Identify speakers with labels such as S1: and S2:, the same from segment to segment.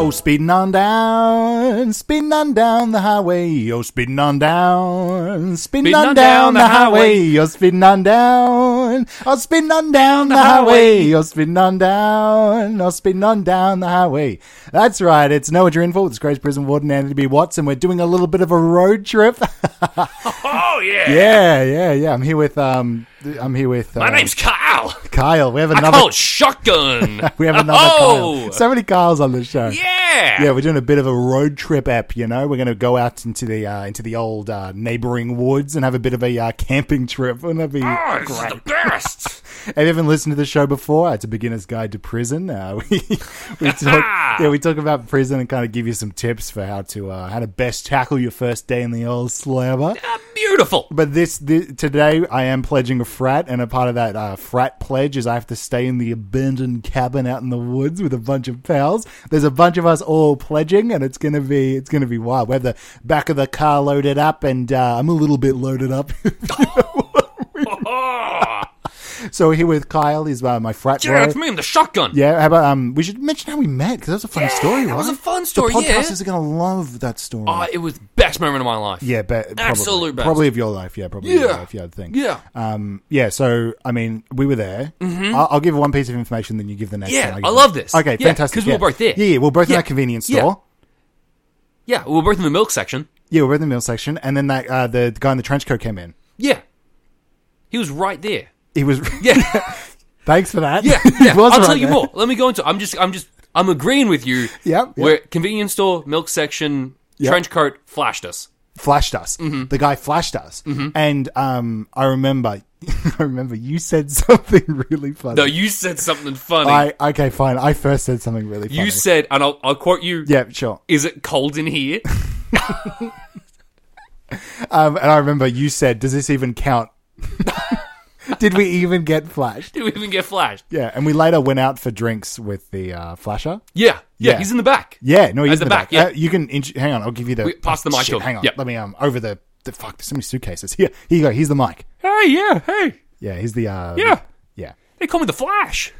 S1: Oh, speeding on down, speeding on down the highway. Oh, speeding on down, speeding on down the highway. Oh, speeding on down, oh, speeding on down the highway. Oh, speeding on down, oh, speeding on down the highway. That's right. It's Noah Drinful with Grace Prison Warden Anthony B. Watson. We're doing a little bit of a road trip.
S2: Oh yeah.
S1: yeah, yeah, yeah. I'm here with um, I'm here with uh,
S2: My name's Kyle.
S1: Kyle. We have
S2: I
S1: another.
S2: call it shotgun.
S1: We have another
S2: oh,
S1: Kyle. So many Kyles on this show.
S2: yeah.
S1: Yeah, we're doing a bit of a road trip app. You know, we're going to go out into the uh, into the old uh, neighboring woods and have a bit of a uh, camping trip. Wouldn't that be?
S2: Oh, this is the best.
S1: Have you ever listened to the show before? It's a beginner's guide to prison. Uh, we we talk, yeah, we talk about prison and kind of give you some tips for how to uh, how to best tackle your first day in the old slabber.
S2: Ah, beautiful.
S1: But this, this today, I am pledging a frat, and a part of that uh, frat pledge is I have to stay in the abandoned cabin out in the woods with a bunch of pals. There's a bunch of us all pledging, and it's gonna be it's gonna be wild. We have the back of the car loaded up, and uh, I'm a little bit loaded up.
S2: Oh,
S1: so here with Kyle is uh, my frat
S2: yeah,
S1: bro.
S2: it's me. I'm the shotgun.
S1: Yeah, how about um? We should mention how we met because that was a fun story.
S2: that
S1: right?
S2: was a fun story,
S1: The
S2: yeah.
S1: podcasters are gonna love that story.
S2: Oh, it was best moment of my life.
S1: yeah, but probably,
S2: Absolute best.
S1: probably of your life. Yeah, probably of your
S2: Yeah.
S1: life. Yeah, I think.
S2: Yeah.
S1: Um, yeah, so I mean, we were there. Mm-hmm. I'll, I'll give one piece of information, then you give the next.
S2: Yeah,
S1: and I'll give
S2: I
S1: the
S2: love
S1: next.
S2: this.
S1: Okay,
S2: Yeah,
S1: fantastic.
S2: 'cause we were
S1: yeah.
S2: both there.
S1: Yeah, yeah, we were both in
S2: Yeah.
S1: that convenience
S2: Yeah.
S1: store.
S2: Yeah, we were both in the milk section.
S1: Yeah, we were in the meal section, and then that uh, the, the guy in the trench coat came in.
S2: Yeah. He was right there.
S1: He was.
S2: Yeah.
S1: thanks for that.
S2: Yeah.
S1: He
S2: yeah. I'll
S1: was
S2: tell
S1: right
S2: you
S1: there.
S2: more. Let me go into I'm just I'm just I'm agreeing with you.
S1: Yep,
S2: We're convenience store, milk section,
S1: Yep.
S2: trench coat, flashed us.
S1: flashed us.
S2: Mm-hmm.
S1: The guy flashed us, and um, I remember, I remember you said something really funny.
S2: No, you said something funny.
S1: I okay, fine. I first said something really funny.
S2: you said and I'll I'll quote you
S1: yeah, sure.
S2: Is it cold in here?
S1: Um, and I remember you said, "Does this even count? Did we even get flashed?"
S2: Did we even get flashed?
S1: Yeah, and we later went out for drinks with the uh, flasher.
S2: Yeah, yeah,
S1: Yeah.
S2: he's in the back.
S1: Yeah, no, he's
S2: At
S1: in the,
S2: the
S1: back.
S2: back, yeah.
S1: Uh, you can int- hang on. I'll give you the oh,
S2: pass the mic
S1: Shit,
S2: to him.
S1: hang on,
S2: Yeah.
S1: let me um over the the fuck. There's so many suitcases. Here, here you go. Here's the mic.
S2: Hey, yeah, hey,
S1: Yeah, here's the uh,
S2: Yeah.
S1: yeah.
S2: they call me the Flash.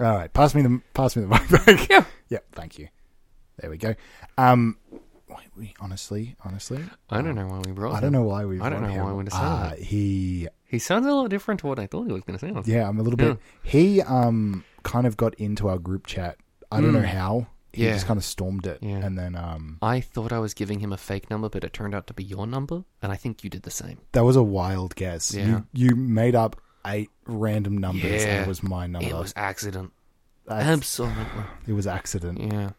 S1: All right, pass me the pass me the mic back.
S2: Yeah.
S1: yeah. Thank you. There we go. Um, wait, we honestly, honestly,
S2: I don't know why we brought.
S1: I don't know why we.
S2: I don't
S1: brought
S2: know why
S1: him.
S2: I would've said
S1: uh, He
S2: He sounds a lot different to what I thought he was going to sound.
S1: Yeah, I'm a little bit. He um kind of got into our group chat. I
S2: Hmm.
S1: don't know how. He
S3: Yeah.
S1: just kind of stormed it,
S3: Yeah.
S1: and then um
S3: I thought I was giving him a fake number, but it turned out to be your number, and I think you did the same.
S1: that was a wild guess.
S3: Yeah.
S1: You you made up eight random numbers, and
S3: Yeah.
S1: it was my number.
S3: It was accident.
S1: That's-
S3: Absolutely.
S1: it was accident.
S3: Yeah.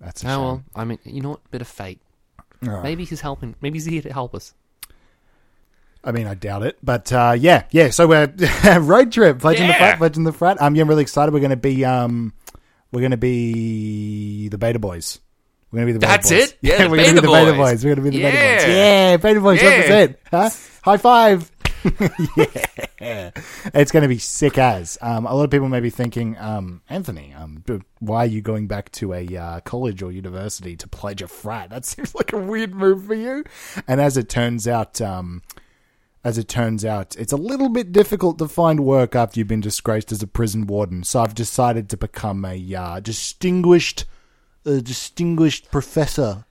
S1: That's a
S3: Oh well.
S1: shame.
S3: I mean, you know what? Bit of fate.
S1: All right.
S3: Maybe he's helping. Maybe he's here to help us.
S1: I mean, I doubt it, but uh, yeah, yeah. So we're road trip, pledging the
S2: Yeah.
S1: frat, pledging the frat. Um, yeah, I'm really excited. We're going to be um, we're going to be the Beta Boys. We're going to be the Beta
S2: That's
S1: Boys.
S2: it? Yeah, the
S1: we're gonna be
S2: Beta
S1: the Beta
S2: Boys.
S1: Boys. We're going to be the Beta Boys.
S2: Yeah.
S1: Yeah, Beta Boys
S2: Yeah.
S1: represent. Huh? High five. yeah, it's going to be sick as. Um, a lot of people may be thinking, um, Anthony, um, b- why are you going back to a uh, college or university to pledge a frat? That seems like a weird move for you. And as it turns out, um, as it turns out, it's a little bit difficult to find work after you've been disgraced as a prison warden. So I've decided to become a uh, distinguished, a distinguished professor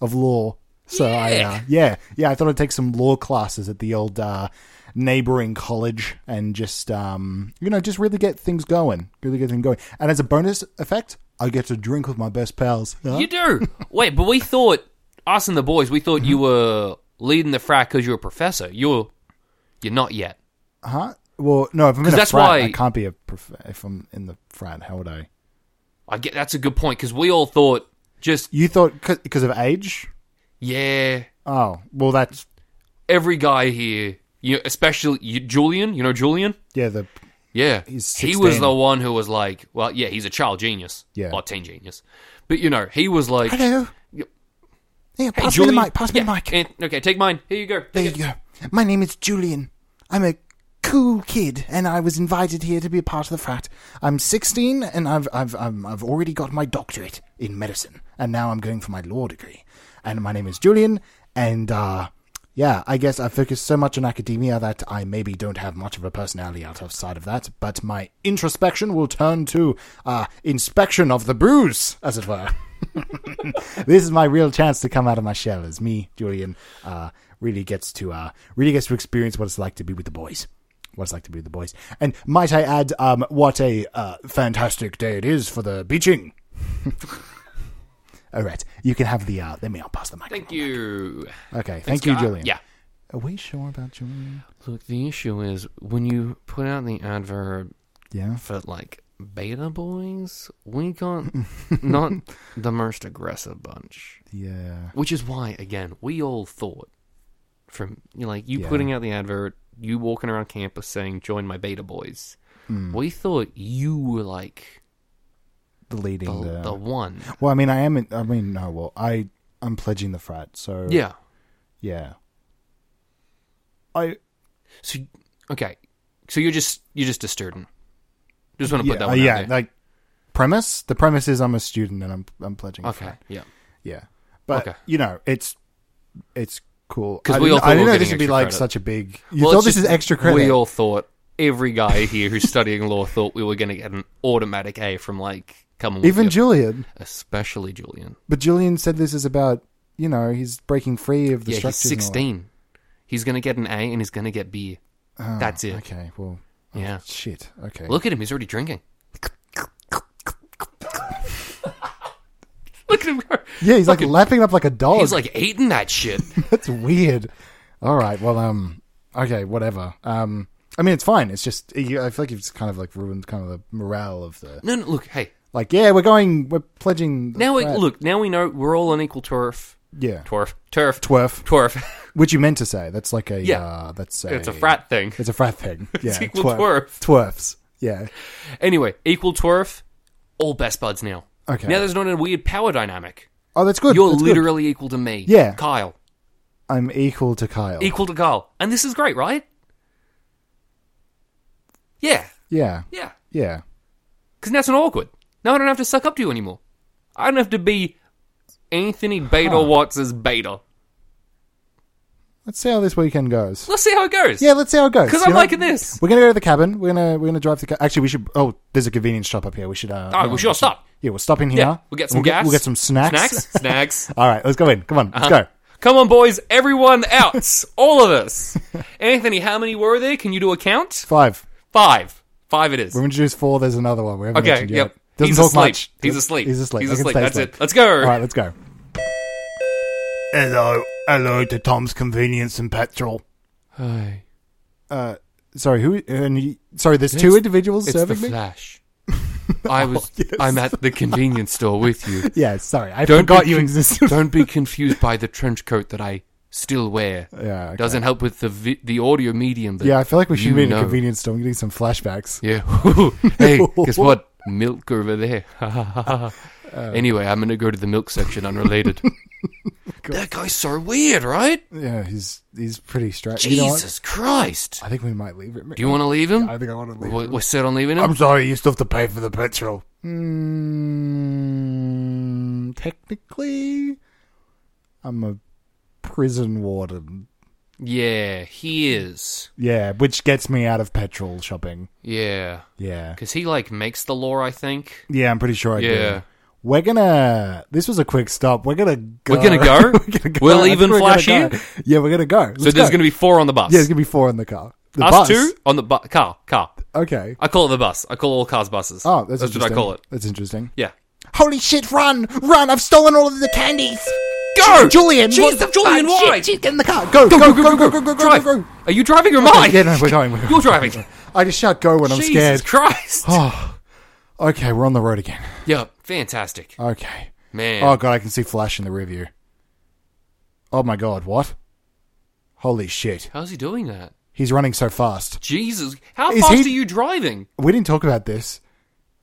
S1: of law. So I, uh, yeah, yeah, I thought I'd take some law classes at the old uh, neighboring college and just, um, you know, just really get things going, really get things going. And as a bonus effect, I get to drink with my best pals. Huh?
S2: You do. Wait, but we thought us and the boys. We thought you were leading the frat because you're a professor. You're, you're not yet.
S1: Huh? Well, no, if I'm in a
S2: that's
S1: frat,
S2: why-
S1: I can't be a prof- if I'm in the frat. How would I?
S2: I get that's a good point because we all thought just
S1: You thought because of age?
S2: yeah.
S1: Oh, well, that's
S2: Every guy here, you know, especially you, Julian. You know Julian.
S1: yeah. The
S2: Yeah,
S1: He's
S2: he was
S1: 16.
S2: the one who was like, well, yeah, he's a child genius,
S1: Yeah.
S2: or teen genius, but you know, he was like,
S1: hello.
S2: Yep.
S1: Yeah,
S2: Hey,
S1: pass
S2: Julian.
S1: me the mic. Pass me
S2: Yeah,
S1: the mic.
S2: and- okay, take mine. Here you go.
S1: there
S2: Take
S1: you go. My name is Julian. I'm a cool kid, and I was invited here to be a part of the frat. I'm 16, and I've I've I'm, I've already got my doctorate in medicine, and now I'm going for my law degree. And my name is Julian, and uh, yeah, I guess I focus so much on academia that I maybe don't have much of a personality outside of that, but my introspection will turn to uh, inspection of the booze, as it were. this is my real chance to come out of my shell. As me, Julian, uh, really gets to uh, really gets to experience what it's like to be with the boys. What it's like to be with the boys, and might I add, um, what a uh, fantastic day it is for the beaching. All right, you can have the. Uh, let me. I'll pass the mic.
S2: Thank you.
S1: Okay, thank you,
S2: Uh,
S1: Julian.
S2: Yeah.
S1: Are we sure about Julian?
S3: Look, the issue is when you put out the adverb
S1: Yeah.
S3: for like beta boys, we got not the most aggressive bunch.
S1: Yeah.
S3: Which is why, again, we all thought from you know, like you
S1: Yeah.
S3: putting out the advert, you walking around campus saying, "Join my beta boys."
S1: Hmm.
S3: We thought you were like
S1: The leading.
S3: the,
S1: the-
S3: the one.
S1: Well, I mean, I am. In, I mean, no. Well, I I'm pledging the frat. So
S3: Yeah.
S1: yeah. I
S2: So okay. So you're just you're just a student. Just want to
S1: yeah,
S2: put that
S1: uh,
S2: one out
S1: yeah
S2: there.
S1: like premise. The premise is I'm a student and I'm I'm pledging. a
S2: Okay.
S1: frat.
S2: Yeah.
S1: Yeah, but
S2: Okay.
S1: you know it's it's cool
S2: 'Cause
S1: I
S2: we
S1: didn't-
S2: all thought
S1: I
S2: we
S1: didn't
S2: were
S1: know this
S2: getting
S1: would be
S2: extra
S1: like
S2: credit.
S1: such a big. You
S2: Well,
S1: thought
S2: it's
S1: this
S2: just-
S1: is extra credit.
S2: We all thought every guy here who's studying law thought we were going to get an automatic A from like coming
S1: Even
S2: with you.
S1: Julian,
S3: Especially Julian.
S1: but Julian said this is about you know he's breaking free of the
S3: Yeah, he's
S1: structures. and all that.
S3: 16. He's going to get an A and he's going to get B. That's it.
S1: Ah, Okay, well,
S3: Yeah.
S1: shit. Okay,
S3: Look at him. He's already drinking. Look at him go.
S1: yeah, he's like lapping up like a dog.
S2: He's like eating that shit.
S1: That's weird. All right. Well, um, okay, whatever. Um, I mean, it's fine. It's just you, I feel like you've just kind of like ruined kind of the morale of the
S2: No, no, look, hey.
S1: like. Yeah, we're going. We're pledging. the
S2: Now we
S1: frat.
S2: look, now we know we're all on equal turf.
S1: Yeah,
S2: Turf. Turf.
S1: twerf,
S2: Twerf.
S1: which you meant to say. That's like a
S2: Yeah.
S1: Uh, that's a,
S2: it's a frat thing.
S1: It's a frat thing. Yeah,
S2: equal
S1: twerf. Twerfs. Yeah.
S2: Anyway, equal twerf, all best buds now.
S1: Okay.
S2: Now there's not a weird power dynamic.
S1: Oh, that's good.
S2: You're
S1: that's good.
S2: literally equal to me.
S1: Yeah.
S2: Kyle.
S1: I'm equal to Kyle.
S2: Equal to Kyle. And this is great, right? Yeah.
S1: yeah.
S2: Yeah.
S1: Yeah.
S2: Because now it's not awkward. Now I don't have to suck up to you anymore. I don't have to be Anthony Beta Watts' beta.
S1: Let's see how this weekend goes.
S2: Let's see how it goes.
S1: Yeah, let's see how it goes.
S2: 'Cause
S1: you
S2: I'm
S1: know?
S2: liking this.
S1: We're gonna go to the cabin. We're gonna we're gonna drive to. Ca- Actually, we should. Oh, there's a convenience shop up here. We should. Uh,
S2: All right, Oh, we should all stop.
S1: Yeah, we'll stop in here.
S2: Yeah. We'll get some gas.
S1: we'll get some snacks.
S2: Snacks. Uh-huh. snacks.
S1: All right, let's go in. Come on, let's go.
S2: Come on, boys. Everyone out. All of us. Anthony, how many were there? Can you do a count?
S1: Five.
S2: Five. Five it is.
S1: We've introduced four. There's another one. We haven't
S2: Okay,
S1: mentioned yet.
S2: yep.
S1: Doesn't
S2: He's
S1: talk
S2: asleep.
S1: much.
S2: He's asleep.
S1: He's asleep.
S2: He's
S1: I can
S2: asleep.
S1: stay
S2: That's
S1: asleep.
S2: it. Let's go.
S1: All right, let's go. Hello, hello to Tom's Convenience and Petrol.
S3: Hey,
S1: Uh, sorry, who? And you, sorry, there's two individuals
S3: it's the
S1: serving me. Oh,
S3: Flash. I was. I'm at the convenience store with you.
S1: Yeah, sorry, I
S3: Don't
S1: forgot
S3: be
S1: you
S3: con-
S1: existed.
S3: Don't be confused by the trench coat that I still wear.
S1: Yeah, okay.
S3: Doesn't help with the vi- the audio medium. That
S1: yeah, I feel like we should
S3: you
S1: be in a
S3: know.
S1: convenience store. I'm getting some flashbacks.
S3: Yeah. hey, guess what? Milk over there.
S1: Uh,
S3: anyway, I'm gonna go to the milk section, unrelated. that guy's so weird, right?
S1: Yeah, he's he's pretty straight. You know what?
S3: Jesus Christ!
S1: I think we might leave it.
S3: Do you want to leave him?
S1: I think I want to leave.
S3: We're, we're set on leaving him.
S1: I'm sorry, you still have to pay for the petrol. Mm, technically, I'm a prison warden.
S2: Yeah, he is.
S1: Yeah, which gets me out of petrol shopping.
S2: Yeah.
S1: Yeah.
S2: Because he, like, makes the law, I think.
S1: Yeah, I'm pretty sure I
S2: Yeah.
S1: do. We're gonna. This was a quick stop. We're gonna go.
S2: We're gonna go?
S1: gonna go.
S2: We'll
S1: I think
S2: even
S1: we're
S2: flash
S1: gonna go. Yeah, we're gonna go.
S2: So there's going to be four on the bus.
S1: Yeah, there's gonna be four in the car. The
S2: Us
S1: bus?
S2: two on the bu- car. Car.
S1: Okay.
S2: I call it the bus. I call all cars buses.
S1: Oh, that's,
S2: that's what I
S1: interesting.
S2: call it.
S1: That's interesting.
S2: Yeah.
S1: Holy shit! Run, run! I've stolen all of the candies.
S2: Go!
S1: Julian,
S2: Jesus,
S1: what the
S2: Julian,
S1: fuck?
S2: why?
S1: Shit, shit, get in the car. Go, go, go, go, go, go, go, go,
S2: Drive.
S1: go.
S2: Are you driving or am I?
S1: Yeah, no, we're going. We're
S2: You're
S1: going.
S2: driving.
S1: I just shout go when I'm scared.
S2: Jesus
S1: Oh.
S2: Christ.
S1: Okay, we're on the road again.
S2: Yeah, fantastic.
S1: Okay.
S2: Man.
S1: Oh god, I can see flash in the review. Oh my god, what? Holy shit!
S2: How's he doing that?
S1: He's running so fast.
S2: Jesus. How
S1: Is
S2: fast
S1: he-
S2: are you driving?
S1: We didn't talk about this.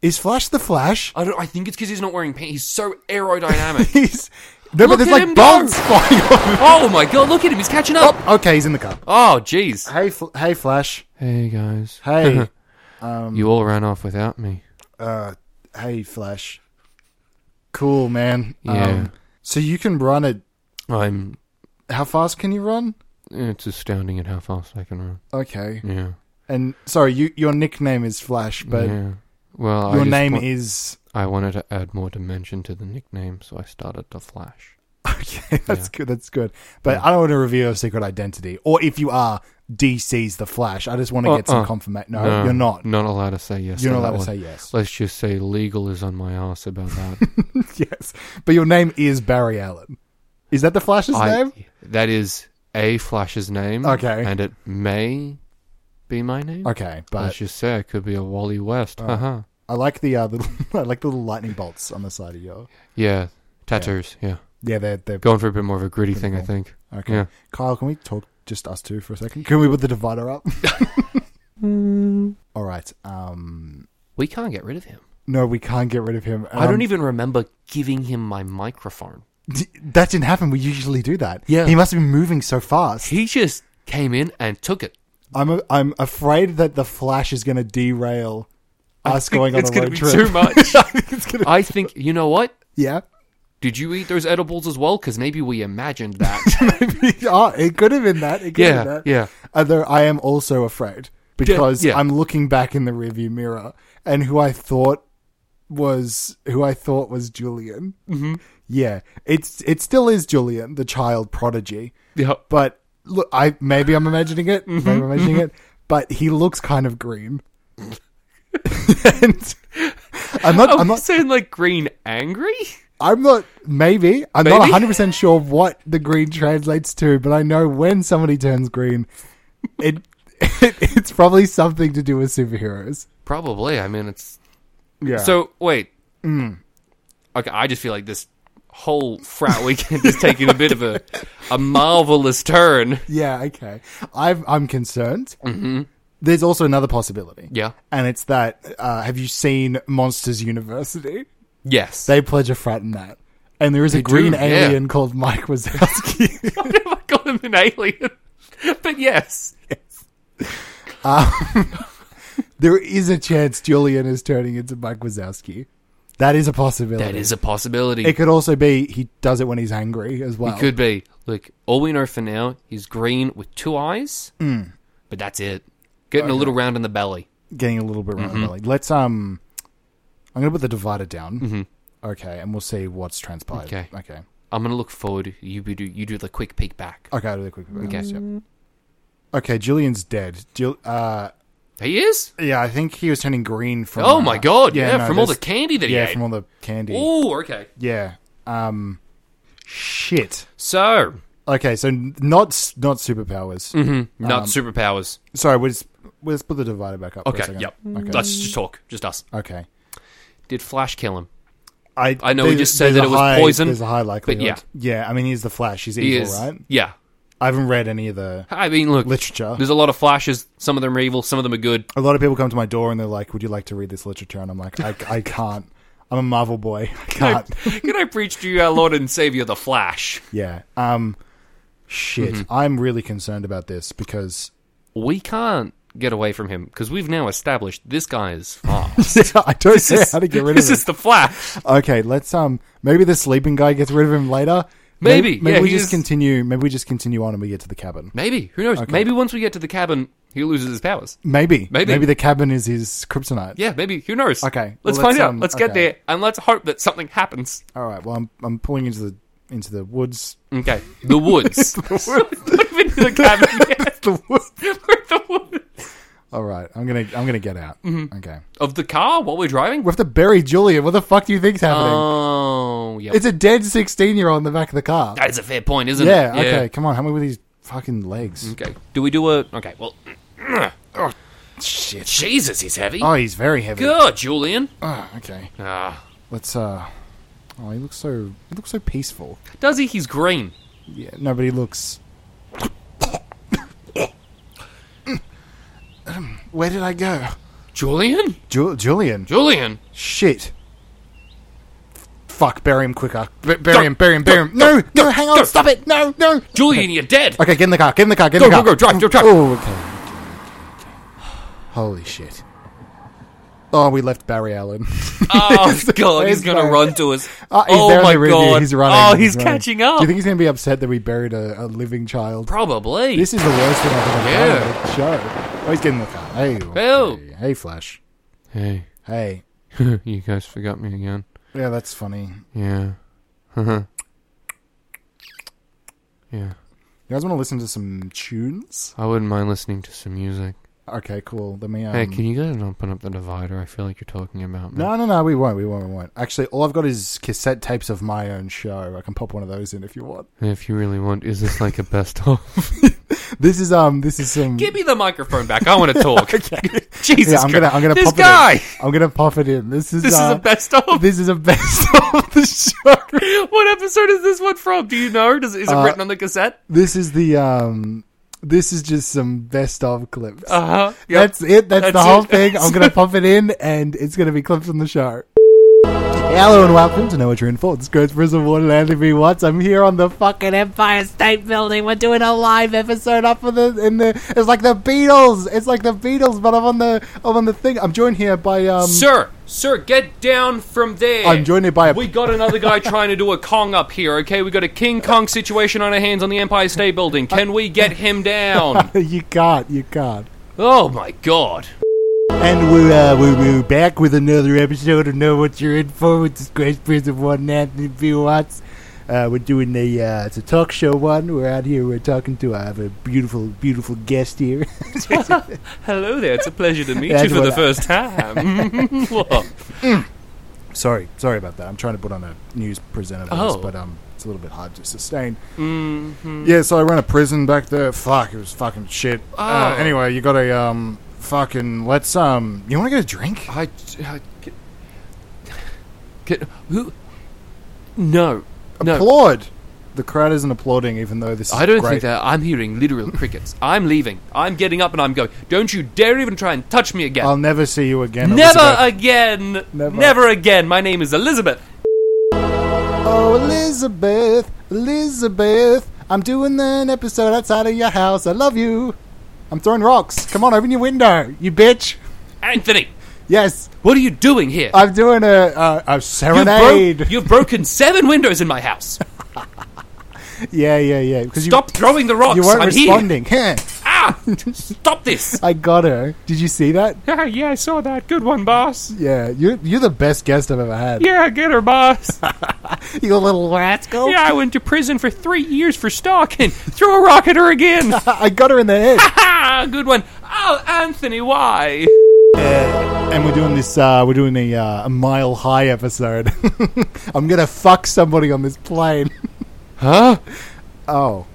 S1: Is Flash the Flash?
S2: I, don't, I think it's because he's not wearing pants. He's so aerodynamic.
S1: He's no, but
S2: Look
S1: there's
S2: at
S1: like
S2: him go.
S1: bolts flying off.
S2: oh, my God. Look at him. He's catching up.
S1: Oh, okay, he's in the car.
S2: Oh, jeez.
S1: Hey, Fl- hey, Flash.
S3: Hey guys,
S1: Hey, Um,
S3: you all ran off without me.
S1: uh, hey, Flash. Cool, man. Um,
S3: Yeah.
S1: so you can run at
S3: I'm.
S1: how fast can you run?
S3: It's astounding at how fast I can run.
S1: Okay.
S3: Yeah.
S1: And sorry, you your nickname is Flash, but
S3: yeah. Well, I
S1: Your
S3: just
S1: name
S3: want-
S1: is.
S3: I wanted to add more dimension to the nickname, so I started to flash.
S1: Okay, that's good. That's good. But I don't want to reveal your secret identity. Or if you are, DC's the Flash. I just want to get some
S3: Uh-uh.
S1: confirmation. No, you're not.
S3: Not allowed to say yes.
S1: You're
S3: to
S1: not
S3: that
S1: allowed to
S3: one.
S1: say yes.
S3: Let's just say legal is on my ass about that.
S1: yes, but your name is Barry Allen. Is that the Flash's
S3: I-
S1: name?
S3: That is a Flash's name.
S1: Okay.
S3: And it may be my name.
S1: Okay,
S3: Let's
S1: but
S3: just say it could be a Wally West. Uh-huh. Haha.
S1: I like the uh, little, I like the little lightning bolts on the side of your.
S3: Yeah. Tattoos. Yeah.
S1: Yeah, they're they're
S3: Going for a bit more of a gritty thing, I think.
S1: okay.
S3: Yeah.
S1: Kyle, can we talk just us two for a second? Can we put the divider up? All right. Um,
S2: We can't get rid of him.
S1: no, we can't get rid of him.
S2: I
S1: Um,
S2: don't e- even remember giving him my microphone.
S1: D- that didn't happen. We usually do that.
S2: Yeah.
S1: He must have been moving so fast.
S2: He just came in and took it.
S1: I'm a, I'm afraid that the Flash is going to derail us going on
S2: it's
S1: a
S2: gonna
S1: road
S2: be
S1: trip.
S2: too much.
S1: I think it's gonna-
S2: I think you know what?
S1: yeah.
S2: Did you eat those edibles as well? Because maybe we imagined that.
S1: oh, it could have been that. It could
S3: Yeah.
S1: have been that.
S3: Yeah.
S1: Although I am also afraid because
S3: yeah.
S1: I'm looking back in the rearview mirror and who I thought was who I thought was Julian. Mm-hmm. Yeah, it's it still is Julian, the child prodigy.
S3: Yeah.
S1: But look, I maybe I'm imagining it.
S3: Mm-hmm,
S1: Maybe I'm imagining it. But he looks kind of green. and I'm not. I'm
S3: Oh,
S2: I'm
S1: not.
S2: saying like green angry.
S1: I'm not. Maybe I'm not
S2: Maybe?
S1: 100 percent sure what the green translates to, but I know when somebody turns green, it, it it's probably something to do with superheroes.
S2: Probably. I mean, it's
S1: Yeah.
S2: So wait.
S1: Mm.
S2: Okay, I just feel like this whole frat weekend is taking a bit of a a marvelous turn.
S1: yeah. Okay. I've, I'm concerned. Mm-hmm. There's also another possibility.
S2: Yeah.
S1: And it's that uh, have you seen Monsters University?
S2: Yes.
S1: They pledge a frat in that. And there is a green
S3: do, yeah.
S1: alien called Mike Wazowski.
S2: I never called him an alien, but yes.
S1: there is a chance Julian is turning into Mike Wazowski. That is a possibility.
S2: That is a possibility.
S1: It could also be he does it when he's angry as well.
S2: Could be. Look, all we know for now is green with two eyes,
S1: Mm.
S2: but that's it. Getting a little round in the belly.
S1: Getting a little bit
S2: Mm-hmm.
S1: round the belly. Let's um, I'm gonna put the divider down. Okay, and we'll see what's transpired.
S2: Mm-hmm. Okay.
S1: okay,
S2: I'm gonna look forward. You be- do you do the quick peek back.
S1: okay. I'll do the quick. Okay, yep. Okay, Julian's dead. Jul- uh,
S2: He is.
S1: yeah, I think he was turning green from.
S2: Oh
S1: uh,
S2: my god! Yeah,
S1: no,
S2: from all the
S1: there's-
S2: candy that he
S1: Yeah,
S2: ate.
S1: from all the candy.
S2: Oh, okay.
S1: Yeah. Um, shit.
S2: So
S1: Okay, so n- not s- not superpowers.
S2: Mm-hmm. not
S1: Um,
S2: superpowers.
S1: Sorry, we'll just we'll just put the divider back up. for a
S2: Okay.
S1: second.
S2: Yep.
S1: Okay.
S2: Let's just talk. Just us.
S1: okay.
S2: Did Flash kill him?
S1: I,
S2: I know we
S1: there's-
S2: just said
S1: there's
S2: that
S1: a
S2: it was
S1: high-
S2: poison,
S1: There's a high likelihood.
S2: yeah.
S1: yeah. I mean, he's the Flash. He's
S2: He
S1: evil,
S2: is.
S1: right?
S2: Yeah.
S1: I haven't read any of the
S2: I mean, look.
S1: literature.
S2: There's a lot of flashes. Some of them are evil. Some of them are good.
S1: A lot of people come to my door and they're like, "Would you like to read this literature?" And I'm like, "I, I can't. I'm a Marvel boy. I can't."
S2: Can I preach to you, our Lord and Savior, the Flash?
S1: yeah. Um. Shit.
S2: Mm-hmm.
S1: I'm really concerned about this because
S2: We can't get away from him because we've now established this guy is fast.
S1: I don't know how to get rid of
S2: this
S1: him.
S2: is the Flash.
S1: Okay, let's um maybe the sleeping guy gets rid of him later.
S2: Maybe,
S1: maybe
S2: yeah,
S1: we
S2: he
S1: just
S2: is-
S1: continue. Maybe we just continue on and we get to the cabin.
S2: Maybe. Who knows? Maybe once we get to the cabin, he loses his powers.
S1: Maybe,
S2: Maybe.
S1: the cabin is his kryptonite.
S2: Yeah, maybe. Who knows?
S1: Okay,
S2: Let's
S1: well,
S2: find
S1: let's,
S2: out.
S1: um,
S2: let's get
S1: okay.
S2: there and let's hope that something happens.
S1: All right. Well, I'm I'm pulling into the into the woods.
S2: Okay. The woods. the woods. Not even the cabin yet.
S1: the woods.
S2: We're in the woods.
S1: All right. I'm gonna I'm gonna get out. Okay.
S2: Of the car while we're driving?
S1: We have to bury Julian. What the fuck do you think's happening?
S2: Oh, yeah.
S1: it's a dead sixteen year old in the back of the car.
S2: That's a fair point, isn't
S1: Yeah.
S2: it?
S1: Okay. Come on. Help me with these fucking legs.
S2: Okay. Do we do a. Okay, well. Oh, shit. Jesus, he's heavy.
S1: Oh, he's very heavy.
S2: God, Julian.
S1: Oh, okay.
S2: Ah.
S1: Let's uh. Oh, he looks so he looks so peaceful.
S2: Does he? He's green.
S1: Yeah. No, but he looks. Where did I go?
S2: Julian?
S1: Ju- Julian.
S2: Julian?
S1: Shit. Fuck, bury him quicker. B-
S2: Go,
S1: bury him, bury him, bury him. No, no, hang on, stop it. No, no.
S2: Julian, you're dead.
S1: Okay, get in the car, get in the car, get in
S2: Go,
S1: the
S2: go,
S1: car.
S2: go, drive, drive, drive.
S1: Oh, okay, okay, okay, okay. Holy shit. Oh, we left Barry Allen.
S2: Oh, God, he's
S1: Where's
S2: going to
S1: Barry?
S2: run to us.
S1: Uh, he's there
S2: oh,
S1: in
S2: my
S1: the review.
S2: God.
S1: He's running.
S2: Oh, he's,
S1: running.
S2: catching up.
S1: Do you think he's going to be upset that we buried a, a living child?
S2: Probably.
S1: This is the worst thing I've ever
S2: Yeah.
S1: done on the show. Oh, he's getting in the car. Hey.
S2: Help.
S1: Hey, hey Flash.
S3: Hey.
S1: Hey,
S3: you guys forgot me again.
S1: yeah, that's funny.
S3: Yeah. yeah.
S1: You guys want to listen to some tunes?
S3: I wouldn't mind listening to some music.
S1: Okay, cool. Let me. Um,
S3: hey, can you guys open up the divider? I feel like you're talking about me.
S1: No, no, no. We won't. We won't. We won't. Actually, all I've got is cassette tapes of my own show. I can pop one of those in if you want.
S3: If you really want, is this like a best of?
S1: This is um. This is some.
S2: Give me the microphone back. I want to talk. Jesus
S1: yeah, I'm gonna.
S2: Christ.
S1: I'm gonna
S2: this
S1: pop
S2: guy.
S1: it. In. I'm gonna pop it in. This is.
S2: This
S1: uh,
S2: is a best of.
S1: This is a best of the show. Uh,
S2: what episode is this one from? Do you know? Does, is it written on the cassette?
S1: This is the um. This is just some best of clips.
S2: Uh huh.
S1: That's it. That's, the
S2: That's
S1: whole
S2: it.
S1: thing. I'm gonna pop it in, and it's gonna be clips from the show. Hey, hello and welcome to Know What You're In For. This is Chris Prison Warden and Anthony B. Watts. I'm here on the fucking Empire State Building. We're doing a live episode up in the in the. It's like the Beatles. It's like the Beatles, but I'm on the I'm on the thing. I'm joined here by um.
S2: Sir, sir, get down from there.
S1: I'm joined here by a.
S2: We got another guy trying to do a Kong up here, okay? We got a King Kong situation on our hands on the Empire State Building.
S1: Uh,
S2: Can we get him down?
S1: you can't. You can't.
S2: Oh my god.
S1: And we're, uh, we're, we're back with another episode of Know What You're In For with this great Prince of One and Anthony B. Watts. Uh, we're doing the uh, it's a talk show one. We're out here. We're talking to. uh, I have a beautiful, beautiful guest here.
S2: Hello there, it's a pleasure to meet
S1: That's
S2: you for the
S1: what I-
S2: first time. Whoa.
S1: sorry, sorry about that. I'm trying to put on a news presenter, voice,
S2: Oh.
S1: but um, it's a little bit hard to sustain.
S2: Mm-hmm.
S1: Yeah, so I ran a prison back there. Fuck, it was fucking shit. Uh,
S2: Oh.
S1: anyway, you got a um, fucking let's um, you want to get a drink?
S3: I. I get, get, who? No. No.
S1: Applaud. The crowd isn't applauding, even though this. Is
S3: I don't
S1: great.
S3: think that. I'm hearing literal crickets. I'm leaving. I'm getting up and I'm going. Don't you dare even try and touch me again.
S1: I'll never see you again.
S2: Never
S1: Oh, Elizabeth.
S2: again.
S1: Never.
S2: Never. again. My name is Elizabeth.
S1: Oh, Elizabeth, Elizabeth, I'm doing an episode outside of your house. I love you. I'm throwing rocks. Come on, open your window, you bitch.
S2: Anthony,
S1: Yes,
S2: what are you doing here?
S1: I'm doing a a, a
S2: You've, bro-
S1: serenade.
S2: you've broken seven windows in my house.
S1: yeah, yeah, yeah. Because you
S2: Stop throwing the rocks.
S1: you weren't
S2: I'm here.
S1: responding. Heh.
S2: Ah! Stop this.
S1: I got her. Did you see that?
S2: yeah, I saw that. Good one, boss.
S1: Yeah, you you're the best guest I've ever had.
S2: Yeah, get her, boss.
S1: You little
S3: Oh.
S1: rascal.
S2: I went to prison for three years for stalking. Throw a rock at her again.
S1: I got her in the head.
S2: ah, good one. Oh, Anthony, why?
S1: And we're doing this. Uh, we're doing a, uh, a mile high episode. I'm gonna fuck somebody on this plane.
S3: huh?
S1: Oh,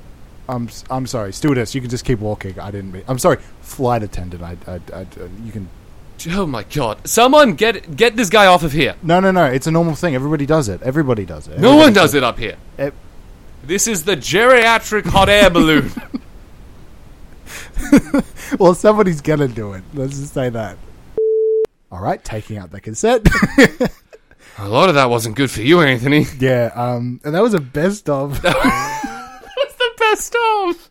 S1: I'm s- I'm sorry, stewardess. You can just keep walking. I didn't. Be- I'm sorry, flight attendant. I, I, I, uh, you can.
S3: Oh my god! Someone get get this guy off of here.
S1: No, no, no. It's a normal thing. Everybody does it. Everybody does it.
S3: No one does it up here.
S1: Eh.
S3: This is the geriatric hot air balloon.
S1: Well, somebody's gonna do it. Let's just say that. All right, taking out the cassette.
S3: A lot of that wasn't good for you, Anthony.
S1: yeah. Um. And that was a best of.
S3: That's the best of.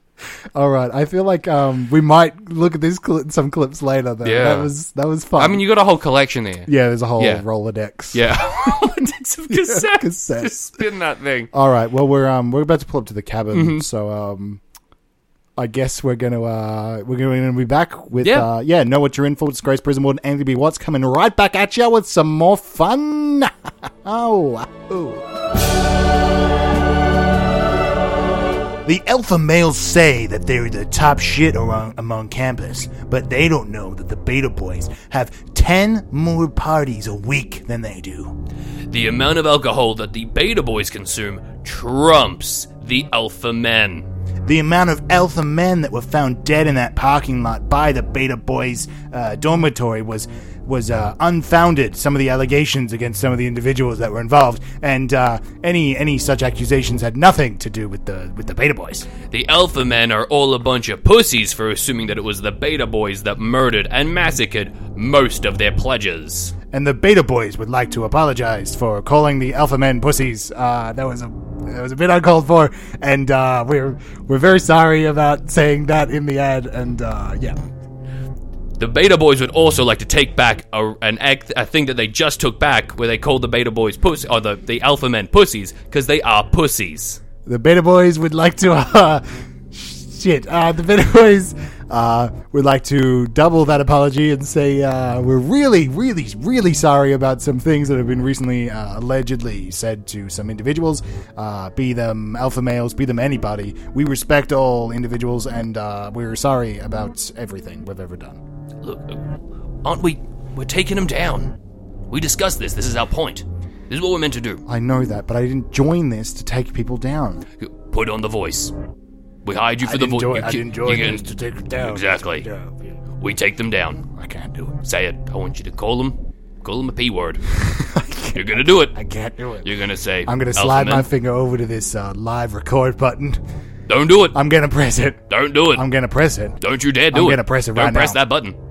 S1: All right. I feel like um we might look at this cli some clips later though.
S3: Yeah.
S1: That was that was fun.
S3: I mean, you got a whole collection there.
S1: yeah. There's a whole
S3: Yeah.
S1: Rolodex.
S3: Yeah. Holodecks of cassettes.
S1: cassettes.
S3: Just spin that thing.
S1: All right. Well, we're um we're about to pull up to the cabin,
S3: Mm-hmm.
S1: so um, I guess we're gonna uh we're gonna be back with
S3: Yeah.
S1: uh yeah know what you're in for. It's Grace Prison Warden Anthony B Watts coming right back at you with some more fun. oh, The alpha males say that they're the top shit around, among campus, but they don't know that the beta boys have 10 more parties a week than they do.
S2: The amount of alcohol that the beta boys consume trumps the alpha men.
S1: The amount of alpha men that were found dead in that parking lot by the Beta Boys uh, dormitory was was uh, unfounded. Some of the allegations against some of the individuals that were involved, and uh, any any such accusations had nothing to do with the with the Beta Boys.
S2: The alpha men are all a bunch of pussies for assuming that it was the beta boys that murdered and massacred most of their pledges.
S1: And the Beta Boys would like to apologize for calling the alpha men pussies. Uh, that was a that was a bit uncalled for, and uh, we're we're very sorry about saying that in the ad. And uh, yeah,
S2: The Beta Boys would also like to take back a, an act, a thing that they just took back, where they called the Beta Boys puss or the, the Alpha Men pussies, because they are pussies.
S1: The Beta Boys would like to. Uh, shit. Uh, the Beta Boys Uh, we'd like to double that apology and say uh, we're really, really, really sorry about some things that have been recently uh, allegedly said to some individuals, uh, be them alpha males, be them anybody. We respect all individuals and uh, we're sorry about everything we've ever done.
S2: Look, aren't we? We're taking him down. We discussed this. This is our point. This is what we're meant to do.
S1: I know that, but I didn't join this to take people down.
S2: Put on the voice. We hired you for
S1: I
S2: the
S1: didn't
S2: voice.
S1: join, I didn't join this to take it down.
S2: Exactly. We take them down.
S1: I can't do it.
S2: Say it. I want you to call them. Call them a p word. You're gonna do it.
S1: I can't do it.
S2: You're gonna say.
S1: I'm gonna
S2: "Alpha
S1: slide my
S2: men,
S1: finger over to this uh, live record button.
S2: Don't do it.
S1: I'm gonna press it.
S2: Don't do it.
S1: I'm gonna press it.
S2: Don't you dare do
S1: I'm
S2: it.
S1: gonna press it
S2: Don't
S1: right
S2: press
S1: now.
S2: that button.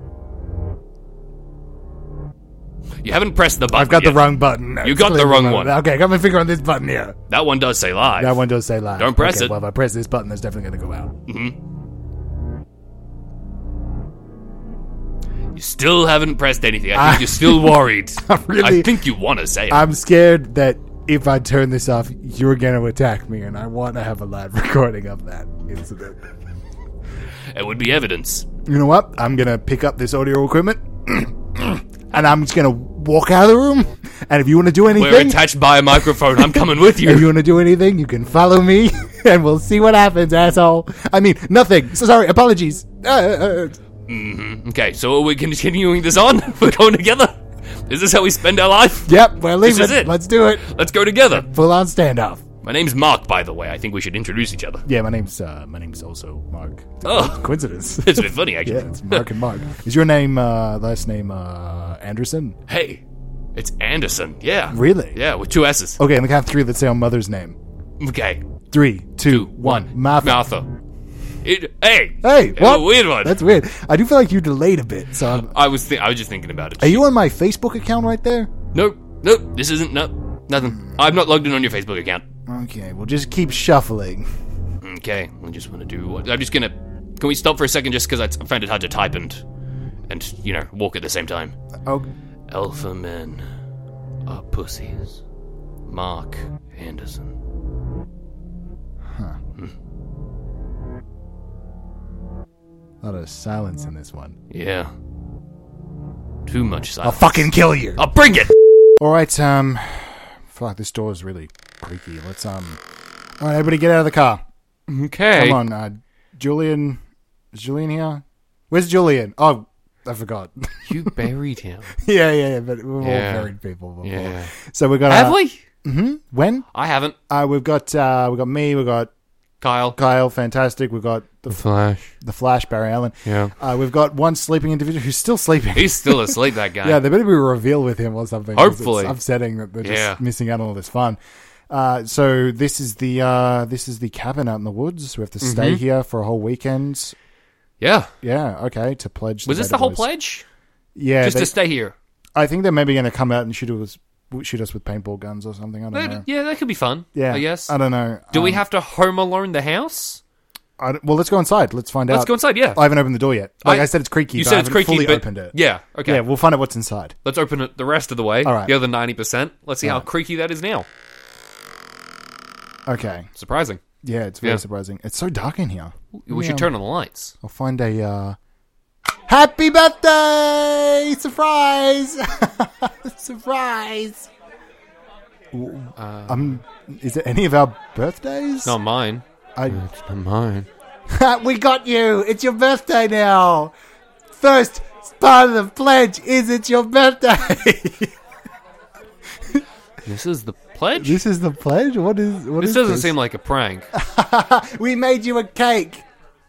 S2: You haven't pressed the button.
S1: I've got
S2: yet.
S1: the wrong button.
S2: You got the wrong one.
S1: Okay, I got my finger on this button here.
S2: That one does say live.
S1: That one does say live.
S2: Don't press
S1: Okay,
S2: it.
S1: Well, if I press this button, that's definitely gonna go out.
S2: You still haven't pressed anything. I think you're still worried.
S1: I'm really-
S2: I think you want to say it.
S1: I'm scared that if I turn this off, you're gonna attack me, and I want to have a live recording of that incident.
S2: it would be evidence.
S1: You know what? I'm gonna pick up this audio equipment, and I'm just gonna walk out of the room. And if you want to do
S2: We're
S1: anything,
S2: attached by a microphone. I'm coming with
S1: If
S2: you.
S1: you want to do anything, you can follow me, and we'll see what happens, asshole. I mean, nothing. So sorry. Apologies. Uh, uh,
S2: Okay, so are we continuing this on? We're going together? Is this how we spend our life?
S1: yep, we're leaving.
S2: is it.
S1: Let's do it.
S2: Let's go together.
S1: Full on standoff.
S2: My name's Mark, by the way. I think we should introduce each other.
S1: Yeah, my name's uh, my name's also Mark.
S2: Oh.
S1: coincidence.
S2: It's a bit funny, actually.
S1: yeah, it's Mark and Mark. Is your name uh, last name uh, Anderson?
S2: Hey, it's Anderson. Yeah.
S1: Really?
S2: Yeah, with two S's.
S1: Okay, on the count of three, let's say our mother's name.
S2: Okay.
S1: Three, two,
S2: Two,
S1: one.
S2: one.
S1: Martha.
S2: Martha. It, hey.
S1: Hey,
S2: It's
S1: what?
S2: a weird one.
S1: That's weird. I do feel like you delayed a bit. So, I'm,
S2: I was. Th- I was just thinking about it.
S1: are you on my Facebook account right there?
S2: Nope. Nope. This isn't. Nope. Nothing. I'm not logged in on your Facebook account.
S1: Okay, well, just keep shuffling.
S2: Okay, I just want to do what I'm just gonna. Can we stop for a second just because I t- found it hard to type and, and you know, walk at the same time?
S1: Oh,
S2: Alpha men are pussies. Mark Anderson.
S1: a lot of silence in this one.
S2: Yeah. Too much
S1: I'll
S2: silence.
S1: fucking kill you.
S2: I'll bring it.
S1: All right, um, fuck, this door is really creaky. Let's um, all right, everybody, get out of the car.
S3: Okay.
S1: Come on, uh, Julian, is Julian here? Where's Julian? Oh, I forgot.
S3: You buried him.
S1: yeah, yeah, yeah, but we're
S3: Yeah.
S1: all married people. Before.
S3: Yeah.
S1: So we got
S3: Have
S1: uh,
S3: we?
S1: when
S3: I haven't.
S1: uh, we've got uh, we've got me, we've got
S3: Kyle.
S1: Kyle, fantastic. We've got the,
S3: Flash.
S1: the Flash, Barry Allen.
S3: Yeah.
S1: Uh, we've got one sleeping individual who's still sleeping.
S3: He's still asleep, that guy.
S1: Yeah, there better be a reveal with him or something. 'cause it's
S3: Hopefully.
S1: upsetting that they're just
S3: Yeah.
S1: missing out on all this fun. Uh, so this is the uh, this is the cabin out in the woods. We have to stay
S3: Mm-hmm.
S1: here for a whole weekend.
S3: Yeah.
S1: Yeah, okay. To pledge.
S2: Was this the whole
S1: Beto Boys.
S2: pledge?
S1: Yeah,
S2: Just
S1: they-
S2: to stay here.
S1: I think they're maybe going to come out and shoot us shoot us with paintball guns or something. I don't know.
S3: That, yeah, that could be fun.
S1: Yeah,
S3: I guess.
S1: I don't know.
S3: Do we
S1: Um,
S3: have to home alone the house?
S1: I don't- well, let's go inside. Let's find
S3: Let's
S1: out.
S3: go inside. Yeah.
S1: uh, I haven't opened the door yet. Like I,
S3: I-
S1: said, it's creaky.
S3: you
S1: but
S3: said
S1: I
S2: it's
S1: haven't
S2: creaky,
S1: fully
S2: but
S1: opened it.
S3: Yeah. Okay.
S1: Yeah, we'll find out what's inside.
S3: Let's open it the rest of the way.
S1: All right.
S3: The other ninety percent. Let's see how creaky that is now.
S1: Okay.
S3: Surprising.
S1: Yeah, it's very
S3: Yeah.
S1: surprising. It's so dark in here.
S3: We
S1: Yeah.
S3: should turn on the lights.
S1: I'll find a uh, happy birthday surprise, surprise. um, is it any of our birthdays?
S3: Not mine.
S1: I,
S3: It's not mine.
S1: we got you. It's your birthday now. First part of the pledge is it's your birthday.
S3: This is the pledge.
S1: this is the pledge. What is what
S3: This
S1: is
S3: doesn't seem like a prank.
S1: We made you a cake.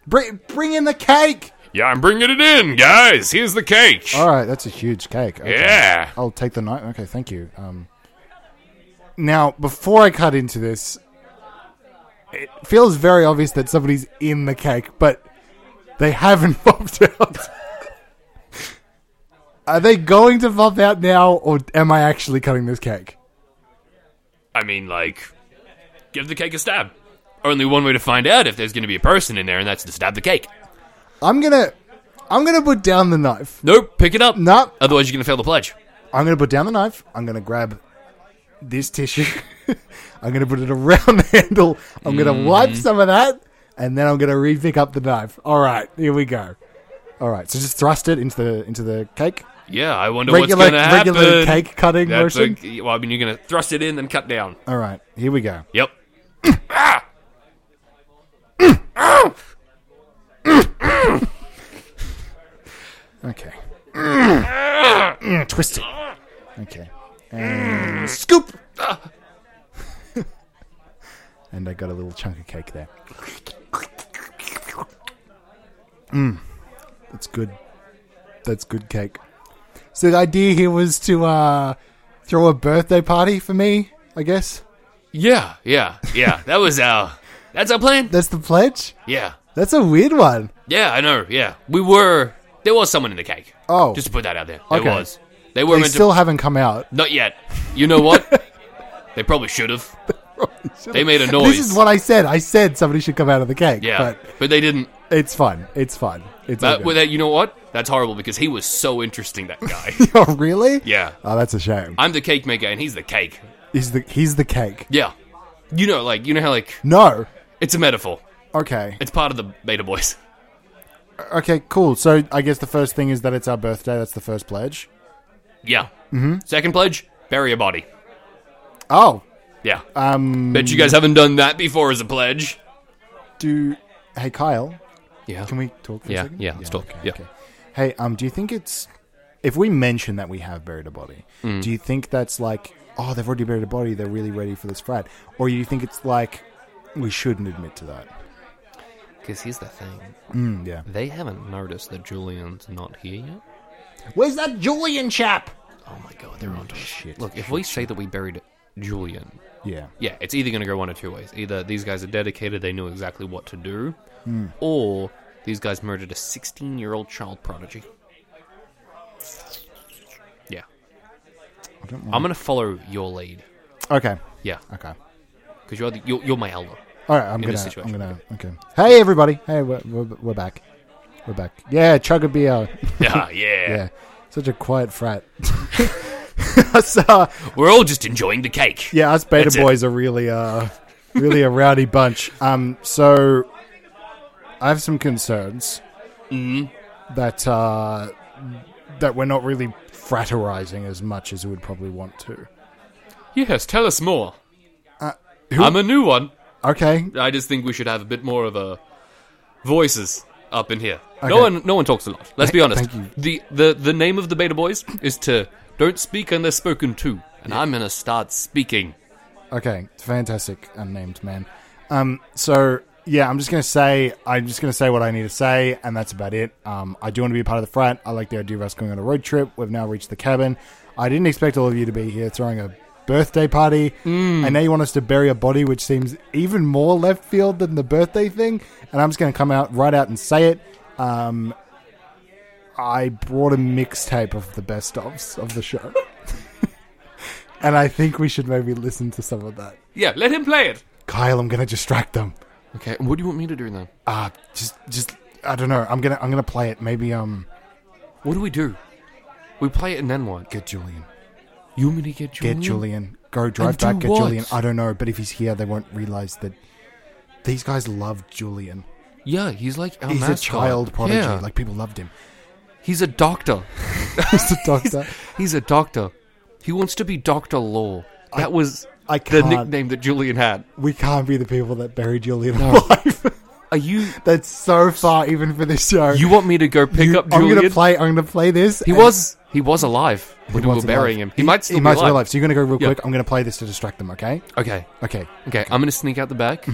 S1: Bring bring in the cake.
S2: Yeah, I'm bringing it in, guys. Here's the cake.
S1: All right, that's a huge cake. Okay.
S2: Yeah.
S1: I'll take the knife. Okay, thank you. Um, now, before I cut into this, it feels very obvious that somebody's in the cake, but they haven't popped out. Are they going to pop out now, or am I actually cutting this cake?
S2: I mean, like, give the cake a stab. Only one way to find out if there's going to be a person in there, and that's to stab the cake.
S1: I'm gonna, I'm gonna put down the knife.
S2: Nope, pick it up.
S1: No,
S2: Otherwise, you're going to fail the pledge.
S1: I'm gonna put down the knife. I'm gonna grab
S2: Mm-hmm.
S1: this tissue. I'm gonna put it around the handle. I'm gonna wipe some of that, and then I'm gonna re-pick up the knife. All right, here we go. All right, so just thrust it into the into the cake.
S2: Yeah, I wonder
S1: Regular
S2: what's going to happen.
S1: regular cake cutting
S2: That's
S1: motion.
S2: a- well, I mean, you're going to thrust it in, then cut down.
S1: All right, here we go.
S2: Yep.
S1: Okay. Mm, Twist it. Okay. And scoop. Ah. and I got a little chunk of cake there. Mm. Mm. That's good. That's good cake. So the idea here was to uh, throw a birthday party for me, I guess.
S3: Yeah,
S2: Yeah, yeah. that was our. That's our plan.
S1: That's the pledge?
S2: Yeah,
S1: That's a weird one.
S2: yeah. I know. Yeah, we were. There was someone in the cake.
S1: Oh.
S2: just to put that out there. There
S1: Okay.
S2: was. They were
S1: They
S2: meant
S1: still haven't come out.
S2: to. Not yet. You know what? they probably should have. They made a noise.
S1: This is what I said. I said somebody should come out of the cake.
S2: yeah,
S1: But
S2: but, they didn't.
S1: it's fun. It's fun. It's all
S2: But
S1: good.
S2: with that, you know what? That's horrible because he was so interesting. That guy.
S1: Oh, really?
S2: yeah,
S1: Oh, that's a shame.
S2: I'm the cake maker, and he's the cake.
S1: He's the he's the cake.
S2: Yeah, you know, like you know how like
S1: No.
S2: it's a metaphor.
S1: Okay.
S2: It's part of the Beta Boys.
S1: Okay. Cool. So I guess the first thing is that it's our birthday. That's the first pledge.
S2: Yeah. Mm-hmm. Second pledge: bury a body.
S1: Oh.
S2: Yeah.
S1: Um.
S2: Bet you guys haven't done that before as a pledge.
S1: Do hey Kyle?
S3: yeah.
S1: Can we talk for
S3: Yeah,
S1: a second?
S3: yeah, let's talk, yeah.
S1: Hey, um, do you think it's if we mention that we have buried a body?
S3: Mm.
S1: Do you think that's like, oh, they've already buried a body. They're really ready for this frat, or do you think it's like we shouldn't admit to that?
S3: Because here's the thing.
S1: Mm, yeah.
S3: They haven't noticed that Julian's not here yet.
S1: Where's that Julian chap?
S3: Oh my god, they're on to
S1: shit,
S3: shit. Look, if we say that we buried Julian,
S1: Yeah.
S3: yeah, it's either going to go one of two ways. Either these guys are dedicated, they knew exactly what to do, or these guys murdered a 16 year old child prodigy. Yeah.
S1: I don't
S3: I'm going to follow your lead.
S1: Okay.
S3: Yeah.
S1: Okay.
S3: Because you're, the- you're, you're my elder.
S1: All right, I'm
S3: in
S1: gonna.
S3: this
S1: I'm
S3: situation.
S1: gonna. Okay. Hey, everybody. Hey, we're, we're, we're back. We're back. Yeah, chug a beer.
S2: Yeah, yeah.
S1: Yeah, such a quiet frat. us, uh,
S2: We're all just enjoying the cake.
S1: yeah, us beta
S2: That's it.
S1: boys are really, uh, really a rowdy bunch. Um, so I have some concerns
S3: Mm-hmm.
S1: that uh, that we're not really fraternizing as much as we would probably want to.
S3: Yes, tell us more.
S1: Uh, who-
S3: I'm a new one.
S1: Okay.
S3: I just think we should have a bit more of a voices up in here. No
S1: Okay.
S3: one, no one talks a lot. Let's be honest.
S1: thank you.
S3: The the the name of the Beta Boys is to don't speak unless spoken to, and I'm gonna start speaking.
S1: Okay, fantastic, unnamed man. Um, so yeah, I'm just gonna say I'm just gonna say what I need to say, and that's about it. Um, I do want to be a part of the frat. I like the idea of us going on a road trip. We've now reached the cabin. I didn't expect all of you to be here throwing a birthday party, and now you want us to bury a body, which seems even more left field than the birthday thing. And I'm just gonna come out right out and say it. Um, I brought a mixtape of the best ofs of the show. And I think we should maybe listen to some of that.
S3: Yeah, let him play it.
S1: Kyle, I'm gonna distract them.
S3: Okay, what do you want me to do then?
S1: Ah, just, just, I don't know. I'm gonna, I'm gonna play it. Maybe, um,
S3: What do we do? We play it and then what?
S1: get Julian,
S3: You want me to get
S1: get
S3: Julian?
S1: Julian, go drive
S3: And do
S1: back, get
S3: what?
S1: Julian. I don't know, but if he's here, they won't realize that these guys love Julian.
S3: Yeah, he's like our
S1: he's a
S3: mascot.
S1: child prodigy.
S3: Yeah.
S1: Like people loved him.
S3: he's a doctor.
S1: He's the doctor.
S3: He's a doctor. He wants to be Doctor Law. That was
S1: I
S3: the
S1: can't.
S3: nickname that Julian had.
S1: we can't be the people that buried Julian alive.
S3: Are you?
S1: That's so far, even for this show.
S3: You want me to go pick
S1: You-
S3: up
S1: I'm
S3: Julian?
S1: gonna play. I'm gonna play this.
S3: He
S1: and-
S3: was he was alive when
S1: He
S3: we were
S1: was
S3: burying
S1: alive.
S3: him. He, might still
S1: he
S3: be
S1: might
S3: alive.
S1: still be alive. So you're gonna go real
S3: Yeah.
S1: quick. I'm gonna play this to distract them. Okay.
S3: Okay,
S1: Okay.
S3: okay. I'm gonna sneak out the back.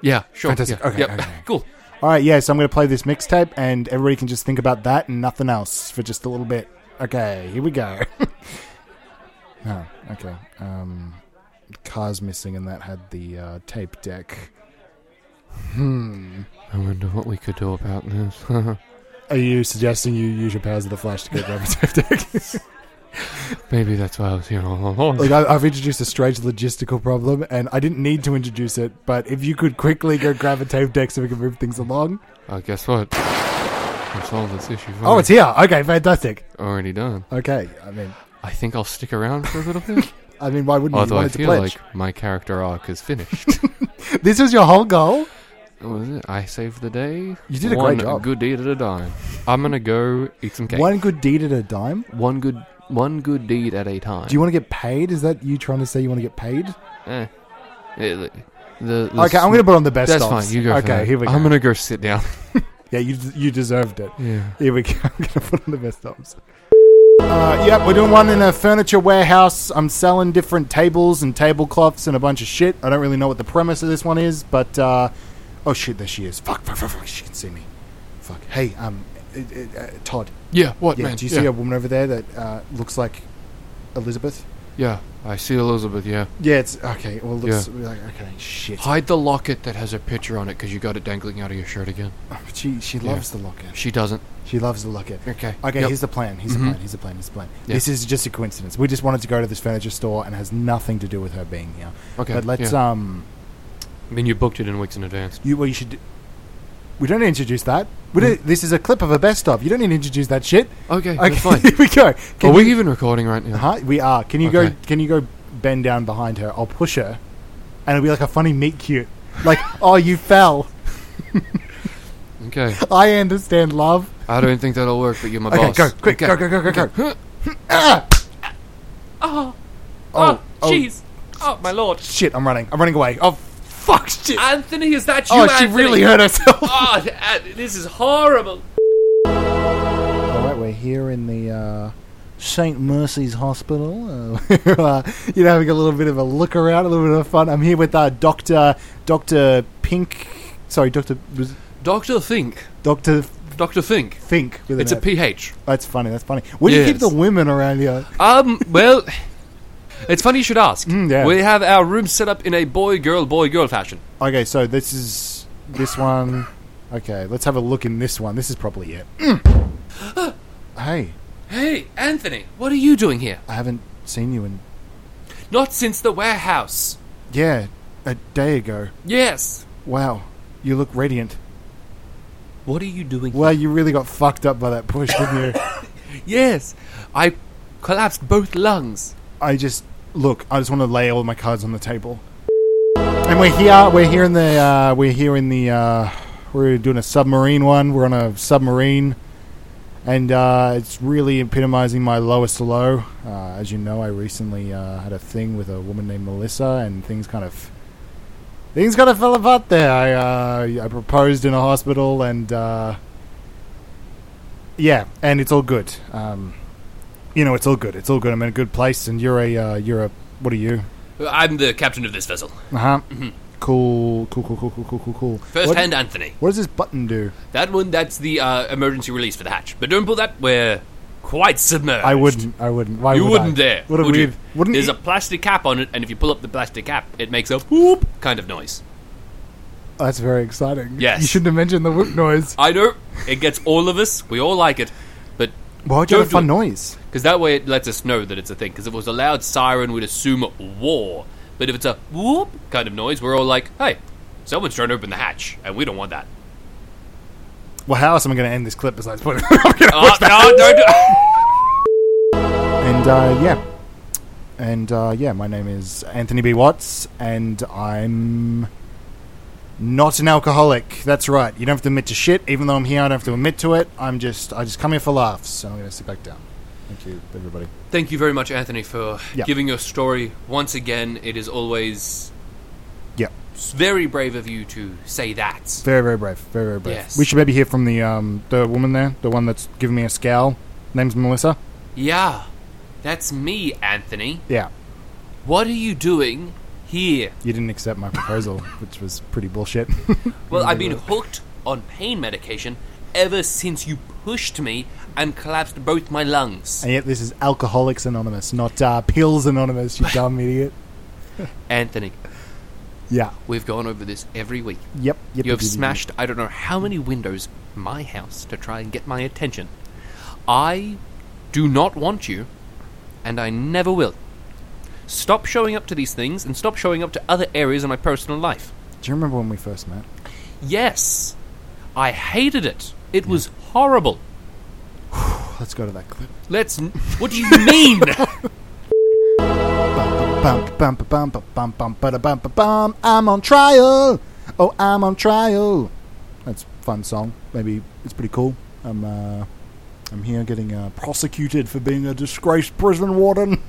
S3: Yeah, sure.
S1: Fantastic.
S3: Yeah.
S1: Okay,
S3: Yep.
S1: okay.
S3: cool.
S1: All right, yeah, so I'm going to play this mixtape, and everybody can just think about that and nothing else for just a little bit. Okay, here we go. oh, okay. Um, car's missing, and that had the uh, tape deck. Hmm.
S3: I wonder what we could do about this.
S1: Are you suggesting you use your powers of the Flash to get around the tape deck?
S3: Maybe that's why I was here all along.
S1: Look, I, I've introduced a strange logistical problem, and I didn't need to introduce it, but if you could quickly go grab a tape deck so we can move things along.
S3: Uh, guess what? I solved this issue. For
S1: Oh, it's here. Okay, fantastic.
S3: already done.
S1: Okay, I mean,
S3: I think I'll stick around for a little bit.
S1: I mean, why wouldn't you
S3: Although Oh, I
S1: want it to
S3: feel
S1: pledge?
S3: like my character arc is finished.
S1: This was your whole goal?
S3: What was it? I saved the day.
S1: You did a great
S3: One
S1: job.
S3: good deed at a time. I'm gonna go eat some cake.
S1: One good deed at a dime.
S3: One good one good deed at a time.
S1: Do you want to get paid? Is that you trying to say you want to get paid?
S3: Eh. Eh, the- the- the
S1: Okay, I'm going to put on the best.
S3: That's
S1: odds.
S3: fine. You go. for
S1: Okay,
S3: that.
S1: here we go.
S3: I'm gonna go sit down.
S1: yeah, you you deserved it.
S3: Yeah.
S1: Here we go. I'm going to put on the best tops. Uh, yep, we're doing one in a furniture warehouse. I'm selling different tables and tablecloths and a bunch of shit. I don't really know what the premise of this one is, but uh, oh shit, there she is. Fuck, fuck, fuck, fuck. She can see me. Fuck. Hey, um, uh, uh, uh, Todd.
S3: Yeah. What
S1: Yeah,
S3: man?
S1: do you
S3: yeah.
S1: see a woman over there that uh, looks like Elizabeth?
S3: yeah. I see Elizabeth. Yeah.
S1: Yeah, it's okay. Well, looks like okay. Shit.
S3: Hide the locket that has her picture on it because you got it dangling out of your shirt again.
S1: She she loves the locket.
S3: She doesn't.
S1: She loves the locket.
S3: Okay.
S1: Okay,
S3: Yep.
S1: here's the plan. Here's
S3: Mhm.
S1: the plan. Here's the plan. Here's the plan.
S3: Yeah.
S1: This is just a coincidence. We just wanted to go to this furniture store and it has nothing to do with her being here.
S3: Okay.
S1: but let's
S3: yeah.
S1: um
S3: I mean, you booked it in weeks in advance.
S1: you well you should do- we don't introduce that. We don't, this is a clip of a best of. You don't need to introduce that shit.
S3: Okay.
S1: Okay,
S3: That's fine.
S1: here we go. Can
S3: Are we
S1: you-
S3: even recording right now?
S1: huh? We are. Can you
S3: Okay.
S1: go can you go bend down behind her? I'll push her and it'll be like a funny meet cute. Like, oh you fell. Uh-huh.
S3: Okay.
S1: I understand love.
S3: I don't think that'll work, but you're my
S1: Okay,
S3: boss.
S1: go, quick,
S3: Okay.
S1: go, go, go, go, go.
S3: Huh.
S2: Oh,
S1: Oh,
S2: oh,
S1: oh.
S2: jeez. Oh. my lord.
S1: Shit, I'm running. I'm running away. Oh fuck shit.
S2: Anthony, is that Ah, you,
S1: oh, she
S2: Anthony?
S1: really hurt herself.
S2: Oh, th- uh, this is horrible.
S1: All right, we're here in the uh, St. Mercy's Hospital. Uh, we're, uh, you know, having a little bit of a look around, a little bit of fun. I'm here with uh, Doctor Doctor Pink. Sorry, Doctor was
S3: Doctor Think.
S1: Doctor
S3: Doctor Think.
S1: Fink. With an
S3: It's a
S1: F.
S3: PH.
S1: That's funny. That's funny. Where do you keep
S3: Yes.
S1: the women around here?
S3: Um, well, it's funny you should ask.
S1: Mm, yeah.
S3: We have our room set up in a boy, girl, boy, girl fashion.
S1: Okay, so this is this one. Okay, let's have a look in this one. This is probably it. Mm. hey,
S3: Hey, Anthony, what are you doing here?
S1: I haven't seen you in
S3: Not since the warehouse.
S1: yeah a day ago.
S3: Yes.
S1: Wow, you look radiant.
S3: What are you doing?
S1: Wow, you really got fucked up by that push, didn't you?
S3: Yes, I collapsed both lungs.
S1: I just look. I just want to lay all my cards on the table. And we're here. We're here in the. Uh, we're here in the. Uh, we're doing a submarine one. We're on a submarine, and uh, it's really epitomizing my lowest low. Uh, as you know, I recently uh, had a thing with a woman named Melissa, and things kind of. Things kind of fell apart there. I uh, I proposed in a hospital, and uh, yeah, and it's all good. Um, you know, it's all good. It's all good. I'm in a good place, and you're a uh, you're a what are you?
S2: I'm the captain of this vessel.
S1: Uh huh. Cool, cool, cool, cool, cool, cool, cool, cool.
S2: First
S1: what,
S2: hand, Anthony.
S1: What does this button do?
S2: That one, that's the uh, emergency release for the hatch. But don't pull that. We're quite submerged.
S1: I wouldn't. I wouldn't. Why
S2: You
S1: would
S2: wouldn't
S1: I?
S2: dare.
S1: What a
S2: would you?
S1: weird. Wouldn't e-
S2: There's a
S1: it-
S2: plastic cap on it, and if you pull up the plastic cap, it makes a whoop kind of noise.
S1: oh, that's very exciting.
S2: Yes.
S1: You shouldn't have mentioned the whoop noise.
S2: I know it gets all of us. We all like it, but
S1: Why would you have a
S2: Don't do
S1: fun
S2: it.
S1: noise?
S2: because that way it lets us know that it's a thing. Because if it was a loud siren, we'd assume war. But if it's a whoop kind of noise, we're all like, "Hey, someone's trying to open the hatch, and we don't want that."
S1: Well, how else am I going to end this clip besides putting? I'm gonna-
S2: Oh, no, don't do-
S1: and uh, yeah, and uh, yeah. My name is Anthony B. Watts, and I'm not an alcoholic. That's right. You don't have to admit to shit. Even though I'm here, I don't have to admit to it. I'm just I just come here for laughs, and I'm going to sit back down. Thank you, everybody.
S3: Thank you very much, Anthony, for
S1: Yeah.
S3: giving your story once again. It is always
S1: Yeah,
S3: s- very brave of you to say that.
S1: very very brave, very very brave.
S3: Yes.
S1: We should maybe hear from the um the woman there, the one that's giving me a scowl. Name's Melissa.
S3: Yeah, that's me, Anthony.
S1: Yeah,
S3: What are you doing here?
S1: you didn't accept my proposal, which was pretty bullshit.
S3: Well, I've been hooked on pain medication ever since you pushed me and collapsed both my lungs.
S1: and yet this is Alcoholics Anonymous, not uh, Pills Anonymous. You dumb idiot.
S3: Anthony,
S1: Yeah.
S3: we've gone over this every week.
S1: Yep. yep
S3: You have
S1: yep, yep, yep.
S3: smashed I don't know how many windows in my house to try and get my attention. I do not want you, and I never will. Stop showing up to these things and stop showing up to other areas of my personal life.
S1: Do you remember when we first met?
S3: Yes, I hated it. It was horrible.
S1: Oh, Let's go to that clip.
S3: Let's. N- what do you mean?
S1: Bum, ba, bum, ba, bum, ba, bum, ba, bum, ba, da, bum, ba, bum. I'm on trial. Oh, I'm on trial. That's a fun song. Maybe it's pretty cool. I'm uh, I'm here getting uh, prosecuted for being a disgraced prison warden.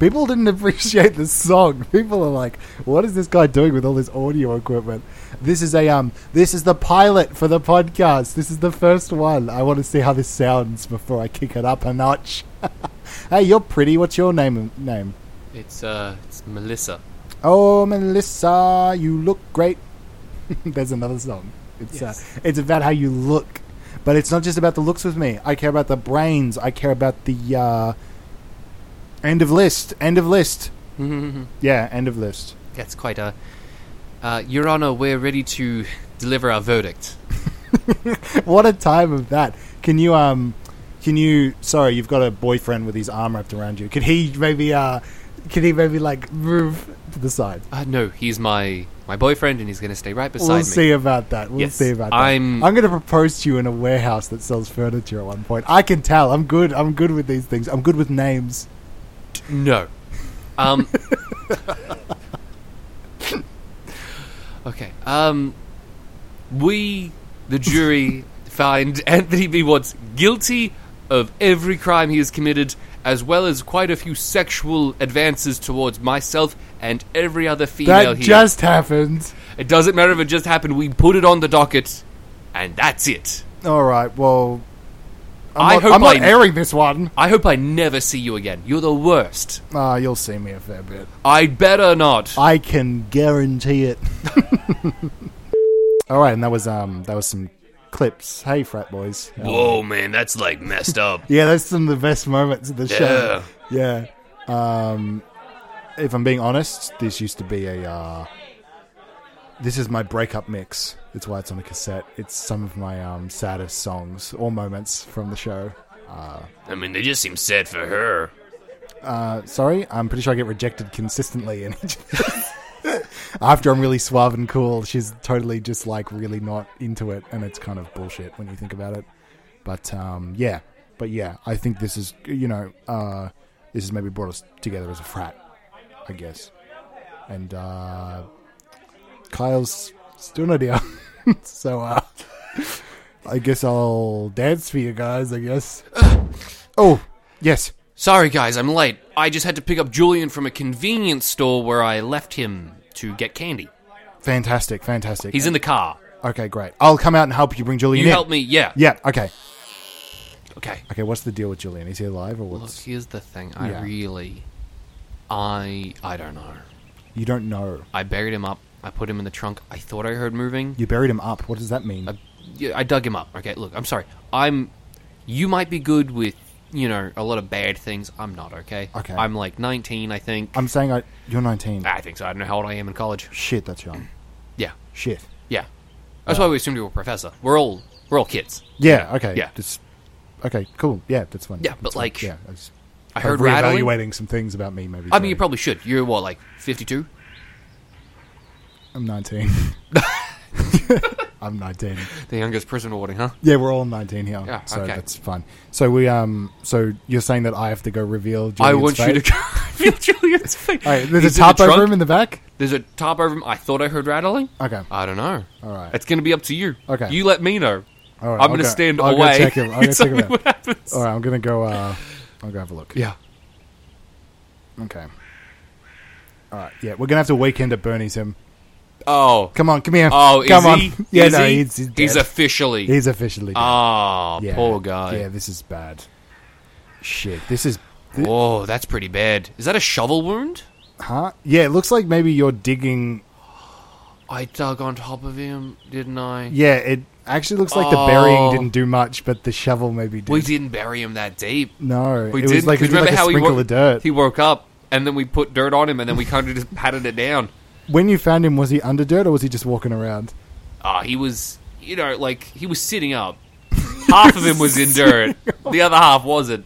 S1: People didn't appreciate this song. People are like, "What is this guy doing with all this audio equipment?" This is a um, this is the pilot for the podcast. This is the first one. I want to see how this sounds before I kick it up a notch. hey, you're pretty. What's your name? Name?
S2: It's uh, it's Melissa.
S1: Oh, Melissa, you look great. There's another song. It's uh, it's about how you look, but it's not just about the looks with me. I care about the brains. I care about the uh, end of list. End of list. Yeah, end of list.
S2: That's quite a. Uh, Your Honor, we're ready to deliver our verdict.
S1: what a time of that. Can you um can you sorry, you've got a boyfriend with his arm wrapped around you. Could he maybe uh could he maybe like move to the side?
S2: Uh, no, he's my my boyfriend, and he's going to stay right beside
S1: We'll
S2: me.
S1: see about that. We'll
S2: Yes,
S1: see about that.
S2: I'm-
S1: I'm gonna propose to you in a warehouse that sells furniture at one point. I can tell. I'm good I'm good with these things. I'm good with names.
S2: No. Um. okay. Um. We, the jury, find Anthony B. Watts guilty of every crime he has committed, as well as quite a few sexual advances towards myself and every other female
S1: that
S2: here.
S1: just happened.
S2: It doesn't matter if it just happened. We put it on the docket, and that's it.
S1: Alright, well I'm
S2: I
S1: not,
S2: hope
S1: I'm not
S2: I-
S1: airing this one.
S2: I hope I never see you again. You're the worst.
S1: Ah, you'll see me a fair bit.
S2: I'd better not.
S1: I can guarantee it. All right, and that was um that was some clips. Hey, frat boys. Um,
S4: Whoa, man, that's like messed up.
S1: Yeah, that's some of the best moments of the show. Yeah. Um, if I'm being honest, this used to be a. Uh, this is my breakup mix. It's why it's on a cassette. It's some of my um saddest songs or moments from the show.
S4: I mean, they just seem sad for her.
S1: Uh, sorry, I'm pretty sure I get rejected consistently in each. After I'm really suave and cool, she's totally just like really not into it, and it's kind of bullshit when you think about it. But um, yeah, but yeah, I think this is you know uh, this has maybe brought us together as a frat, I guess. And uh, Kyle's still not here, so uh, I guess I'll dance for you guys. I guess. oh yes.
S2: Sorry, guys, I'm late. I just had to pick up Julian from a convenience store where I left him to get candy.
S1: Fantastic, fantastic.
S2: He's in the car.
S1: Okay, great. I'll come out and help you bring Julian
S2: You
S1: in.
S2: help me, yeah.
S1: Yeah, okay.
S2: Okay.
S1: Okay, what's the deal with Julian? Is he alive or
S2: Look,
S1: what's.
S2: here's the thing. I
S1: Yeah.
S2: really, I, I don't know.
S1: You don't know.
S2: I buried him up. I put him in the trunk. I thought I heard moving.
S1: You buried him up. What does that mean?
S2: I, yeah, I dug him up. Okay, look, I'm sorry. I'm. You might be good with, you know, a lot of bad things. I'm not. Okay.
S1: Okay.
S2: I'm like 19, I think.
S1: I'm saying I, you're 19.
S2: I think so. I don't know how old I am in college.
S1: Shit, that's young.
S2: Yeah.
S1: Shit.
S2: Yeah. That's why we assumed you were a professor. We're all we're all kids.
S1: Yeah, okay.
S2: Yeah.
S1: Just, okay, cool. Yeah, that's fine.
S2: Yeah, but
S1: That's fine.
S2: like,
S1: Yeah, I, was,
S2: I heard rattling.
S1: reevaluating some things about me, maybe.
S2: I mean, you
S1: sorry.
S2: probably should. You're what, like 52?
S1: I'm 19. I'm 19.
S2: The youngest prison warden, huh?
S1: Yeah, we're all 19 here.
S2: Yeah,
S1: so
S2: okay.
S1: that's fine. So we, um, so you're saying that I have to go reveal Julian's
S2: I want you to
S1: fate?
S2: go feel Julian's face.
S1: All right, there's
S2: He's
S1: a top
S2: in the
S1: over
S2: trunk.
S1: him in the back?
S2: There's a top over him. I thought I heard rattling.
S1: Okay.
S2: I don't know.
S1: All right.
S2: It's going to be up to you.
S1: Okay.
S2: You let me know.
S1: All right,
S2: I'm
S1: I'll
S2: going to
S1: go-
S2: stand
S1: I'll go
S2: away.
S1: check him. I'll go
S2: and
S1: check him
S2: tell you
S1: out.
S2: what happens.
S1: All right, I'm gonna go. Uh, I'll go have a look.
S2: Yeah.
S1: Okay. All right. Yeah, we're gonna have to weekend at Bernie's him.
S2: Oh.
S1: Come on, come here.
S2: Oh, is
S1: come on.
S2: he?
S1: Yeah,
S2: Is
S1: no,
S2: he?
S1: he's he's, dead.
S2: officially.
S1: he's officially. Dead.
S2: Oh,
S1: yeah.
S2: poor guy.
S1: Yeah, this is bad. Shit, this is.
S2: Whoa, that's pretty bad. Is that a shovel wound?
S1: Huh? Yeah, it looks like maybe you're digging.
S2: I dug on top of him, didn't I?
S1: Yeah, it actually looks like
S2: Oh.
S1: the burying didn't do much, but the shovel maybe did.
S2: We didn't bury him that deep.
S1: No,
S2: We
S1: it was
S2: didn't.
S1: like,
S2: 'cause
S1: it was like a
S2: he
S1: sprinkle
S2: woke,
S1: of dirt.
S2: he woke up and then we put dirt on him and then we kind of just patted it down.
S1: when you found him, was he under dirt or was he just walking around?
S2: Ah, he was, you know, like he was sitting up. Half of him was in dirt. The other half wasn't.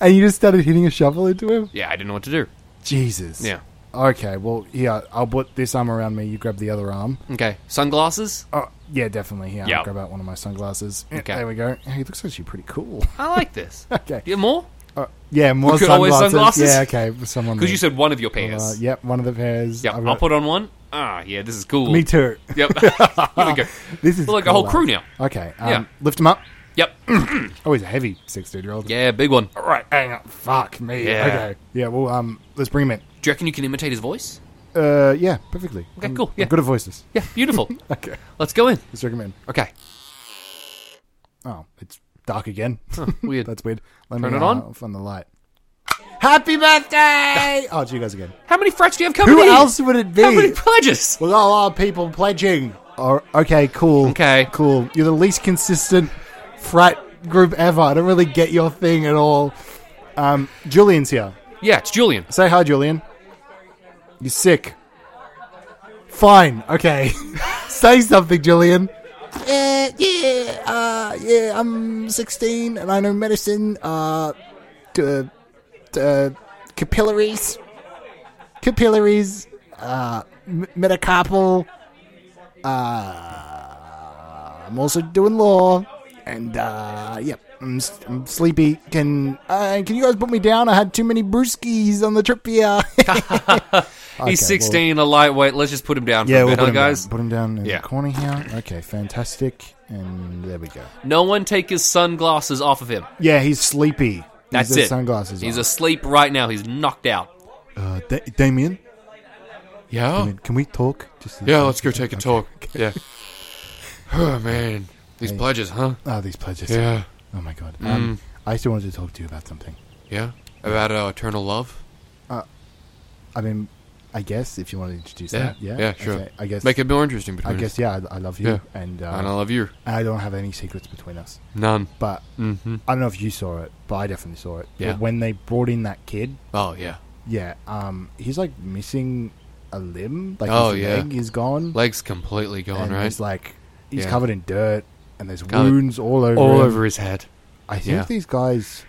S1: And you just started hitting a shovel into him.
S2: Yeah, I didn't know what to do.
S1: Jesus.
S2: Yeah.
S1: Okay, well, yeah, I'll put this arm around me. You grab the other arm.
S2: Okay, sunglasses.
S1: Oh, yeah, definitely. Yeah,
S2: Yeah.
S1: I'll grab out one of my sunglasses.
S2: Okay.
S1: Okay. There we go. Hey, he looks actually pretty cool.
S2: I like this.
S1: Okay.
S2: Get more
S1: Uh, yeah, more
S2: We could always
S1: sunglasses.
S2: sunglasses?
S1: Yeah, okay. Someone.
S2: because you said one of your
S1: Uh,
S2: pairs.
S1: yep, one of the pairs.
S2: yeah,
S1: I've
S2: I'll
S1: got-
S2: put on one. ah, yeah, this is cool.
S1: Me too.
S2: Yep. Here we go.
S1: This is
S2: We're like a whole
S1: cool,
S2: crew
S1: though.
S2: now.
S1: Okay. Um,
S2: Yeah.
S1: Lift him up.
S2: Yep.
S1: Oh, he's a heavy sixteen-year-old.
S2: Yeah, big one.
S1: All right. Hang on. Fuck me.
S2: Yeah.
S1: Okay. Yeah. Well, um, let's bring him
S2: Do you reckon you can imitate his voice?
S1: in. Uh, yeah, perfectly.
S2: Okay,
S1: I'm-
S2: cool,
S1: I'm
S2: yeah.
S1: good at voices.
S2: Yeah, beautiful.
S1: Okay.
S2: Let's go in.
S1: Let's recommend.
S2: Okay.
S1: Oh, it's dark again.
S2: Weird.
S1: That's weird. Let
S2: Turn
S1: me
S2: it on.
S1: uh, find the light. Happy birthday! oh, it's you guys again.
S2: How many frats do you have coming
S1: Who
S2: in?
S1: else would it be?
S2: How many pledges?
S1: With all our people pledging. Or okay, cool.
S2: Okay.
S1: cool. You're the least consistent frat group ever. I don't really get your thing at all. Um, Julian's here.
S2: Yeah, it's Julian.
S1: Say hi, Julian. You're sick. Fine. Okay. Say something, Julian. Uh, yeah. Uh, yeah. I'm 16 and I know medicine. Uh, uh, uh capillaries. Capillaries. Uh, m- metacarpal. Uh, I'm also doing law. And uh, yep, I'm, s- I'm sleepy. Can uh, can you guys put me down? I had too many brewskis on the trip here.
S2: He's 16, a lightweight. Let's just put him down for
S1: Yeah,
S2: a
S1: we'll
S2: bit,
S1: put
S2: huh,
S1: him
S2: guys?
S1: down. Put him down in
S2: Yeah.
S1: the corner here. Okay, fantastic. And there we go.
S2: No one take his sunglasses off of him.
S1: Yeah, he's sleepy.
S2: That's
S1: he's got
S2: it.
S1: Sunglasses.
S2: He's
S1: on.
S2: asleep right now. He's knocked out.
S1: uh, da- Damien.
S3: Yeah?
S1: Can we talk? Just
S3: Yeah, let's go take a talk. Yeah. Oh, man. These pledges, huh?
S1: Oh, these pledges.
S3: Yeah.
S1: Oh my god.
S2: Mm.
S1: Um, I still wanted to talk to you about something.
S3: Yeah? About uh, eternal love?
S1: I mean, I guess if you want to introduce
S3: Yeah.
S1: that,
S3: Yeah,
S1: yeah,
S3: sure.
S1: Okay, I guess.
S3: Make it more interesting
S1: I
S3: between
S1: guess yeah. I, I love you,
S3: Yeah.
S1: and
S3: us. And I
S1: uh,
S3: love you.
S1: and I don't have any secrets between us.
S3: None.
S1: But
S3: Mm-hmm.
S1: I don't know if you saw it, but I definitely saw it.
S3: Yeah.
S1: When they brought in that kid,
S3: Oh, yeah.
S1: yeah, um, he's like missing a limb. Like
S3: Oh,
S1: his
S3: yeah.
S1: leg is gone.
S3: Leg's completely gone,
S1: and
S3: right?
S1: he's like he's
S3: Yeah.
S1: covered in dirt, and there's
S3: Covered-
S1: wounds all over.
S3: All
S1: him.
S3: over his head.
S1: I think
S3: yeah.
S1: these guys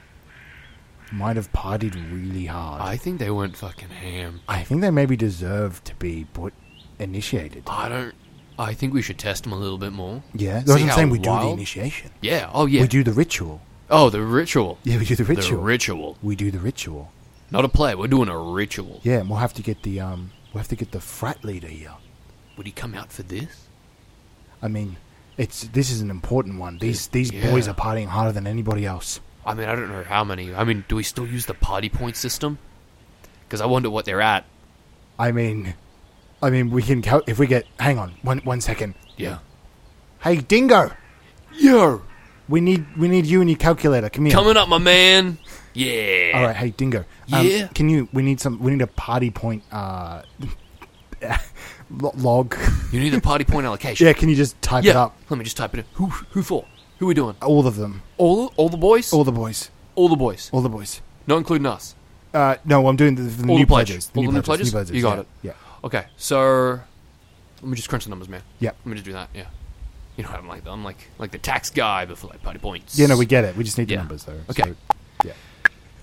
S1: might have partied really hard.
S3: I think they went fucking ham.
S1: I think they maybe deserve to be put initiated.
S3: I don't. I think we should test him a little bit more.
S1: Yeah, that's
S3: See
S1: what I'm
S3: how
S1: saying. We do the
S3: wild-
S1: initiation.
S3: Yeah. Oh yeah.
S1: We do the ritual.
S3: Oh, the ritual.
S1: Yeah, we do the ritual.
S3: The ritual.
S1: we do the ritual.
S3: Not a play. We're doing a ritual.
S1: Yeah, and we'll have to get the um, we'll have to get the frat leader here.
S3: Would he come out for this?
S1: I mean, it's this is an important one. These these
S3: Yeah.
S1: boys are partying harder than anybody else.
S3: I mean, I don't know how many. I mean, do we still use the party point system? Because I wonder what they're at.
S1: I mean, I mean, we can count if we get. Hang on, one one second.
S3: Yeah.
S1: Hey, Dingo,
S3: Yo.
S1: we need we need you and your calculator. Come here.
S2: Coming up, my man. Yeah.
S1: All right, hey Dingo. Um,
S2: Yeah.
S1: Can you? We need some. We need a party point. Uh, lo- log.
S3: You need the party point allocation.
S1: yeah. Can you just type it
S3: Yeah.
S1: up?
S3: Let me just type it in. Who? Who for? Who we doing?
S1: All of them.
S3: All? All the boys?
S1: All the boys.
S3: All the boys.
S1: All the boys.
S3: Not including us.
S1: Uh, no, I'm doing the, the
S3: All
S1: new
S3: the pledge.
S1: pledges.
S3: All the new pledges? You got
S1: yeah. it.
S3: Okay. So, let me just crunch the numbers, man.
S1: Yeah.
S3: Let me just do that. Yeah. You know, I'm like I'm like like the tax guy, but for like party points.
S1: Yeah. Yeah. No, we get it. We just need the
S3: Yeah.
S1: numbers though.
S3: Okay.
S1: So, yeah.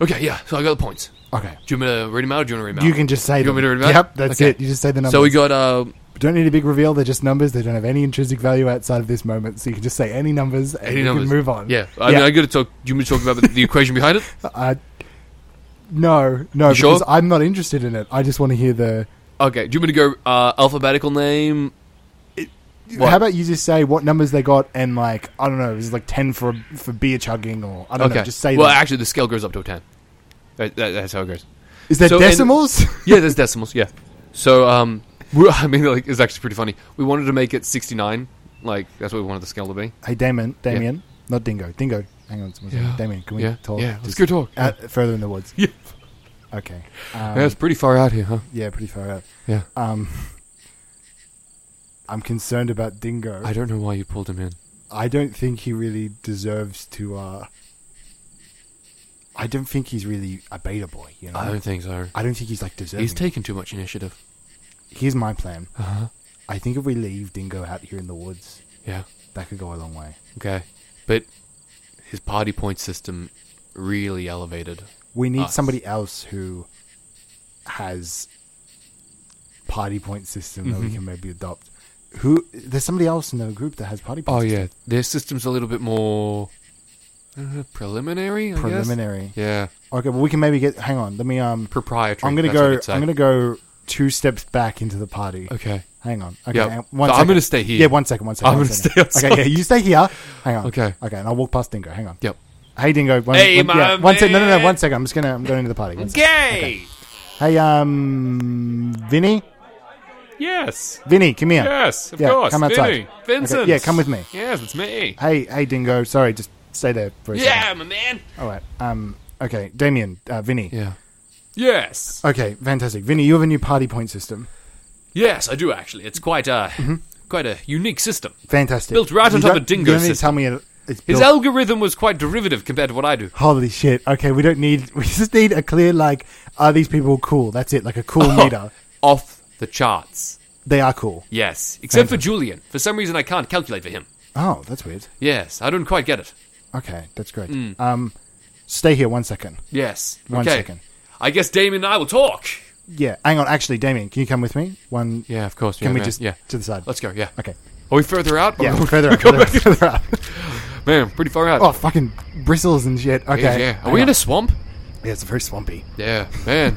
S3: Okay, yeah. So I got the points.
S1: Okay.
S3: Do you want me to read them out? Or do you want to read them out?
S1: You can just say.
S3: You want me to
S1: them.
S3: read them out?
S1: Yep. That's
S3: Okay.
S1: it. You just say the numbers.
S3: So we got uh,
S1: Don't need a big reveal. They're just numbers. They don't have any intrinsic value outside of this moment. So you can just say any numbers and
S3: any
S1: you
S3: numbers.
S1: can move on.
S3: Yeah. I mean, I got to talk. Do you want me to talk about the, the equation behind it?
S1: Uh, no, no,
S3: You sure?
S1: because I'm not interested in it. I just want to hear the.
S3: Okay. Do you want me to go uh, alphabetical name? What?
S1: How about you just say what numbers they got and like I don't know, it was like ten for for beer chugging or I don't
S3: Okay.
S1: know. Just say
S3: well,
S1: that.
S3: actually, the scale goes up to a ten. That, that, that's how it goes.
S1: Is there
S3: so in-
S1: decimals?
S3: Yeah, there's decimals. Yeah. So um, we, I mean, like, it's actually pretty funny. We wanted to make it 69. Like that's what we wanted the scale to be.
S1: hey, Damien, Damien, not Dingo, Dingo. Hang on, someone's
S3: Yeah.
S1: Damien, can we
S3: Yeah.
S1: talk?
S3: Yeah. Let's
S1: Just
S3: go talk.
S1: out- further in the woods.
S3: Yeah.
S1: Okay.
S3: yeah, it's
S1: Um,
S3: pretty far out here, huh?
S1: yeah, pretty far out.
S3: Yeah.
S1: Um, I'm concerned about Dingo.
S3: I don't know why you pulled him in.
S1: I don't think he really deserves to. uh I don't think he's really a beta boy. You know,
S3: I don't think so.
S1: I don't think he's like deserving.
S3: He's taking too much initiative.
S1: Here's my plan.
S3: Uh huh.
S1: I think if we leave Dingo out here in the woods,
S3: Yeah.
S1: that could go a long way.
S3: Okay. But his party point system really elevated.
S1: We need
S3: Us.
S1: somebody else who has party point system that
S3: Mm-hmm.
S1: we can maybe adopt. Who? There's somebody else in the group that has party point.
S3: Oh
S1: system.
S3: yeah, their system's a little bit more uh, preliminary. I guess?
S1: preliminary.
S3: Yeah,
S1: Okay, well we can maybe get. Hang on, let me. Um,
S3: proprietary.
S1: I'm gonna
S3: that's what
S1: go.
S3: I'd say.
S1: I'm gonna go two steps back into the party.
S3: Okay.
S1: Hang on. Okay.
S3: Yeah.
S1: hang on. One
S3: No, I'm
S1: second.
S3: gonna stay here.
S1: Yeah, one second. One second.
S3: I'm
S1: one
S3: gonna
S1: second.
S3: stay outside.
S1: Okay, yeah, you stay here. Hang on.
S3: Okay.
S1: Okay, and I'll walk past Dingo. Hang on.
S3: Yep.
S1: Hey, Dingo. One,
S2: Hey,
S1: one,
S2: my
S1: one sec- No, no, no.
S2: man.
S1: One second. I'm just gonna. I'm going into the party. One sec.
S2: Gay.
S1: Hey, um, Vinny.
S2: Yes.
S1: Vinny, come here.
S2: Yes. Of
S1: Yeah,
S2: course.
S1: come outside.
S2: Vinny. Vincent.
S1: Okay, yeah, come with me.
S2: Yes, it's me.
S1: Hey, hey, Dingo. Sorry, just stay there for a
S2: Yeah,
S1: second.
S2: my man.
S1: All right. Um. Okay, Damien. Uh, Vinny.
S3: Yeah.
S2: Yes.
S1: Okay, fantastic. Vinny, you have a new party point system.
S2: Yes, I do actually. It's quite uh, a quite a unique system.
S1: Fantastic.
S2: Built right on
S1: You
S2: top
S1: don't-
S2: of Dingo's
S1: You don't need to
S2: system.
S1: tell me it, it's
S2: His
S1: built-
S2: algorithm was quite derivative compared to what I do.
S1: Holy shit. Okay, we don't need. We just need a clear like. Are these people cool? That's it. Like a cool meter.
S2: Off the charts.
S1: They are cool.
S2: Yes. Except for Julian. For some reason I can't calculate for him.
S1: Oh, that's weird.
S2: Yes, I don't quite get it.
S1: Okay, that's great.
S3: Hmm.
S1: Um, stay here one second.
S2: Yes.
S1: One
S2: okay.
S1: second.
S2: I guess Damien and I will talk.
S1: Yeah, hang on. Actually, Damien, can you come with me? One.
S3: Yeah, of course.
S1: Can
S3: yeah,
S1: we
S3: man.
S1: just
S3: Yeah.
S1: to the side?
S3: Let's go. Yeah.
S1: Okay.
S3: Are we further out?
S1: Yeah, further up, further up, further up.
S3: Man, pretty far out.
S1: Oh, fucking bristles and shit. Okay.
S3: Yeah, yeah. Are we in a swamp?
S1: Yeah, it's very swampy.
S3: Yeah, man.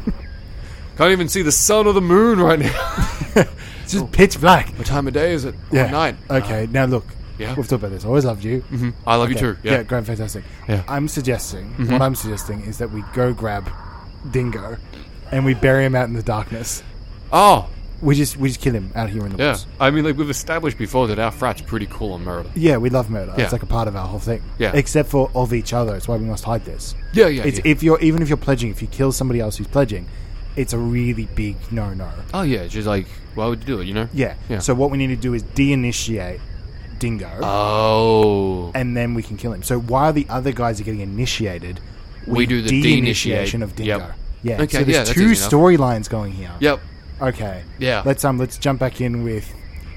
S3: Can't even see the sun or the moon right now.
S1: It's just pitch black.
S3: What time of day is it?
S1: Oh. Yeah.
S3: Night.
S1: Okay, now look.
S3: Uh, yeah.
S1: We've talked about this. I always loved you. Mm-hmm.
S3: I love you too. Yeah.
S1: yeah, grand, fantastic.
S3: Yeah. Mm-hmm.
S1: I'm suggesting, what I'm suggesting is that we go grab Dingo and we bury him out in the darkness.
S3: Oh,
S1: We just we just kill him out here in the
S3: yeah.
S1: woods.
S3: I mean, like we've established before that our frat's pretty cool on murder.
S1: Yeah, we love murder.
S3: Yeah.
S1: It's like a part of our whole thing.
S3: Yeah.
S1: Except for of each other. It's why we must hide this.
S3: Yeah, yeah.
S1: It's
S3: yeah.
S1: if you're even if you're pledging, if you kill somebody else who's pledging, it's a really big no no.
S3: oh yeah. It's just like why would you do it? You know?
S1: Yeah.
S3: Yeah.
S1: So what we need to do is de-initiate Dingo,
S3: Oh.
S1: and then we can kill him. So while the other guys are getting initiated,
S3: We do the
S1: de-initiation
S3: de-initiate.
S1: of Dingo.
S3: Yep.
S1: Yeah.
S3: Okay,
S1: So
S3: yeah,
S1: there's
S3: that's
S1: two
S3: easy enough.
S1: storylines going here.
S3: Yep.
S1: Okay.
S3: Yeah.
S1: Let's um let's jump back in with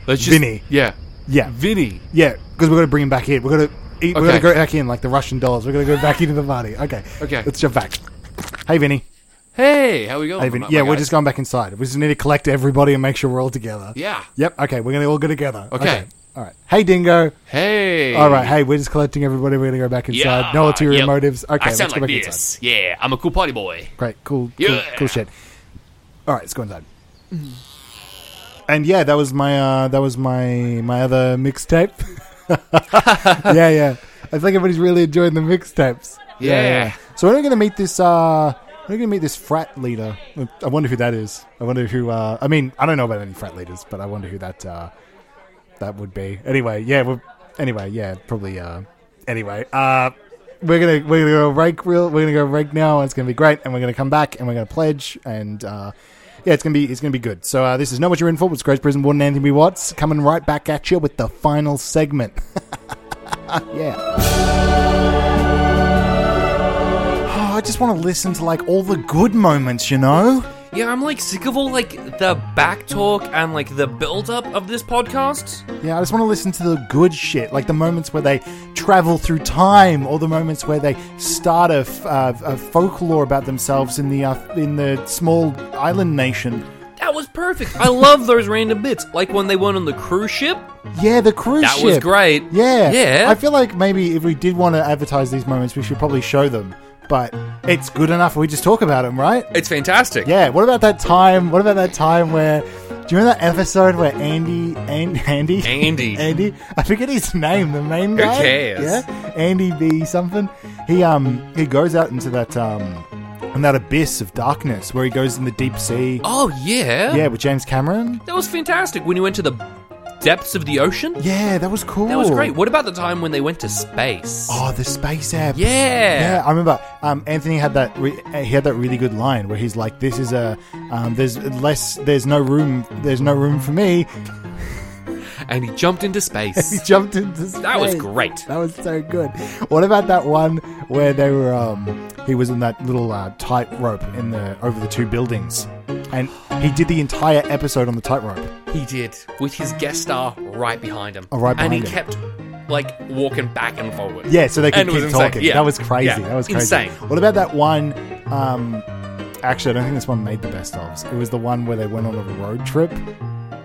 S3: Let's just.
S1: Vinny.
S3: Yeah.
S1: yeah
S3: Vinny.
S1: yeah because we're gonna bring him back in. We're gonna eat, we're
S3: Okay.
S1: gonna go back in like the Russian dolls. We're gonna go back into the party. Okay.
S3: Okay.
S1: Let's jump back. Hey Vinny.
S2: Hey, how we going?
S1: Hey
S2: my-
S1: Vinny.
S3: Oh
S2: my
S1: Yeah, we're
S2: guys?
S1: just going back inside. We just need to collect everybody and make sure we're all together.
S2: Yeah.
S1: Yep. Okay, we're gonna all go together.
S3: Okay.
S1: All right. Hey Dingo.
S3: Hey.
S1: All right. Hey, we're just collecting everybody. We're gonna go back inside. no ulterior
S2: yeah.
S1: motives. Okay.
S2: I sound
S1: let's go
S2: like
S1: back
S2: this.
S1: inside.
S2: Yeah, I'm a cool party boy.
S1: Great. Cool. Cool,
S2: Yeah. Mm-hmm.
S1: cool shit. All right. Let's go inside. And yeah, that was my uh, that was my my other mixtape. yeah, yeah. I think everybody's really enjoying the mixtapes.
S2: Yeah.
S1: So we're gonna meet this. Uh, we're gonna meet this frat leader. I wonder who that is. I wonder who. Uh, I mean, I don't know about any frat leaders, but I wonder who that uh, that would be. Anyway, yeah. We're, anyway, yeah. Probably. Uh, anyway, uh, we're gonna we're gonna go rank real. We're gonna go rank now. And it's gonna be great, and we're gonna come back, and we're gonna pledge, and uh, yeah, it's gonna be it's gonna be good. So uh, this is know what you're in for. It's Grace Prison Warden Anthony B. Watts coming right back at you with the final segment. yeah. Oh, I just want to listen to like all the good moments, you know?
S2: Yeah, I'm like sick of all like the back talk and like the build up of this podcast.
S1: Yeah, I just want to listen to the good shit, like the moments where they travel through time, or the moments where they start a, f- uh, a folklore about themselves in the uh, in the small island nation.
S2: That was perfect. I love those random bits, like when they went on the cruise ship.
S1: Yeah, the cruise
S2: That
S1: ship.
S2: was great.
S1: Yeah,
S2: Yeah.
S1: I feel like maybe if we did want to advertise these moments, we should probably show them. But it's good enough. We just talk about them, right?
S2: It's fantastic.
S1: Yeah. What about that time? What about that time where? Do you remember that episode where Andy, and Andy,
S2: Andy.
S1: Andy, I forget his name, the main
S2: Who
S1: guy.
S2: cares?
S1: Yeah, Andy B something. He um he goes out into that um in that abyss of darkness where he goes in the deep sea.
S2: Oh yeah.
S1: Yeah, with James Cameron.
S2: That was fantastic when you went to the depths of the ocean.
S1: Yeah, that was cool.
S2: That was great. What about the time when they went to space?
S1: Oh, the space app.
S2: Yeah.
S1: Yeah, I remember. Um, Anthony had that. Re- he had that really good line where he's like, "This is a. Um, there's less. There's no room. There's no room for me."
S3: And he jumped into space.
S1: He jumped into space.
S2: That was great.
S1: That was so good. What about that one where they were? Um, he was in that little uh, tightrope in the over the two buildings, and he did the entire episode on the tightrope.
S2: He did with his guest star right behind him.
S1: Oh, right
S2: and he
S1: behind
S2: kept like walking back and forward.
S1: Yeah, so they could
S2: And it was
S1: keep
S2: insane.
S1: talking.
S2: Yeah.
S1: That was crazy.
S2: Yeah.
S1: That was crazy.
S2: Insane.
S1: What about that one? Um, actually, I don't think this one made the best ofs. It was the one where they went on a road trip,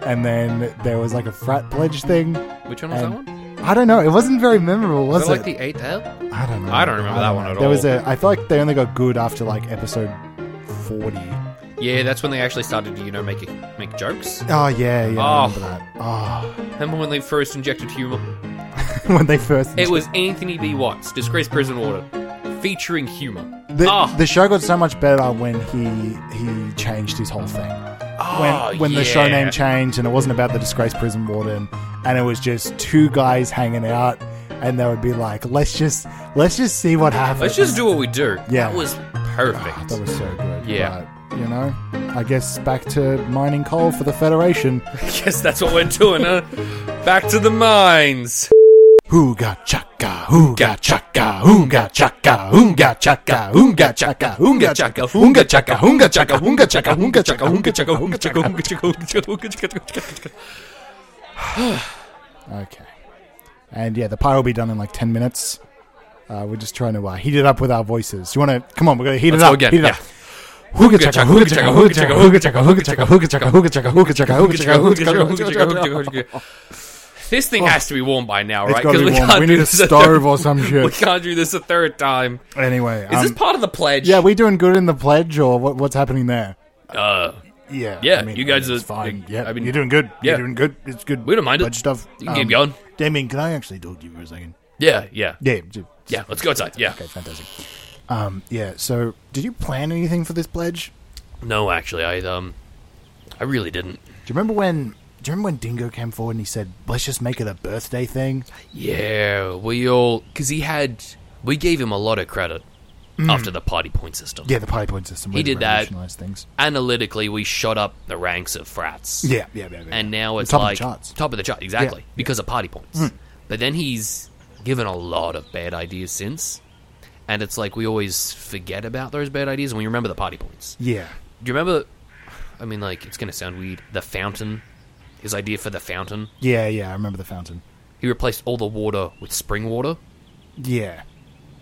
S1: and then there was like a frat pledge thing.
S3: Which one was
S1: And-
S3: that one?
S1: I don't know. It wasn't very memorable, was
S3: Was that
S1: it?
S3: like the eighth L?
S1: I don't know.
S3: I don't remember that one
S1: know.
S3: at
S1: There was
S3: all.
S1: a. I feel like they only got good after like episode forty.
S2: Yeah, that's when they actually started to, you know, make make jokes.
S1: Oh yeah, yeah.
S2: Oh.
S1: I remember that. Oh,
S2: Remember when they first injected humor?
S1: when they first
S2: It was Anthony B. Watts, Disgraced Prison Warden, featuring humor.
S1: the,
S2: Ah.
S1: the show got so much better when he he changed his whole thing.
S2: Ah,
S1: when when the show
S2: yeah.
S1: name changed and it wasn't about the disgraced prison warden and it was just two guys hanging out and they would be like, let's just let's just see what happens.
S2: Let's just do what we do.
S1: Yeah.
S2: That was
S1: Ah,
S2: perfect.
S1: that was so good.
S2: Yeah.
S1: But, you know, I guess back to mining coal for the Federation.
S2: Guess that's what we're doing, huh? Back to the mines.
S1: Hooga chaka, hooga chaka, hooga chaka, hooga chaka, hooga chaka, hooga chaka, hooga chaka, hooga chaka, hooga chaka, hooga chaka, hooga chaka, hooga chaka, hooga chaka. Okay. And yeah, the pie will be done in like 10 minutes. Uh, we're just trying to uh, heat it up with our voices. You want to? Come on, we're going to heat it
S2: Let's go
S1: up.
S2: again.
S1: Heat it
S2: Yeah.
S1: up. Hooga chaka, hooga chaka, hooga chaka, hooga chaka, hooga chaka, hooga chaka, hooga chaka, hooga chaka, hooga chaka, hooga chaka, hooga chaka, hooga chaka.
S2: This thing has to be warm by now,
S1: It's
S2: right?
S1: got to
S2: we
S1: be warm.
S2: can't
S1: We
S2: do
S1: need a
S2: this a
S1: stove
S2: third-
S1: or some
S2: We
S1: shit.
S2: can't do this a third time.
S1: Anyway,
S2: Is this
S1: um,
S2: part of the pledge?
S1: Yeah, we doing good in the pledge, or what, what's happening there?
S2: Uh,
S1: Yeah,
S2: Yeah, you guys
S1: it's
S2: are-
S1: fine.
S2: you-
S1: Yeah,
S2: I mean-
S1: you're doing good.
S2: yeah.
S1: you're doing good. It's good.
S2: We don't mind it.
S1: pledge stuff. Um,
S2: You can keep going.
S1: Damien, can I actually talk to you for a second?
S2: yeah, yeah,
S1: Yeah, j-
S2: yeah. Let's go outside. Yeah.
S1: Okay, fantastic. Um, yeah. So, did you plan anything for this pledge?
S2: No, actually, I um, I really didn't.
S1: Do you remember when? Do you remember when Dingo came forward and he said, "Let's just make it a birthday thing"?
S2: Yeah, we all because he had we gave him a lot of credit after the party point system.
S1: Mm. Yeah, the pie point system.
S2: He
S1: really
S2: did that.
S1: revolutionized Things.
S2: Analytically, we shot up the ranks of frats.
S1: Yeah, yeah, yeah. yeah.
S2: and now
S1: The
S2: it's
S1: top of the
S2: like
S1: charts.
S2: top of the chart exactly
S1: Yeah. Hmm.
S2: because of party points. But then he's given a lot of bad ideas since, and it's like we always forget about those bad ideas and we remember the party points.
S1: yeah,
S2: Do you remember? I mean, like it's gonna sound weird. The fountain, his idea for the fountain,
S1: yeah, yeah. I remember the fountain.
S2: he replaced all the water with spring water.
S1: Yeah,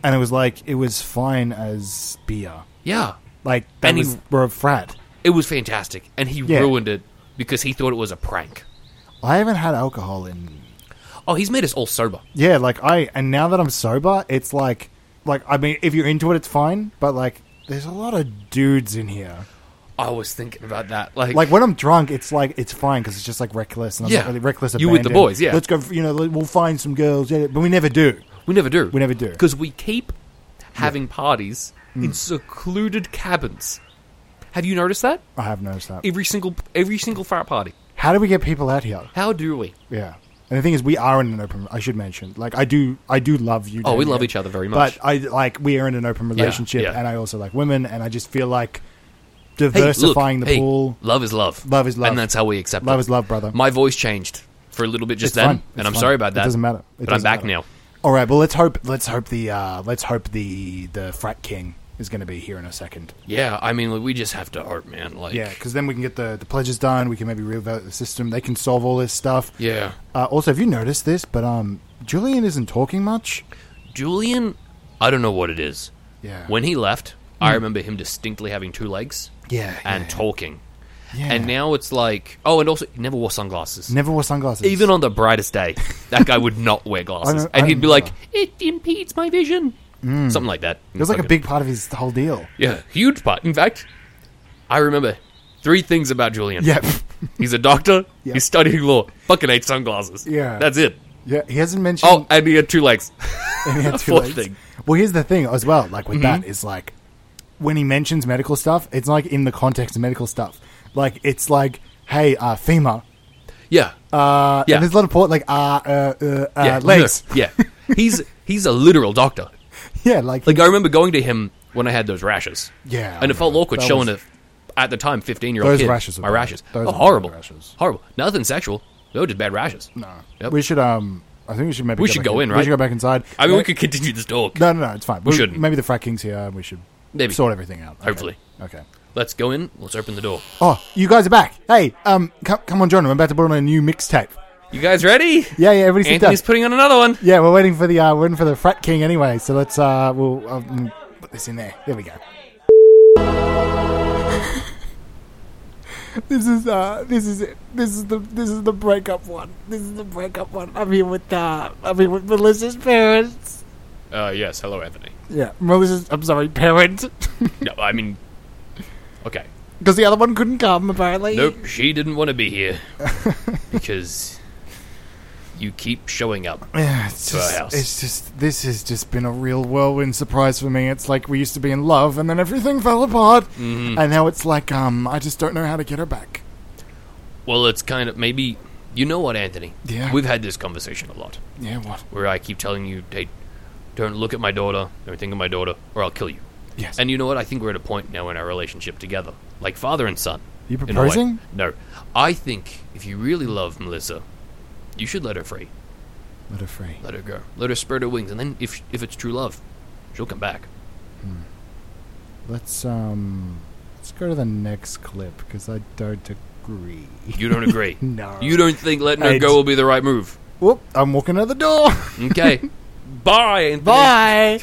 S1: and it was like it was fine as beer.
S2: Yeah,
S1: Like that
S2: And he-
S1: was we're a frat.
S2: it was fantastic, and he
S1: Yeah.
S2: ruined it because he thought it was a prank.
S1: I haven't had alcohol in
S2: Oh, he's made us all sober.
S1: yeah, like I and now that I'm sober, it's like like I mean, if you're into it, it's fine. But like, there's a lot of dudes in here.
S2: I was thinking about that,
S1: Like when I'm drunk, it's like it's fine because it's just like reckless and I'm
S2: Yeah.
S1: not really reckless.
S2: You with the
S1: abandon.
S2: boys, yeah.
S1: Let's go. For, you know, let- we'll find some girls. Yeah, but we never do.
S2: We never do.
S1: We never do.
S2: Because we keep having parties
S1: Mm.
S2: in secluded cabins. Have you noticed that?
S1: I have noticed that.
S2: Every single every single frat party.
S1: How do we get people out here?
S2: How do we?
S1: Yeah. And the thing is, we are in an open. I should mention, like, I do, I do love you.
S2: Oh, we
S1: Damien,
S2: love each other very much.
S1: But I like we are in an open relationship,
S2: yeah.
S1: and I also like women, and I just feel like
S2: Hey, look,
S1: diversifying the
S2: hey,
S1: pool.
S2: Love is love.
S1: Love is love.
S2: And that's how we accept
S1: Love
S2: it.
S1: is love, brother.
S2: My voice changed for a little bit just
S1: It's
S2: then,
S1: fine. It's
S2: and I'm
S1: fine.
S2: sorry about that.
S1: It doesn't matter. It
S2: but I'm
S1: doesn't
S2: back
S1: matter.
S2: now.
S1: All right, well, let's hope. Let's hope the uh, let's hope the the frat king is going to be here in a second.
S2: Yeah, I mean, we just have to hope, man. Like,
S1: Yeah, because then we can get the the pledges done. We can maybe reevaluate the system. They can solve all this stuff.
S2: yeah.
S1: Uh, also, have you noticed this? But um, Julian isn't talking much.
S2: Julian, I don't know what it is.
S1: Yeah. Mm.
S2: When he left, I remember him distinctly having two legs
S1: Yeah.
S2: and
S1: yeah,
S2: talking.
S1: yeah.
S2: And now it's like, oh, and also he never wore sunglasses.
S1: never wore sunglasses.
S2: Even on the brightest day, that guy would not wear glasses,
S1: I don't-
S2: and
S1: I
S2: he'd be
S1: don't
S2: like,
S1: know.
S2: "It impedes my vision," something like that.
S1: it was like a big part of his whole deal.
S2: yeah, huge part. In fact, I remember three things about Julian.
S1: Yeah.
S2: he's a doctor.
S1: Yeah.
S2: He's studying law. Fucking hates sunglasses.
S1: Yeah.
S2: that's it.
S1: Yeah, he hasn't mentioned.
S2: Oh, and he had two legs.
S1: and he had two
S2: Fourth
S1: legs.
S2: thing. Mm-hmm.
S1: Well, here's the thing as well. Like with that is like when he mentions medical stuff, it's like in the context of medical stuff. Like it's like, hey, uh, femur.
S2: yeah,
S1: Uh,
S2: Yeah.
S1: And there's a lot of port like uh, uh, uh, uh,
S2: yeah,
S1: legs.
S2: no, yeah, he's he's a literal doctor.
S1: Yeah, like,
S2: Like I remember going to him when I had those rashes.
S1: Yeah, I
S2: and it felt
S1: remember.
S2: awkward
S1: That
S2: showing
S1: was-
S2: a at the time fifteen year old
S1: Those
S2: kid
S1: rashes were
S2: my
S1: bad.
S2: rashes.
S1: Those
S2: oh,
S1: were bad
S2: horrible,
S1: rashes.
S2: horrible. Nothing sexual. They were just bad rashes. No, yep.
S1: uh, we should um, I think we should maybe
S2: We should
S1: back
S2: go in,
S1: We
S2: right?
S1: should go back inside.
S2: I mean,
S1: No,
S2: we could continue this talk.
S1: No, no, no, it's fine. We,
S2: shouldn't.
S1: Maybe the frat king's here. and We should
S2: Maybe.
S1: sort everything out. Okay.
S2: Hopefully.
S1: Okay.
S2: Let's go in. Let's open the door.
S1: Oh, you guys are back. Hey, um, come, come on, John. I'm about to put on a new mixtape.
S2: You guys ready?
S1: Yeah, yeah. Everybody sit down.
S2: Anthony's putting on another one.
S1: Yeah, we're waiting for the uh, we're waiting for the frat king anyway. So let's uh, we'll um, put this in there. There we go. this is uh, this is it. This is the this is the breakup one. This is the breakup one. I'm here with uh, I'm here with Melissa's parents.
S2: Uh, yes. Hello, Anthony.
S1: Yeah, Melissa's. I'm sorry, parents.
S2: No, I mean, okay.
S1: Because the other one couldn't come, apparently.
S2: Nope, she didn't want to be here because you keep showing up.
S1: Yeah, it's
S2: To our
S1: just,
S2: house.
S1: it's just this has just been a real whirlwind surprise for me. It's like we used to be in love, and then everything fell apart,
S2: Mm-hmm.
S1: and now it's like um, I just don't know how to get her back.
S2: Well, it's kind of maybe you know what, Anthony.
S1: Yeah.
S2: we've had this conversation a lot
S1: Yeah, what?
S2: where I keep telling you, "Hey, don't look at my daughter, don't think of my daughter, or I'll kill you."
S1: Yes.
S2: And you know what? I think we're at a point now in our relationship together, like father and son.
S1: You
S2: in a way.
S1: proposing?
S2: No, I think if you really love Melissa, you should let her free,
S1: Let her free.
S2: let her go, let her spread her wings, and then if if it's true love, she'll come back.
S1: Let's um, let's go to the next clip because I don't agree.
S2: You don't agree.
S1: No.
S2: You don't think letting her
S1: I
S2: go
S1: d-
S2: will be the right move.
S1: Whoop! I'm walking out the door.
S2: Okay. Bye. Anthony.
S1: Bye.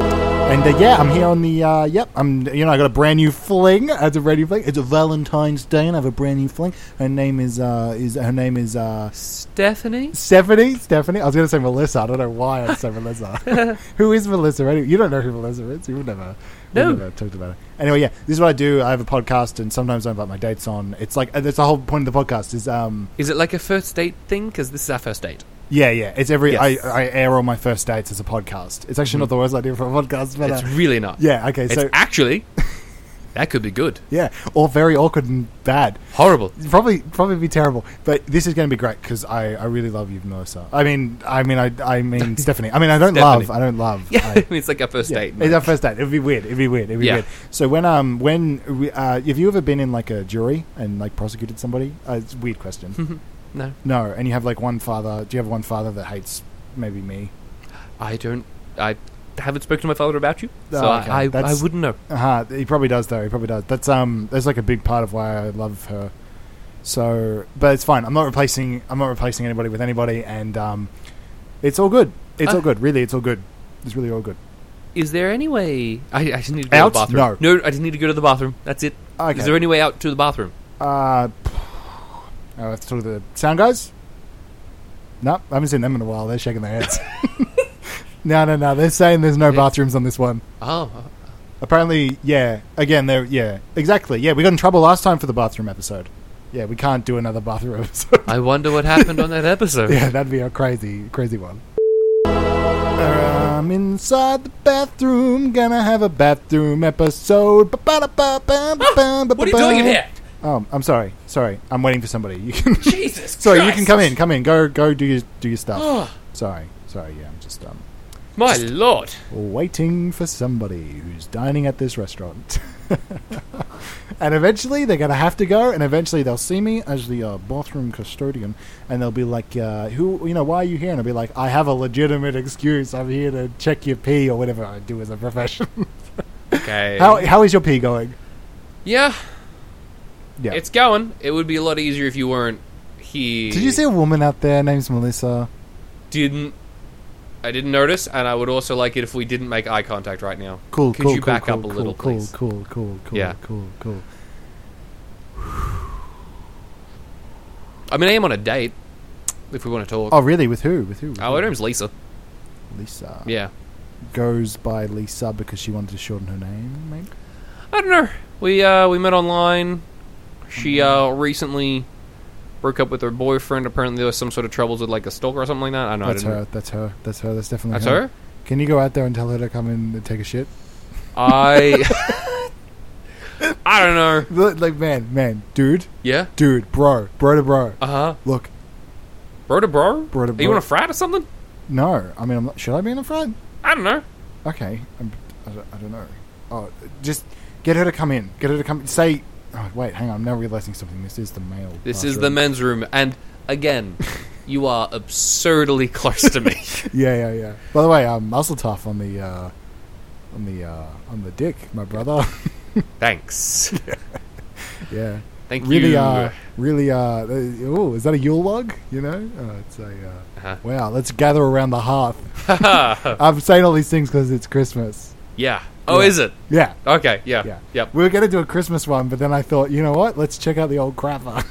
S1: And uh, yeah, I'm here on the uh, yep. I'm you know I got a brand new fling. It's a brand new fling. It's a Valentine's Day, and I have a brand new fling. Her name is uh is her name is uh
S3: Stephanie?
S1: Stephanie. Stephanie. I was gonna say Melissa. I don't know why I said Melissa. who is Melissa? Anyway, you don't know who Melissa is. We've never we've
S3: No.
S1: never talked about it. Anyway, yeah, this is what I do. I have a podcast, and sometimes I invite my dates on. It's like uh, that's the whole point of the podcast. Is um
S3: Is it like a first date thing? Because this is our first date.
S1: yeah yeah. It's every
S3: Yes. Mm-hmm.
S1: I I air all my first dates as a podcast. It's actually not the worst idea for a podcast, but
S3: It's
S1: uh,
S3: really not.
S1: yeah. Okay, so
S3: it's actually, that could be good.
S1: Yeah, or very awkward and bad.
S3: Horrible.
S1: Probably, probably be terrible. But this is going to be great because I, I really love you, Melissa. I mean, I mean, I, I mean, Stephanie. I mean, I don't
S3: Stephanie.
S1: love. I don't love.
S3: Yeah,
S1: I-
S3: it's like our first
S1: yeah,
S3: date.
S1: It's our first date. It'd be weird. It'd be weird. It'd be
S3: Yeah.
S1: weird. So when um when we, uh have you ever been in like a jury and like prosecuted somebody? Uh, it's a weird
S3: Mm-hmm.
S1: question.
S3: No,
S1: no, and you have like one father. Do you have one father that hates maybe me?
S3: I don't. I haven't spoken to my father about you,
S1: Oh,
S3: so I-
S1: okay.
S3: I, I,
S1: That's-
S3: wouldn't know.
S1: Uh-huh. He probably does, though. He probably does. That's um. That's like a big part of why I love her. So, but it's fine. I'm not replacing. I'm not replacing anybody with anybody, and um, it's all good. It's
S3: Uh.
S1: all good. Really, it's all good. It's really all good.
S3: Is there any way? I, I just need to go
S1: Out?
S3: to the bathroom. No. I just need to go to the bathroom. That's it. Is
S1: Okay.
S3: there any way out to the bathroom?
S1: uh, I have to talk to the sound guys. No, I haven't seen them in a while. They're shaking their heads. no, no, no. They're saying there's no
S3: Yeah.
S1: bathrooms on this one.
S3: Oh,
S1: Apparently, yeah. Again, they're yeah. Exactly. Yeah, we got in trouble last time for the bathroom episode. Yeah, we can't do another bathroom episode.
S3: I wonder what happened on that episode.
S1: Yeah, that'd be a crazy, crazy one. I'm inside the bathroom, gonna have a bathroom episode. What
S2: What are you doing in here?
S1: Oh, I'm sorry, sorry. I'm waiting for somebody. You can,
S2: Jesus. Oh.
S1: sorry, you
S2: Christ.
S1: can come in, come in. Go, go, do your, do your stuff. sorry, sorry. Yeah, I'm just um,
S2: My lord.
S1: waiting for somebody who's dining at this restaurant. and eventually they're going to have to go, and eventually they'll see me as the uh, bathroom custodian, and they'll be like, uh, "Who, you know, why are you here?" And I'll be like, "I have a legitimate excuse. I'm here to check your pee or whatever I do as a profession."
S3: Okay.
S1: how how is your pee going?
S2: Yeah,
S1: Yeah.
S2: it's going. It would be a lot easier if you weren't here.
S1: Did you see a woman out there? Name's Melissa.
S2: Didn't. I didn't notice, and I would also like it if we didn't make eye contact right now.
S1: Cool.
S2: Could
S1: cool.
S2: you
S1: cool,
S2: back
S1: cool,
S2: up a
S1: cool,
S2: little,
S1: cool,
S2: please?
S1: Cool. Cool. Cool.
S2: Yeah.
S1: Cool. Cool.
S2: I mean, I am on a date. If we want to talk.
S1: Oh, really? With who? With who? With
S2: Oh, her
S1: who?
S2: name's Lisa.
S1: Lisa.
S2: Yeah.
S1: Goes by Lisa because she wanted to shorten her name, maybe.
S2: I don't know. We uh, we met online. She
S1: Mm-hmm.
S2: uh, recently broke up with her boyfriend. Apparently, there was some sort of troubles with like a stalker or something like that. I don't know. I
S1: That's
S2: didn't-
S1: her. Mm-hmm. That's her. That's her. That's definitely
S2: That's
S1: her.
S2: her.
S1: Can you go out there and tell her to come in and take a shit?
S2: I. I don't know.
S1: Look, Like, man, man, dude,
S2: Yeah.
S1: dude, bro, bro to bro.
S2: Uh huh.
S1: Look,
S2: Bro to bro.
S1: Bro to
S2: Are you
S1: bro.
S2: on a frat or something?
S1: no, I mean, I'm not, should I be in the front?
S2: I don't know.
S1: Okay, I'm, I, don't, I don't know. Oh, just get her to come in. Get her to come. Say, oh, wait, hang on. I'm now realizing something. This is the male.
S2: This is the
S1: male.
S2: men's room, and again, you are absurdly close to me.
S1: Yeah, yeah, yeah. By the way, um, muscle tough on the, uh, on the, uh, on the dick, my brother.
S2: Thanks.
S1: yeah.
S2: Thank
S1: really
S2: you.
S1: uh really uh oh is that a yule log you know uh, it's a uh,
S2: Uh-huh.
S1: wow let's gather around the hearth i'm saying all these things because it's christmas
S2: yeah. Oh,
S1: Yeah.
S2: is it?
S1: yeah
S2: Okay. Yeah.
S1: yeah
S2: Yep.
S1: we were gonna do a christmas one but then i thought you know what let's check out the old crapper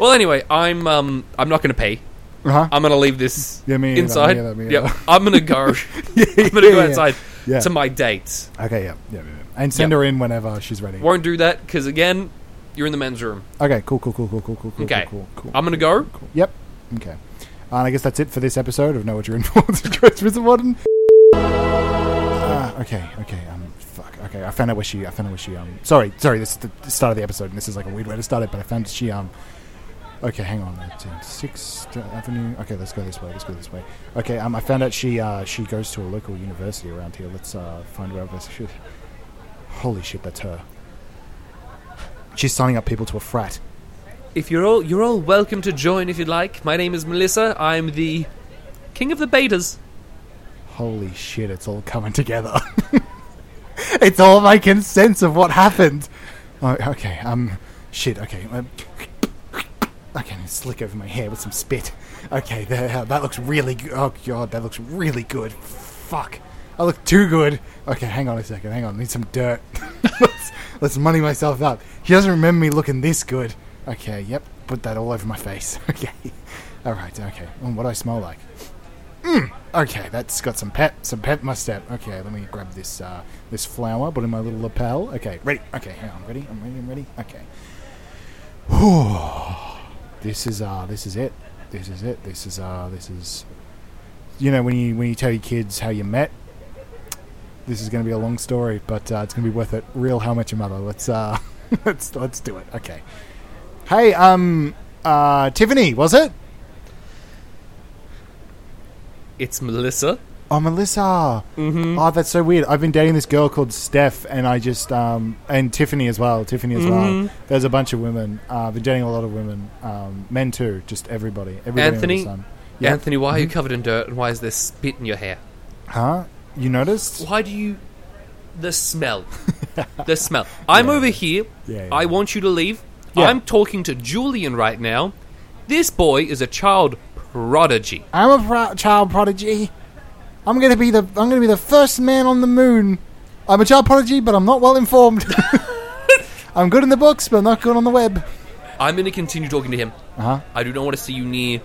S2: Well, anyway, I'm um, I'm not going to pay.
S1: uh-huh.
S2: Um, I'm gonna leave this
S1: Yeah, me either,
S2: inside.
S1: me either, me
S2: Yep.
S1: either.
S2: I'm gonna go. I'm gonna
S1: yeah,
S2: go
S1: yeah.
S2: outside.
S1: Yeah.
S2: to my dates.
S1: Okay, yeah, yeah, yeah, yeah. And send
S2: Yeah.
S1: her in whenever she's ready.
S2: Won't do that because again, you're in the men's room.
S1: Okay, cool, cool, cool, cool, cool, cool, cool,
S2: Okay. Um,
S1: cool, cool, cool.
S2: I'm gonna go.
S1: cool. Yep. Okay. And I guess that's it for this episode of Know What You're In For with Chris Prison Warden. Ah, okay, okay, um, fuck. Okay, I found out where she, I found out where she, um, sorry, sorry, this is the the start of the episode, and this is like a weird way to start it, but I found she, um, okay, hang on, uh, that's in Sixth uh, Avenue, okay, let's go this way, let's go this way. Okay, um, I found out she, uh, she goes to a local university around here, let's, uh, find where this shit. Holy shit, that's her. She's signing up people to a frat.
S2: If you're all you're all welcome to join if you'd like. My name is Melissa. I'm the king of the betas.
S1: Holy shit, it's all coming together. it's all making sense of what happened. Oh, okay, um, shit, okay. Um, okay, I'm slick over my hair with some spit. Okay, there, uh, that looks really good. Oh, God, that looks really good. Fuck. I look too good. Okay, hang on a second, hang on. I need some dirt. let's, let's money myself up. He doesn't remember me looking this good. Okay, yep, put that all over my face. Okay. Alright, okay. Mm, what do I smell like? Okay, that's got some pep, some pep in my step. Okay, let me grab this uh, this flower, put it in my little lapel. Okay, ready. Okay, hang on, I'm ready. I'm ready. I'm ready. Okay. this is uh, this is it. This is it. This is uh, this is. You know when you when you tell your kids how you met. This is going to be a long story, but uh, it's going to be worth it. Real, how much your mother? Let's uh, let's let's do it. Okay. Hey, um, uh, Tiffany, was it?
S2: It's Melissa.
S1: Oh, Melissa. Mm-hmm. Oh, that's so weird. I've been dating this girl called Steph, and I just um and Tiffany as well. Tiffany as well.
S2: Mm-hmm.
S1: There's a bunch of women. Uh, I've been dating a lot of women, um, men too. Just everybody. everybody under the
S2: Anthony?
S1: sun. Yeah.
S2: Anthony, why are you covered in dirt and why is there spit in your hair?
S1: Huh? You noticed?
S2: Why do you the smell? the smell. I'm over here.
S1: Yeah, yeah.
S2: I want you to leave.
S1: Yeah.
S2: I'm talking to Julian right now. This boy is a child prodigy.
S1: I'm a pro- child prodigy. I'm gonna be the I'm gonna be the first man on the moon. I'm a child prodigy, but I'm not well informed. I'm good in the books, but not good on the web.
S2: I'm going to continue talking to him.
S1: Uh huh.
S2: I do not want to see you near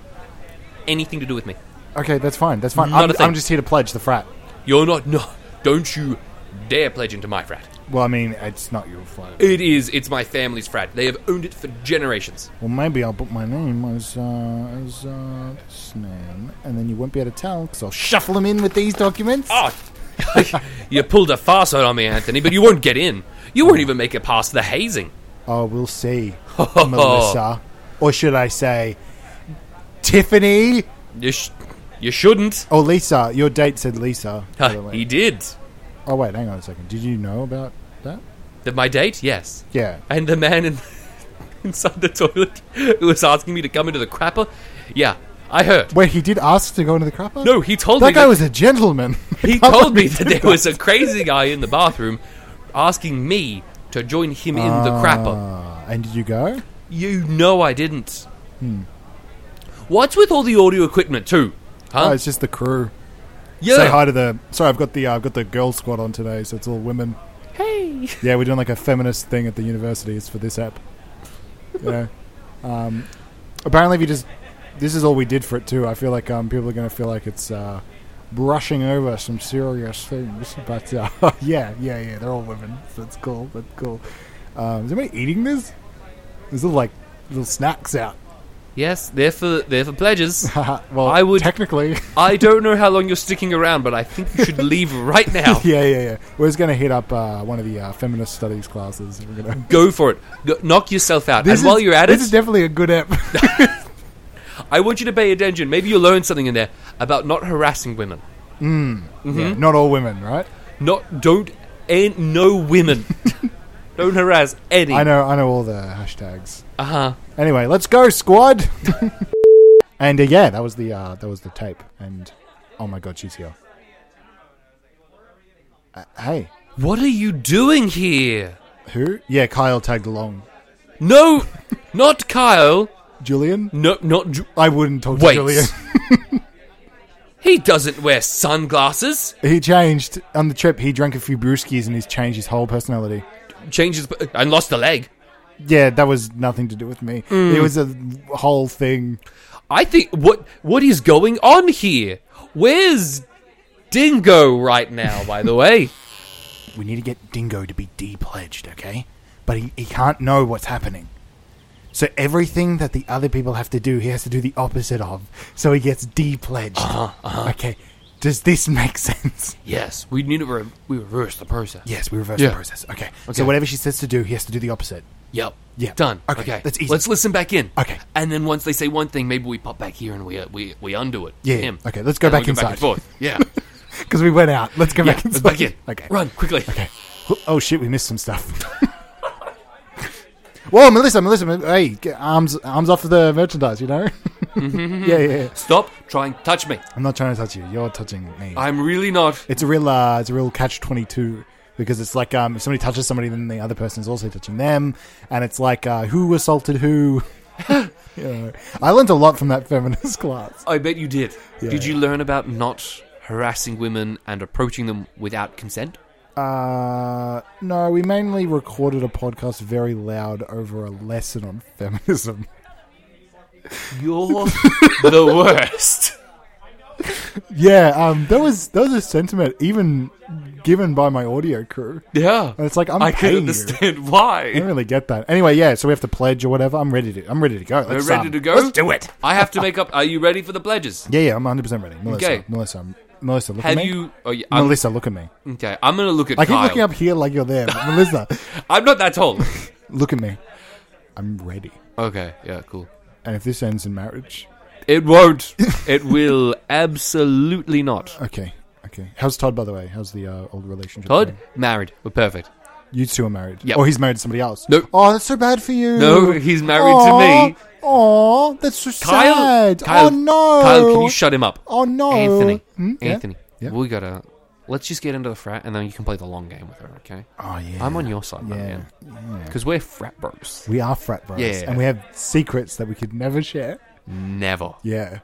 S2: anything to do with me.
S1: Okay, that's fine. That's fine.
S2: Not
S1: I'm,
S2: a thing.
S1: I'm just here to pledge the frat.
S2: You're not. No, don't you dare pledge into my frat.
S1: Well, I mean, it's not your flat.
S2: It is. It's my family's frat. They have owned it for generations.
S1: Well, maybe I'll put my name as uh, as uh, this name, and then you won't be able to tell because I'll shuffle them in with these documents.
S2: Ah, you pulled a fast one on me, Anthony, but you won't get in. You won't even make it past the hazing.
S1: Oh, we'll see, Melissa, or should I say, Tiffany
S2: You, sh- you shouldn't.
S1: or Lisa? Your date said Lisa. by the
S2: Huh,
S1: way.
S2: he did.
S1: oh wait, hang on a second. Did you know about that?
S2: The, my date, yes.
S1: Yeah.
S2: And the man in, inside the toilet who was asking me to come into the crapper, yeah, I heard.
S1: Wait, he did ask to go into the crapper.
S2: No, he told me
S1: that guy
S2: that-
S1: was a gentleman.
S2: He told me that there was a crazy guy in the bathroom asking me to join him in the crapper.
S1: Ah, and did you go?
S2: You know I didn't.
S1: Hmm.
S2: What's with all the audio equipment too?
S1: Oh,
S2: Huh?
S1: it's just the crew.
S2: yeah.
S1: Say hi to the. Sorry, I've got the uh, I've got the girl squad on today, so it's all women.
S2: Hey.
S1: Yeah, we're doing like a feminist thing at the university. It's for this app. Yeah. um, apparently, if you just this is all we did for it too. I feel like um, people are going to feel like it's uh, brushing over some serious things. But uh, yeah, yeah, yeah, they're all women. So that's cool. That's cool. Um, is anybody eating this? There's little like little snacks out.
S2: Yes, they're for they're for pledges.
S1: well,
S2: I would-
S1: technically.
S2: I don't know how long you're sticking around, but I think you should leave right now.
S1: yeah, yeah, yeah. We're just going to hit up uh, one of the uh, feminist studies classes. We're gonna.
S2: Go for it. Go, knock yourself out. and while
S1: is,
S2: you're at
S1: this
S2: it,
S1: is definitely a good app.
S2: I want you to pay attention. Maybe you'll learn something in there about not harassing women. Mm-hmm.
S1: Yeah, not all women, right?
S2: Not don't ain't no women. don't harass any.
S1: I know, I know all the hashtags.
S2: Uh-huh.
S1: Anyway, let's go, squad. and uh, yeah, that was the uh, that was the tape. And oh my god, she's here. Uh, hey,
S2: What are you doing here?
S1: who? Yeah, Kyle tagged along.
S2: No, not Kyle.
S1: Julian?
S2: No, not Ju-
S1: I wouldn't talk to
S2: wait.
S1: Julian.
S2: he doesn't wear sunglasses.
S1: he changed on the trip. He drank a few brewskis and he's changed his whole personality.
S2: Changes p- and lost a leg.
S1: Yeah, that was nothing to do with me.
S2: Mm.
S1: It was a whole thing.
S2: I think what what is going on here? Where's Dingo right now, by the way.
S1: We need to get Dingo to be de-pledged, okay? But he, he can't know what's happening. So everything that the other people have to do, he has to do the opposite of. So he gets de-pledged.
S2: Uh-huh,
S1: Okay. Does this make sense?
S2: Yes, we need to re- we reverse the process.
S1: Yes, we reverse
S2: Yeah.
S1: the process. Okay.
S2: Okay.
S1: So whatever she says to do, he has to do the opposite.
S2: Yep.
S1: Yeah.
S2: Done.
S1: Okay,
S2: Okay.
S1: that's easy.
S2: Let's listen back in.
S1: Okay.
S2: And then once they say one thing, maybe we pop back here and we uh, we we undo it.
S1: Yeah.
S2: Him.
S1: Okay, let's go
S2: And we
S1: back
S2: go back
S1: inside.
S2: and forth. Yeah.
S1: Because we went out. Let's go
S2: yeah.
S1: back
S2: Let's
S1: inside.
S2: back in.
S1: Okay.
S2: Run quickly.
S1: Okay. Oh shit, we missed some stuff. Whoa, Melissa, Melissa, Mel- hey, get arms, arms off the merchandise, you know? yeah, yeah, yeah.
S2: Stop trying to touch me.
S1: I'm not trying to touch you. You're touching me.
S2: I'm really not.
S1: it's a real, uh, it's a real catch twenty two because it's like um, if somebody touches somebody, then the other person is also touching them, and it's like uh, who assaulted who. you know, I learned a lot from that feminist class.
S2: I bet you did.
S1: Yeah.
S2: Did you learn about not harassing women and approaching them without consent?
S1: Uh, no, we mainly recorded a podcast very loud over a lesson on feminism.
S2: You're the worst.
S1: Yeah, um, that was that was a sentiment even given by my audio crew.
S2: Yeah.
S1: And it's like I'm
S2: I can
S1: paying you.
S2: understand
S1: I don't
S2: why.
S1: really get that. Anyway, yeah, so we have to pledge or whatever. I'm ready to. I'm ready to go.
S2: We're
S1: Let's,
S2: ready
S1: um,
S2: to go.
S1: Let's do it.
S2: I have to make up. Are you ready for the pledges?
S1: Yeah, yeah, I'm 100 percent ready. Melissa,
S2: Okay.
S1: Melissa, um, Melissa, look
S2: Have
S1: at me.
S2: you? Oh, yeah, I'm,
S1: Melissa, look at me.
S2: okay, I'm gonna look at.
S1: I keep
S2: Kyle.
S1: looking up here like you're there. but Melissa,
S2: I'm not that tall.
S1: look at me. I'm ready.
S2: okay. Yeah. Cool.
S1: And if this ends in marriage,
S2: It won't. It will absolutely not.
S1: okay, okay. How's Todd, by the way? How's the uh, old relationship?
S2: Todd
S1: going?
S2: married. We're perfect.
S1: you two are married.
S2: Yep.
S1: Or he's married to somebody else.
S2: Nope.
S1: Oh, that's so bad for you.
S2: No, he's married to me.
S1: Oh, that's so
S2: Kyle.
S1: sad.
S2: Kyle.
S1: oh no.
S2: Kyle, can you shut him up?
S1: Oh no.
S2: Anthony.
S1: Hmm? Yeah?
S2: Anthony.
S1: Yeah.
S2: We gotta. Let's just get into the frat, and then you can play the long game with her. Okay.
S1: Oh yeah.
S2: I'm on your side, my
S1: yeah.
S2: man. Because we're frat bros.
S1: We are frat bros,
S2: Yeah.
S1: and we have secrets that we could never share.
S2: Never.
S1: Yeah.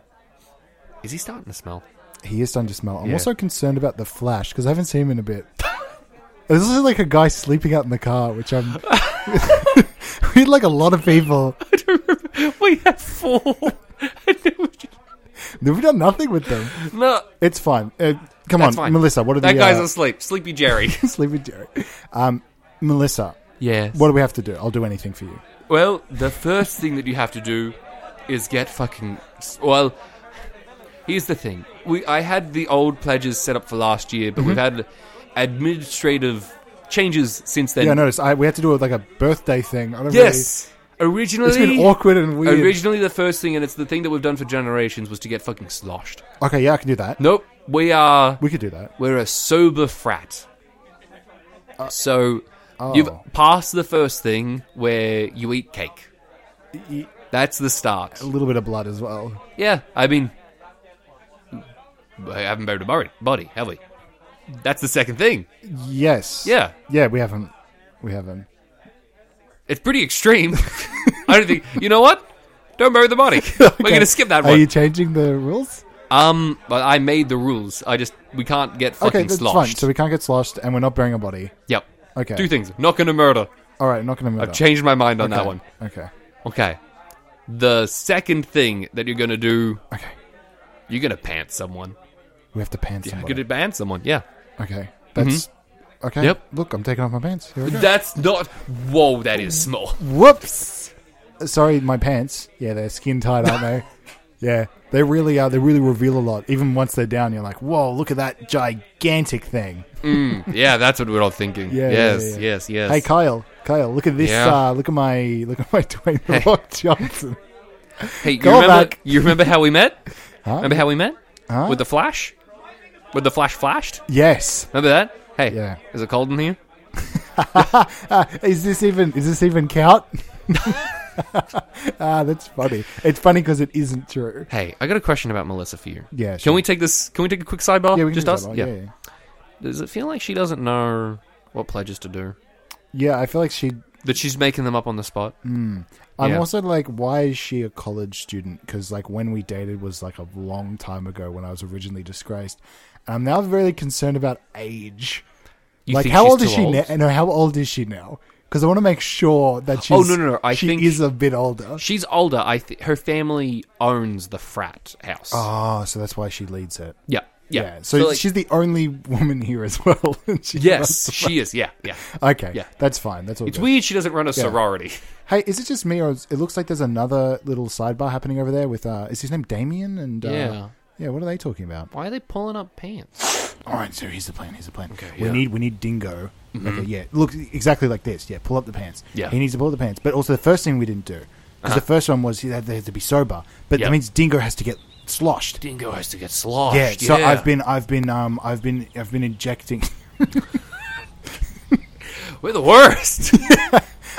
S2: Is he starting to smell?
S1: He is starting to smell. I'm
S2: Yeah.
S1: also concerned about the flash because I haven't seen him in a bit. This is like a guy sleeping out in the car, which I'm. we had like a lot of people.
S2: we have four.
S1: We've done nothing with them.
S2: no,
S1: It's fine. Uh, come
S2: That's
S1: on,
S2: fine.
S1: Melissa. What are
S2: that
S1: the
S2: guy's
S1: uh,
S2: asleep. Sleepy Jerry.
S1: sleeping Jerry? Um, Melissa,
S2: yes.
S1: what do we have to do? I'll do anything for you.
S2: Well, the first thing that you have to do is get fucking. Well, here's the thing. We I had the old pledges set up for last year, but we've
S1: Mm-hmm.
S2: had administrative changes since then.
S1: Yeah, I noticed. I, we had to do like a birthday thing. I don't
S2: yes.
S1: really-
S2: Originally,
S1: it's been awkward and weird.
S2: originally the first thing, and it's the thing that we've done for generations, was to get fucking sloshed.
S1: okay, yeah, I can do that.
S2: Nope, we are
S1: We could do that.
S2: we're a sober frat. so
S1: Uh, Oh.
S2: you've passed the first thing where you eat cake.
S1: Y-
S2: That's the start.
S1: A little bit of blood as well.
S2: Yeah, I mean, I haven't buried a body, body, have we? That's the second thing.
S1: Yes.
S2: Yeah.
S1: Yeah, we haven't. We haven't.
S2: It's pretty extreme. I don't think. You know what? Don't bury the body. We're
S1: Okay.
S2: gonna skip that
S1: Are
S2: one.
S1: you changing the rules?
S2: um, but I made the rules. I just we can't get fucking
S1: okay, that's fine.
S2: sloshed.
S1: So we can't get sloshed, and we're not burying a body.
S2: yep.
S1: Okay.
S2: Two things. Not gonna murder.
S1: All right, not going to murder.
S2: I've changed my mind on
S1: okay.
S2: that one.
S1: Okay.
S2: Okay. The second thing that you're gonna do,
S1: Okay.
S2: you're gonna pant someone.
S1: We have to pants
S2: You're
S1: somebody.
S2: gonna pant someone. Yeah.
S1: Okay. That's. Okay.
S2: Mm-hmm. Yep.
S1: Look, I'm taking off my pants. Here we go.
S2: That's not. Whoa, that is small.
S1: Whoops. Uh, Sorry, my pants. Yeah, they're skin tight, aren't they? yeah, they really are. They really reveal a lot. Even once they're down, you're like, "Whoa, look at that gigantic thing."
S2: Mm. Yeah, that's what we're all thinking.
S1: Yeah, yeah,
S2: yes,
S1: yeah.
S2: yes, yes.
S1: Hey, Kyle, Kyle, look at this.
S2: Yeah.
S1: Uh, look at my look at my Dwayne The Rock Johnson.
S2: Hey, you
S1: Go
S2: remember,
S1: back.
S2: You remember how we met?
S1: Huh?
S2: Remember how we met?
S1: Huh?
S2: With the flash? With the flash flashed?
S1: yes.
S2: Remember that? Hey,
S1: Yeah.
S2: is it cold in here?
S1: Uh, is this even is this even count? ah, that's funny. It's funny because it isn't true.
S2: Hey, I got a question about Melissa for you.
S1: Yeah,
S2: Can
S1: sure.
S2: we take this? Can we take a quick sidebar?
S1: Yeah, we can
S2: Just
S1: do
S2: us?
S1: that, right?
S2: yeah.
S1: yeah, yeah.
S2: Does it feel like she doesn't know what pledges to do?
S1: Yeah, I feel like she.
S2: That she's making them up on the spot?
S1: I'm
S2: Yeah.
S1: also like, why is she a college student? Because like when we dated was like a long time ago when I was originally disgraced. And I'm now really concerned about age.
S2: You
S1: like,
S2: think
S1: how
S2: she's
S1: old is
S2: too
S1: she now? No, how old is she now? Because I want to make sure that she's.
S2: Oh, no, no, no, I
S1: she
S2: think-
S1: is a bit older.
S2: She's older. I th- her family owns the frat house.
S1: Oh, so Ah, that's why she leads it.
S2: Yeah.
S1: Uh, Yeah.
S3: Yeah.
S1: So,
S3: So, like-
S1: she's the only woman here as well. and she
S3: Yes, she is. Yeah, yeah.
S1: runs- Okay.
S3: Yeah.
S1: That's fine. That's all.
S3: It's
S1: good.
S3: weird she doesn't run a sorority.
S1: Hey, is it just me, or is, it looks like there's another little sidebar happening over there with? uh Is his name Damien? And uh,
S2: Yeah.
S1: yeah. What are they talking about?
S2: Why are they pulling up pants?
S1: All right, so here's the plan. Here's the plan. Okay, we
S3: yeah. Mm-hmm.
S1: need we need Dingo. Okay, yeah, look exactly like this. Yeah, pull up the pants.
S3: Yeah. Uh-huh.
S1: he needs to pull up the pants. But also the first thing we didn't do because the first one was he had, they had to be sober, but that
S3: Yep.
S1: means Dingo has to get sloshed.
S3: Dingo has to get sloshed.
S1: yeah, so I've been I've been um I've been I've been injecting
S3: We're the worst.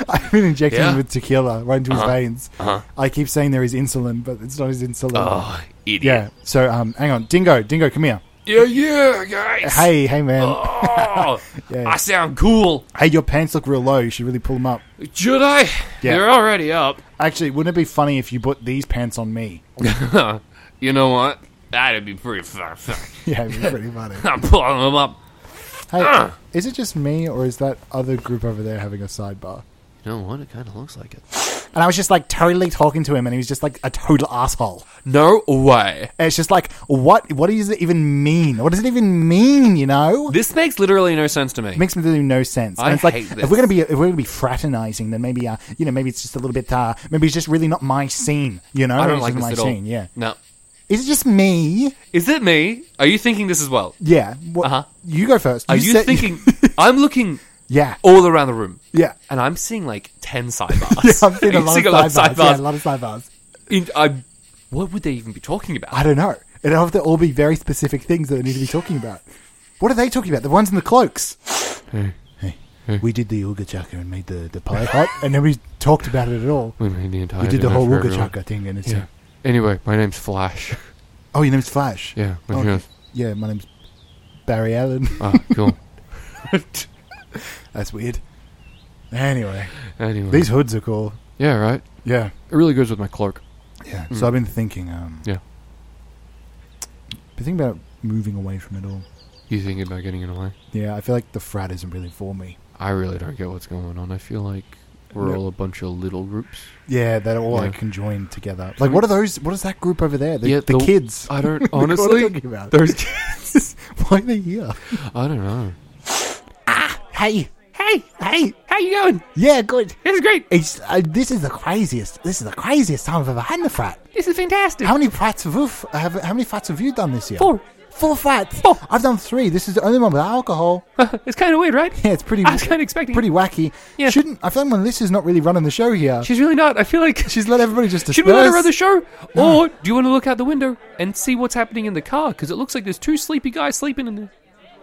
S1: I've been injecting
S3: Yeah.
S1: him with tequila right into his
S3: Uh-huh.
S1: veins.
S3: Uh-huh.
S1: I keep saying there is insulin, but it's not his insulin.
S3: oh, idiot.
S1: Yeah. So um, hang on, Dingo, Dingo, come here.
S3: Yeah, yeah, guys.
S1: Hey, hey, man.
S3: Oh,
S1: Yeah.
S3: I sound cool.
S1: Hey, your pants look real low. You should really pull them up.
S3: Should I?
S1: Yeah.
S3: They're already up.
S1: Actually, wouldn't it be funny if you put these pants on me?
S3: you know what? That'd be pretty fun.
S1: Yeah, it'd be pretty funny.
S3: I'm pulling them up.
S1: Hey, is it just me or is that other group over there having a sidebar?
S2: You know what? It kind of looks like it.
S1: And I was just like totally talking to him, and he was just like a total asshole.
S3: No way.
S1: And it's just like, what? What does it even mean? What does it even mean? You know, it
S2: This makes literally no sense to me.
S1: makes me do no sense.
S2: I
S1: and it's like,
S2: hate
S1: if
S2: this.
S1: we're gonna be if we're gonna be fraternizing, then maybe uh, you know, maybe it's just a little bit uh, maybe it's just really not my scene. You know,
S2: I don't
S1: It's
S2: like
S1: just
S2: this
S1: my
S2: at all.
S1: scene. Yeah,
S2: No.
S1: is it just me?
S2: Is it me? Are you thinking this as well?
S1: Yeah. What,
S2: Uh-huh.
S1: You go first.
S2: Are you,
S1: said-
S2: thinking? I'm looking
S1: yeah.
S2: all around the room,
S1: Yeah.
S2: and I'm seeing like ten sidebars.
S1: Yeah, I'm seeing a
S2: You
S1: lot,
S2: seeing
S1: of sidebars. Yeah, a
S2: sidebars.
S1: lot of sidebars.
S2: In- I'm- what would they even be talking about?
S1: I don't know. It'll have to all be very specific things that they need to be talking about. What are they talking about? The ones in the cloaks. Hey, we did the Uga Chaka and made the, the pie hot, and then we talked about it at all.
S2: we made the entire.
S1: We did the whole Uga Chaka thing, and it's uh,
S2: Anyway, my name's Flash.
S1: oh, your name's Flash.
S2: Yeah.
S1: Oh, okay. yeah, my name's Barry Allen.
S2: Ah, cool.
S1: That's weird. Anyway,
S2: Anyway.
S1: these hoods are cool.
S2: yeah. Right.
S1: Yeah,
S2: It really goes with my cloak.
S1: yeah. So I've been thinking. Um,
S2: Yeah.
S1: Been thinking about moving away from it all.
S2: You thinking about getting in a way?
S1: Yeah, I feel like the frat isn't really for me.
S2: I really don't get what's going on. I feel like we're
S1: No.
S2: all a bunch of little groups.
S1: Yeah, that are all like
S2: Yeah.
S1: conjoined together. Like, what are those? What is that group over there? The,
S2: Yeah,
S1: the,
S2: the-
S1: kids.
S2: I don't
S1: What are they
S2: honestly.
S1: talking about?
S2: There's,
S1: Why are they here?
S2: I don't know.
S1: Hey,
S2: Ah, Hey, hey, how you going?
S1: yeah, good.
S2: This is great.
S1: It's uh, this is the craziest. This is the craziest time I've ever had in a frat.
S2: This is fantastic.
S1: How many frats have, oof, have how many frats have you done this year?
S2: Four.
S1: Four frats.
S2: Four.
S1: I've done three. This is the only one without alcohol.
S2: it's kind of weird, right?
S1: Yeah, it's pretty.
S2: I was kinda expecting
S1: Pretty wacky.
S2: Yeah.
S1: Shouldn't I feel like when this is not really running the show here.
S2: She's really not. I feel like
S1: She's let everybody just disperse.
S2: should we let her on the show, or do you want to look out the window and see what's happening in the car? Because it looks like there's two sleepy guys sleeping in there.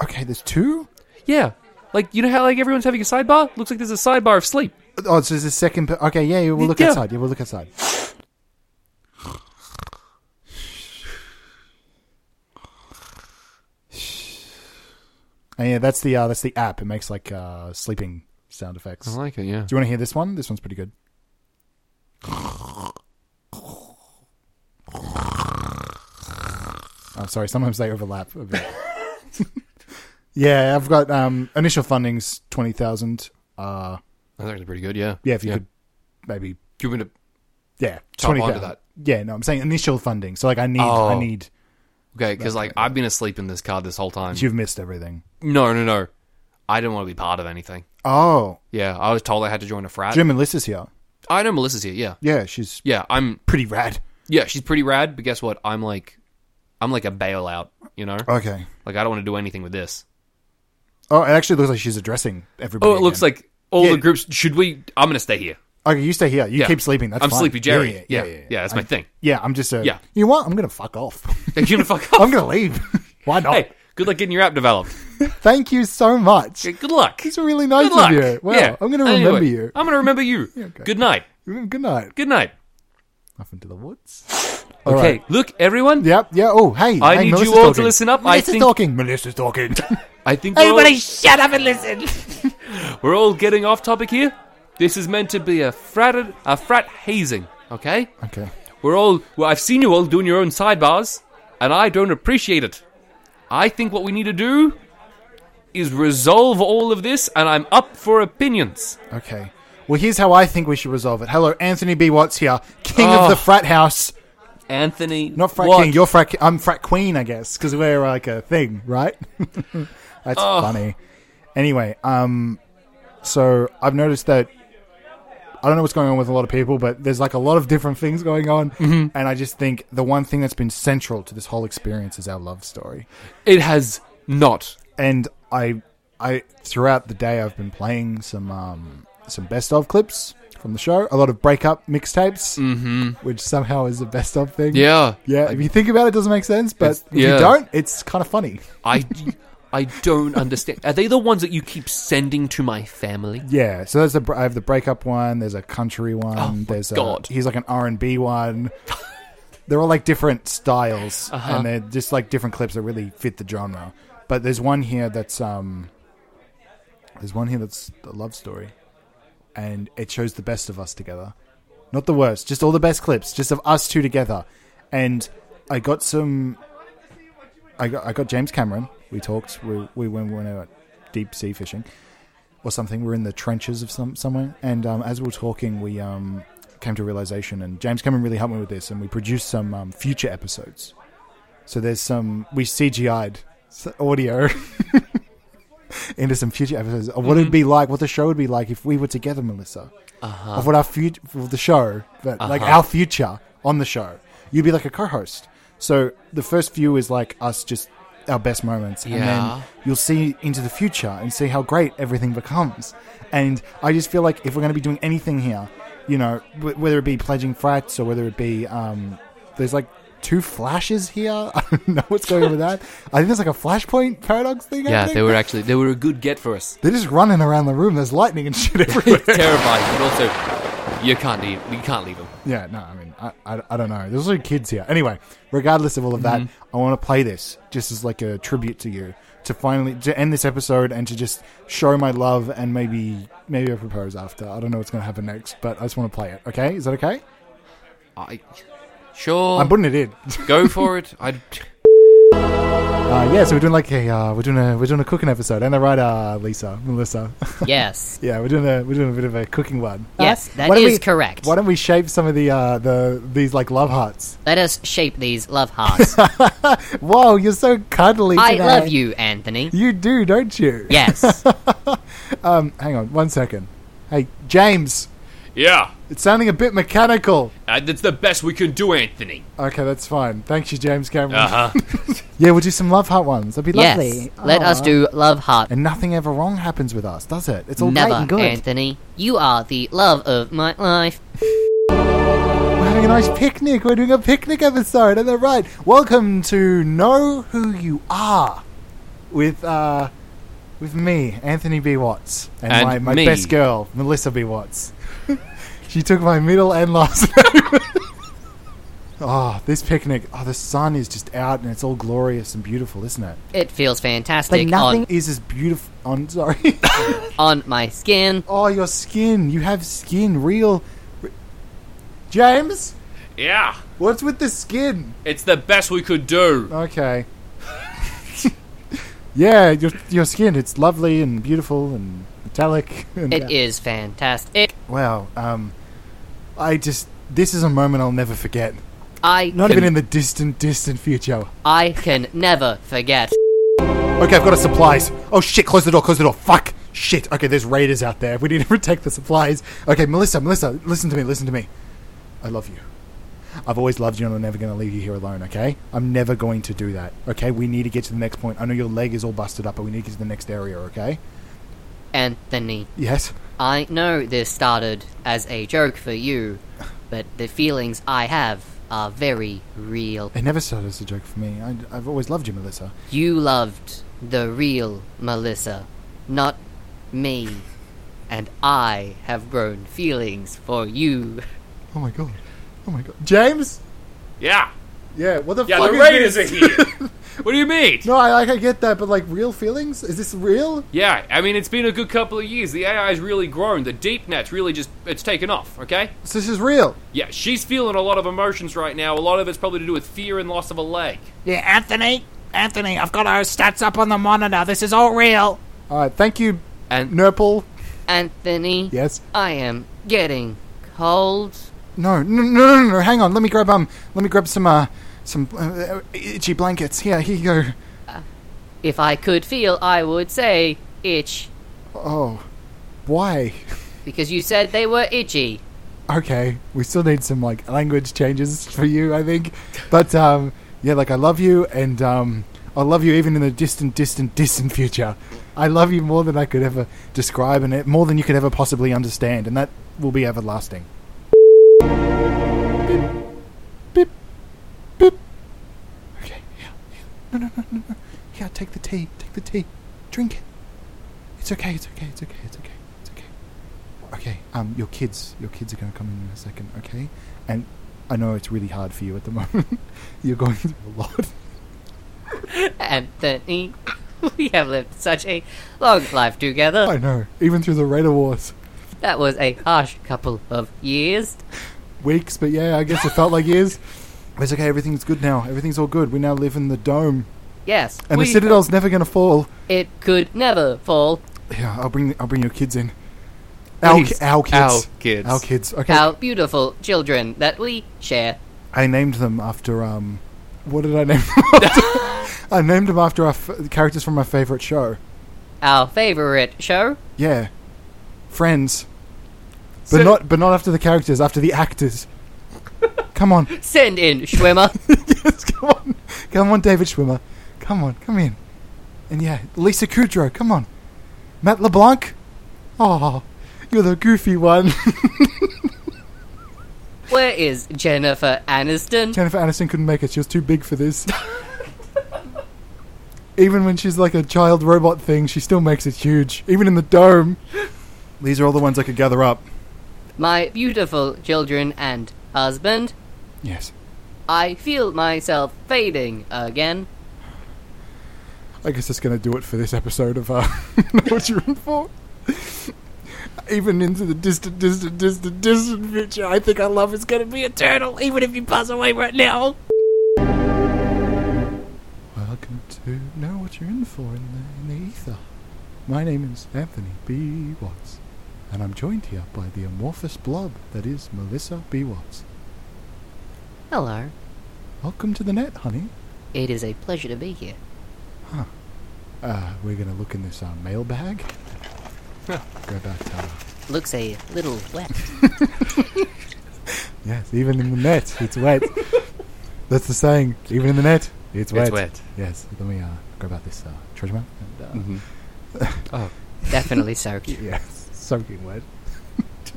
S1: Okay, there's two.
S2: Yeah, like you know how like everyone's having a sidebar. Looks like there's a sidebar of sleep.
S1: Oh, so there's a second. Per- okay, yeah, yeah, we'll look
S2: Yeah.
S1: outside. Yeah, we'll look outside. And yeah, that's the uh, that's the app. It makes like uh, sleeping sound effects.
S3: Uh-huh.
S1: Do
S2: like it. Yeah.
S1: you want to hear this one? This one's pretty good. Oh, sorry. Sometimes they overlap. A bit. yeah, I've got um, initial fundings twenty thousand. Uh,
S2: I think it's pretty good. Yeah.
S1: yeah, if you could maybe
S2: Do you want to-
S1: yeah,
S2: Top
S1: twenty
S2: onto
S1: thousand.
S2: that.
S1: Yeah, no, I'm saying initial funding. So like, I need, I
S2: Oh.
S1: need.
S2: Okay, because like I've been asleep in this car this whole time.
S1: You've missed everything.
S2: No, no, no. I didn't want to be part of anything.
S1: Oh,
S2: Yeah, I was told I had to join a frat.
S1: Jim and Liz is here.
S2: I know Melissa's here. Yeah,
S1: Yeah, she's
S2: yeah. I'm.
S1: pretty rad.
S2: Yeah, she's pretty rad. But guess what? I'm like, I'm like a bailout. You know,
S1: Okay.
S2: like I don't want to do anything with this.
S1: Oh, it actually looks like she's addressing everybody.
S2: Oh, it looks like all
S1: Yeah.
S2: the groups. Should we? I'm gonna stay here.
S1: Okay, you stay here. You
S2: Yeah.
S1: keep sleeping. That's
S2: I'm
S1: fine.
S2: sleepy Jerry.
S1: Yeah,
S2: Yeah,
S1: yeah, yeah. yeah.
S2: that's my
S1: I'm-
S2: thing.
S1: Yeah, I'm just a.
S2: Yeah.
S1: You know what? I'm gonna fuck off.
S2: Are you gonna fuck off?
S1: I'm gonna leave. Why not?
S2: Hey, good luck getting your app developed.
S1: Thank you so much.
S2: Okay, Good luck.
S1: It's really nice
S2: Good luck.
S1: of you. Wow,
S2: yeah.
S1: I'm gonna
S2: Anyway,
S1: remember you.
S2: I'm gonna remember you. Good night.
S1: Good night.
S2: Good night.
S1: Off into the woods. All
S2: Okay,
S1: right.
S2: look, everyone.
S1: Yep. Yeah. Oh, hey.
S2: I
S1: hey,
S2: need you
S1: Melissa's
S2: all to
S1: talking.
S2: listen up. I
S1: Melissa's
S2: think-
S1: talking. Melissa's talking.
S2: I think
S1: Oh.
S2: we're all-
S5: Everybody shut up and listen.
S2: We're all getting off topic here. This is meant to be a frat a frat hazing, okay?
S1: okay.
S2: We're all well, I've seen you all doing your own sidebars, and I don't appreciate it. I think what we need to do is resolve all of this, and I'm up for opinions.
S1: Okay. Well, here's how I think we should resolve it. Hello, Anthony B. Watts here, king of
S2: Oh.
S1: the frat house.
S2: Anthony.
S1: Not frat
S2: what?
S1: king. You're frat. I'm frat queen, I guess, because we're like a thing, right? That's
S2: Oh.
S1: funny. Anyway, um, so I've noticed that I don't know what's going on with a lot of people, but there's like a lot of different things going on,
S2: Mm-hmm.
S1: and I just think the one thing that's been central to this whole experience is our love story.
S2: It has not.
S1: and I, I throughout the day I've been playing some um, some best of clips from the show, a lot of breakup mixtapes, mm-hmm. which somehow is a best of thing.
S2: Mm. Yeah.
S1: yeah. if you think about it, it doesn't make sense, but if you
S2: yeah.
S1: don't, it's kind of funny.
S3: I, I don't understand. Are they the ones that you keep sending to my family?
S1: Yeah, so there's the br- I have the breakup one. There's a country one. there's a,
S3: God.
S1: He's like an R and B one. they're all like different styles, and they're just like different clips that really fit the genre. But there's one here that's um, there's one here that's a love story, and it shows the best of us together, not the worst, just all the best clips, just of us two together. And I got some. I got I got James Cameron. We talked. We we went we went out deep sea fishing or something. We're in the trenches of some somewhere, and um, as we were talking, we um, came to a realization. And James Cameron really helped me with this, and we produced some um, future episodes. So there's some we CGI'd s- audio into some future episodes of what it'd be like, what the show would be like if we were together, Melissa. Uh-huh. Of what our future, the show, but like our future on the show, you'd be like a co-host. So the first few is like us just our best moments, and
S3: Yeah.
S1: then you'll see into the future and see how great everything becomes. And I just feel like if we're going to be doing anything here, you know, w- whether it be pledging frats or whether it be um, there's like two flashes here. I don't know what's going on with that. I think there's like a flashpoint paradox thing. I
S3: Yeah,
S1: think.
S3: they were actually they were a good get for us.
S1: They're just running around the room. There's lightning and shit everywhere.
S3: Terrifying, but also you can't leave you can't leave them.
S1: yeah, no, I mean, I, I, I don't know. There's also kids here. Anyway, regardless of all of that, I
S6: Mm-hmm.
S1: want to play this just as like a tribute to you to finally to end this episode and to just show my love and maybe maybe I propose after. I don't know what's going to happen next, but I just want to play it. Okay, is that okay?
S3: I sure
S6: Oh.
S1: I'm putting it in.
S3: go for it. I
S1: Uh, yeah, so we're doing like a uh, we're doing a we're doing a cooking episode, and I right, uh, Lisa, Melissa.
S6: Yes.
S1: yeah, we're doing a we're doing a bit of a cooking one.
S6: Yes,
S1: Uh,
S6: that
S1: why don't
S6: is
S1: we-
S6: correct.
S1: Why don't we shape some of the uh, the these like love hearts?
S6: Let us shape these love hearts.
S1: Whoa, you're so cuddly.
S6: I
S1: today.
S6: love you, Anthony.
S1: You do, don't you?
S6: Yes.
S1: Um, hang on one second. Hey, James,
S2: Yeah.
S1: it's sounding a bit mechanical.
S2: Uh, that's the best we can do, Anthony.
S1: Okay, that's fine. Thanks, you, James Cameron.
S2: Uh huh.
S1: Yeah, we'll do some love heart ones. That'd be
S6: yes.
S1: lovely.
S6: Let us
S1: Aw.
S6: do love heart.
S1: And nothing ever wrong happens with us, does it? It's all great and
S6: Never,
S1: good.
S6: Anthony. You are the love of my life.
S1: We're having a nice picnic. We're doing a picnic episode, and they're right. Welcome to Know Who You Are with uh, with me, Anthony B. Watts, and,
S2: And
S1: my, my
S2: me.
S1: best girl, Melissa B. Watts. she took my middle and last name. oh, this picnic! Oh, the sun is just out, and it's all glorious and beautiful, isn't it?
S6: It feels
S1: Like
S6: fantastic
S1: nothing is as beautiful. On sorry.
S6: on on my skin.
S1: oh, your skin. You have skin, real. James,
S2: Yeah.
S1: what's with the skin?
S2: It's the best we could do.
S1: Okay. yeah, your your skin, it's lovely and beautiful and metallic. And,
S6: It is fantastic.
S1: Wow. Um, I just this is a moment I'll never forget.
S6: I
S1: Not
S6: can,
S1: even in the distant, distant future.
S6: I can never forget.
S1: Okay, I've got a supplies. Oh shit! Close the door. Close the door. Fuck. Shit. Okay, there's raiders out there. We need to protect the supplies. Okay, Melissa, Melissa, listen to me. Listen to me. I love you. I've always loved you, and I'm never going to leave you here alone. Okay? I'm never going to do that. Okay? We need to get to the next point. I know your leg is all busted up, but we need to get to the next area. Okay?
S6: Anthony,
S1: Yes.
S6: I know this started as a joke for you, but the feelings I have are very real.
S1: It never started as a joke for me. I, I've always loved you, Melissa.
S6: You loved the real Melissa, not me. And I have grown feelings for you.
S1: Oh my god. Oh my god. James?
S2: Yeah.
S1: Yeah, what the
S2: Yeah,
S1: fuck
S2: the
S1: is
S2: raiders are
S1: this?
S2: here. what do you mean?
S1: No, I like I get that, but like real feelings? Is this real?
S2: Yeah, I mean, it's been a good couple of years. The AI's really grown. The deep net's really just, it's taken off, okay?
S1: So this is real.
S2: Yeah, she's feeling a lot of emotions right now. A lot of it's probably to do with fear and loss of a leg.
S5: Yeah, Anthony, Anthony, I've got our stats up on the monitor. This is all real.
S1: Alright, thank you,
S3: and
S1: Nurple.
S6: Anthony,
S1: Yes.
S6: I am getting cold.
S1: no, no, no, no, no. Hang on. Let me grab um. Let me grab some uh, some uh, itchy blankets. Here, here you go.
S6: If I could feel, I would say itch,
S1: Oh, why?
S6: because you said they were itchy.
S1: Okay, we still need some like language changes for you, I think. But um, yeah, like I love you, and um, I love you even in the distant, distant, distant future. I love you more than I could ever describe, and it, more than you could ever possibly understand, and that will be everlasting. Beep, beep, beep. Okay, yeah, yeah. no, no, no, no, no. Yeah, take the tea, take the tea, drink it. It's okay, it's okay, it's okay, it's okay, it's okay. Okay, um, your kids, your kids are going to come in in a second, okay? And I know it's really hard for you at the moment. You're going through a lot.
S6: Anthony, we have lived such a long life
S1: I
S6: together.
S1: know, even through the Raider Wars
S6: That was a harsh couple of years.
S1: weeks, but yeah, I guess it felt like years. But It's okay, everything's good now. Everything's all good. We now live in the dome,
S6: Yes,
S1: and
S6: we,
S1: the Citadel's never going to fall.
S6: it could never fall.
S1: Yeah, I'll bring I'll bring your kids in. Our, ki-
S3: Please.
S1: our kids.
S3: Our kids.
S1: Our kids. Okay.
S6: How beautiful children that we share.
S1: I named them after um, what did I name? Them after? I named them after our f- characters from my favorite show.
S6: Our favorite show.
S1: Yeah, Friends, but not but not after the characters, after the actors. come on,
S6: Send in Schwimmer.
S1: yes, come on, come on, David Schwimmer, come on, come in, and yeah, Lisa Kudrow, come on, Matt LeBlanc. Oh, you're the goofy one.
S6: Where is Jennifer Aniston?
S1: Jennifer Aniston couldn't make it; she was too big for this. Even when she's like a child robot thing, she still makes it huge. Even in the dome. These are all the ones I could gather up.
S6: My beautiful children and husband.
S1: Yes.
S6: I feel myself fading again.
S1: I guess that's going to do it for this episode of uh, Know What You're In For. Even into the distant, distant, distant, distant future, I think our love is going to be eternal, even if you pass away right now. Welcome to Know What You're In For in the, in the Ether. My name is Anthony B. Watts, and I'm joined here by the amorphous blob that is Melissa B. Watts.
S6: Hello.
S1: Welcome to the net, honey.
S6: It is a pleasure to be here.
S1: Uh, we're going to look in this uh, mailbag. Grab out uh,
S6: Looks a little wet.
S1: Yes, even in the net, it's wet. That's the saying. Even in the net, it's wet.
S3: It's wet.
S1: Yes. Let me uh, grab out this uh, treasure map. And, uh,
S3: Mhm. Oh.
S6: Definitely soaked.
S1: Yes, soaking wet.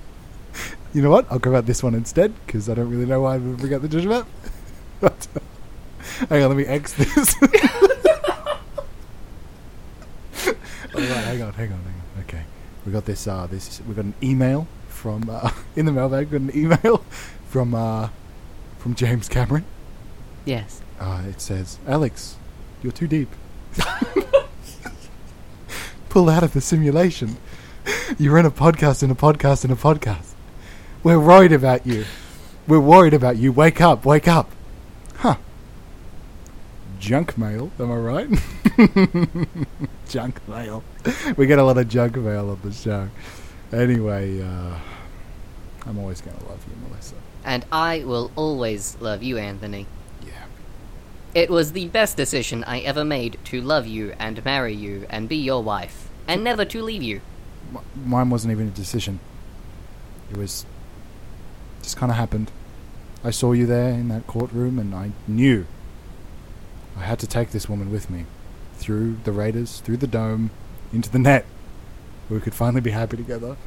S1: you know what? I'll grab out this one instead because I don't really know why I would bring out the treasure map. but, uh, hang on, let me X this. All right, Oh, hang on, hang on, hang on. Okay, we got this. Uh, this we got an email from uh, in the mailbag. We got an email from uh, from James Cameron.
S6: Yes.
S1: Uh, it says, Alex, you're too deep. Pull out of the simulation. You're in a podcast, in a podcast, in a podcast. We're worried about you. We're worried about you. Wake up, wake up. Huh. Junk mail, am I right? junk mail. We get a lot of junk mail on the show. Anyway, uh, I'm always going to love you, Melissa.
S6: And I will always love you, Anthony.
S1: Yeah.
S6: It was the best decision I ever made to love you and marry you and be your wife and never to leave you.
S1: m- mine wasn't even a decision. It was just kind of happened. I saw you there in that courtroom, and I knew I had to take this woman with me through the Raiders, through the dome, into the net, where we could finally be happy together.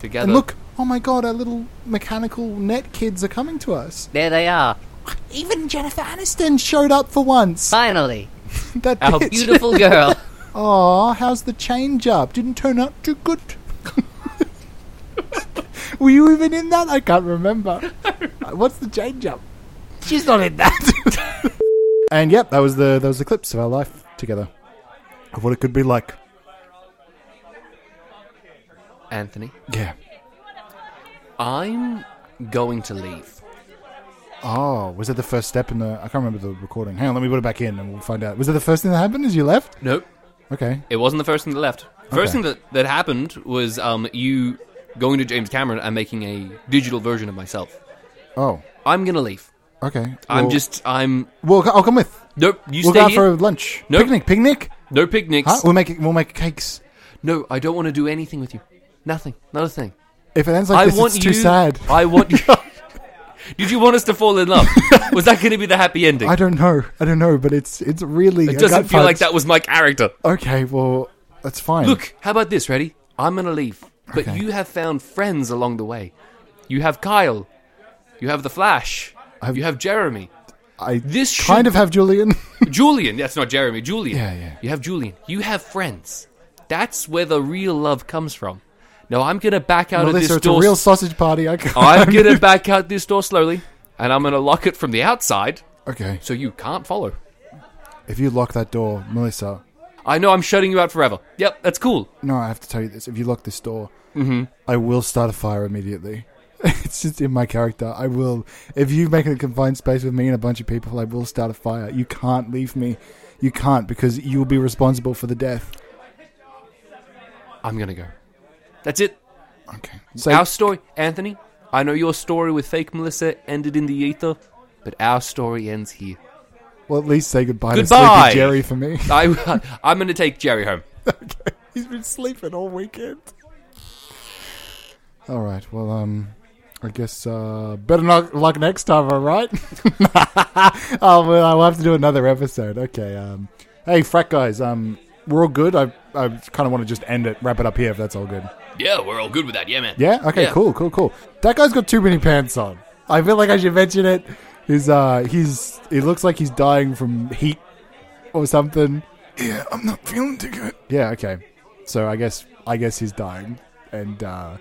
S3: Together.
S1: and look, oh my god, our little mechanical net kids are coming to us.
S6: There they are.
S1: Even Jennifer Aniston showed up for once.
S6: Finally.
S1: that
S3: Our
S1: bitch.
S6: Beautiful girl.
S1: Aw, "Ah, how's the change up? Didn't turn out too good. Were you even in that? I can't remember. What's the change up? She's not in that. and yep, that was the that was the clips of our life together. Of what it could be like.
S3: Anthony,
S1: Yeah.
S3: I'm going to leave.
S1: Oh, was it the first step in the I can't remember the recording. Hang on, let me put it back in and we'll find out. Was it the first thing that happened as you left?
S3: Nope.
S1: Okay.
S3: It wasn't the first thing that left.
S1: Okay.
S3: First thing that, that happened was um, you going to James Cameron and making a digital version of myself.
S1: Oh,
S3: I'm gonna leave.
S1: okay.
S3: I'm
S1: Well-
S3: just. I'm.
S1: Well, I'll come with.
S3: Nope. You
S1: we'll
S3: stay
S1: go out
S3: here.
S1: for lunch.
S3: Nope.
S1: Picnic. Picnic.
S3: No picnics.
S1: Huh? We'll make we'll make cakes.
S3: No, I don't want to do anything with you. Nothing. Not a thing.
S1: If it ends like
S3: I
S1: this,
S3: want
S1: it's
S3: you.
S1: too sad.
S3: I want you. Did you want us to fall in love? Was that going to be the happy ending?
S1: I don't know. I don't know, but it's it's really.
S3: it doesn't feel like that was my character.
S1: Okay, well, that's fine.
S3: Look, how about this? Ready? I'm going to leave, but
S1: Okay.
S3: you have found friends along the way. You have Kyle. You have the Flash.
S1: I've-
S3: you have Jeremy.
S1: I
S3: This
S1: kind
S3: should-
S1: of have Julian.
S3: Julian. That's not Jeremy. Julian.
S1: Yeah, yeah.
S3: You have Julian. You have friends. That's where the real love comes from. Now I'm going to back out of
S1: Melissa,
S3: this
S1: it's a
S3: door.
S1: real sausage party. I can't.
S3: I'm going to back out this door slowly, and I'm going to lock it from the outside
S1: okay,
S3: so you can't follow.
S1: if you lock that door, Melissa.
S3: I know I'm shutting you out forever. Yep, that's cool.
S1: No, I have to tell you this. If you lock this door,
S3: Mm-hmm.
S1: I will start a fire immediately. It's just in my character. I will. If you make a confined space with me and a bunch of people, I will start a fire. You can't leave me. You can't because you will be responsible for the death.
S3: I'm going to go. That's it.
S1: Okay. So
S3: Our story, Anthony, I know your story with fake Melissa ended in the ether, but our story ends here.
S1: Well, at least say goodbye,
S3: Goodbye.
S1: to Sleepy Jerry for me.
S3: I, I'm going to take Jerry home.
S1: He's been sleeping all weekend. All right. Well, um, I guess uh, better not luck next time. All right. oh, well, I'll have to do another episode. Okay. Um, hey, frat guys. Um, we're all good. I I kind of want to just end it, wrap it up here if that's all good.
S2: Yeah, we're all good with that. Yeah, man.
S1: Yeah. Okay.
S2: Yeah.
S1: Cool. Cool. Cool. That guy's got too many pants on. I feel like I should mention it. He's uh, he's he looks like he's dying from heat or something. Yeah, I'm not feeling too good. Yeah. Okay. So I guess I guess he's dying, and uh,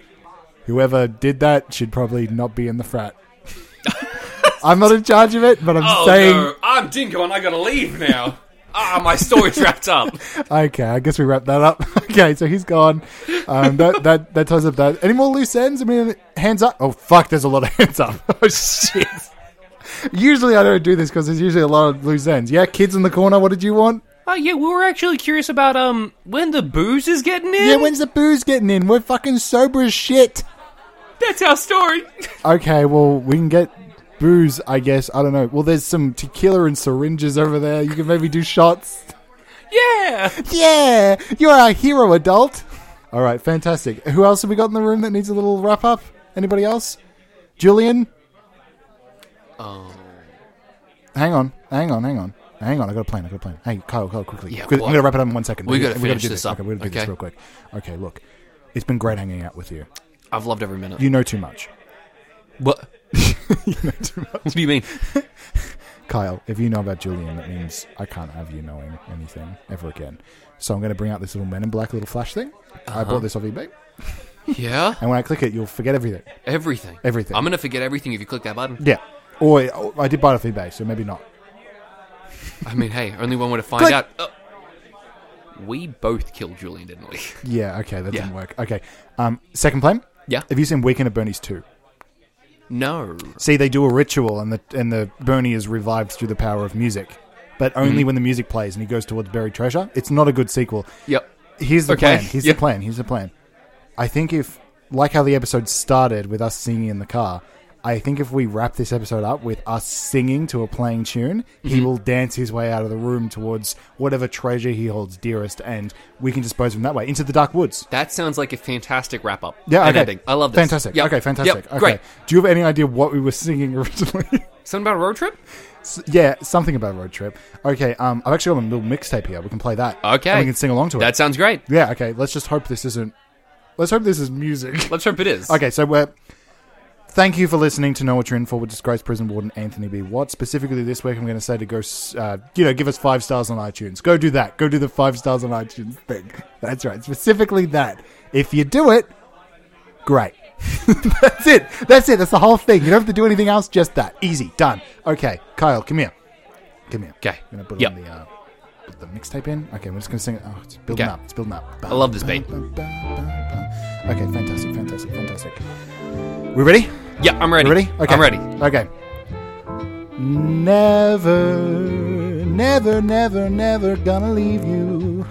S1: whoever did that should probably not be in the frat. I'm not in charge of it, but I'm
S2: Oh
S1: saying
S2: no, I'm Dingo and I gotta leave now. ah, my story's wrapped up.
S1: okay. I guess we wrap that up. okay, so he's gone. Um, that that that ties up that. Any more loose ends? I mean, hands up. Oh fuck, there's a lot of hands up. Oh shit. Usually I don't do this because there's usually a lot of loose ends. Yeah, kids in the corner. What did you want?
S3: Oh, yeah, we were actually curious about um when the booze is getting in.
S1: Yeah, when's the booze getting in? We're fucking sober as shit.
S3: That's our story.
S1: Okay, well we can get booze. I guess I don't know. Well, there's some tequila and syringes over there. You can maybe do shots.
S3: Yeah.
S1: Yeah, you're our hero, adult. All right, fantastic. Who else have we got in the room that needs a little wrap up? Anybody else? Julian?
S3: Um,
S1: Oh. Hang on, hang on, hang on. Hang on, I got a plan. I got a plan. Hey, Kyle, Kyle, quickly.
S3: Yeah,
S1: Quick- I'm
S3: what?
S1: going to wrap it up in one second.
S3: We gotta
S1: do
S3: finish
S1: this.
S3: this up,
S1: Okay, we're going to do this
S3: okay?
S1: real quick. Okay, look. It's been great hanging out with you.
S3: I've loved every minute.
S1: You know too much.
S3: What? What do you mean?
S1: Kyle, if you know about Julian, that means I can't have you knowing anything ever again. So I'm going to bring out this little Men in Black little flash thing. I
S3: Uh-huh.
S1: bought this off eBay.
S3: Yeah,
S1: And when I click it, you'll forget everything.
S3: everything.
S1: Everything.
S3: I'm gonna forget everything if you click that button.
S1: Yeah. Or oh, I did buy it off eBay, so maybe not.
S3: I mean, hey, only one way to find
S1: Click.
S3: out. Oh. We both killed Julian, didn't we?
S1: Yeah, okay, that didn't
S3: Yeah.
S1: work. Okay. Um, second plan?
S3: Yeah.
S1: Have you seen Weekend at Bernie's 2?
S3: No.
S1: See, they do a ritual and the and the Bernie is revived through the power of music. But only when the music plays and he goes towards buried treasure. It's not a good sequel.
S3: Yep.
S1: Here's the
S3: Okay.
S1: plan. Here's
S3: Yeah.
S1: the plan. Here's the plan. I think if like how the episode started with us singing in the car, I think if we wrap this episode up with us singing to a playing tune, he
S3: Mm-hmm.
S1: will dance his way out of the room towards whatever treasure he holds dearest, and we can dispose of him that way into the dark woods.
S3: That sounds like a fantastic wrap up.
S1: Yeah,
S3: And
S1: okay.
S3: ending. I love this.
S1: Fantastic.
S3: Yep.
S1: Okay, fantastic.
S3: Yep.
S1: Okay.
S3: Great.
S1: Do you have any idea what we were singing originally?
S3: Something about a road trip?
S1: S- yeah, something about a road trip. Okay, um, I've actually got a little mixtape here. We can play that.
S3: Okay.
S1: And we can sing along to it.
S3: That sounds great.
S1: yeah. Okay. Let's just hope this isn't. Let's hope this is music.
S3: Let's hope it is.
S1: Okay, so we're. Thank you for listening to Know What You're In For with disgraced prison warden Anthony B. Watt. Specifically this week, I'm going to say to go, s- uh, you know, give us five stars on iTunes. Go do that. Go do the five stars on iTunes thing. That's right. Specifically that. If you do it, great. That's it. That's it. That's the whole thing. You don't have to do anything else. Just that. Easy. Done. Okay, Kyle, come here. Come here.
S3: Okay.
S1: I'm going to put
S3: Yep.
S1: on the, uh, put the mixtape in. Okay, we're just going to sing it. Oh, it's building
S3: Okay.
S1: up. It's building up.
S3: I love this beat.
S1: Okay, fantastic, fantastic, fantastic. We ready?
S3: Yeah, I'm ready.
S1: You ready?
S3: I'm ready.
S1: Okay. Never, never, never, never gonna leave you,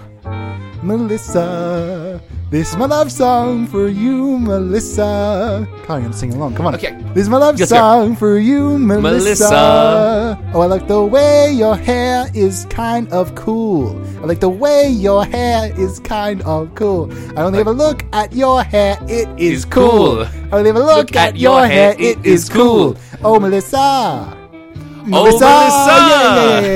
S1: Melissa. This is my love song for you, Melissa. Can't even sing along. Come on.
S3: Okay.
S1: This is my love
S3: Yes, sir.
S1: song for you, Melissa.
S3: Melissa.
S1: Oh, I like the way your hair is kind of cool. I like the way your hair is kind of cool. I only ever look at your hair, it is
S3: Is
S1: cool.
S3: cool.
S1: I only ever look, at, your hair, it is cool. Oh, Melissa.
S3: Oh, Melissa!
S1: Yeah, yeah, yeah,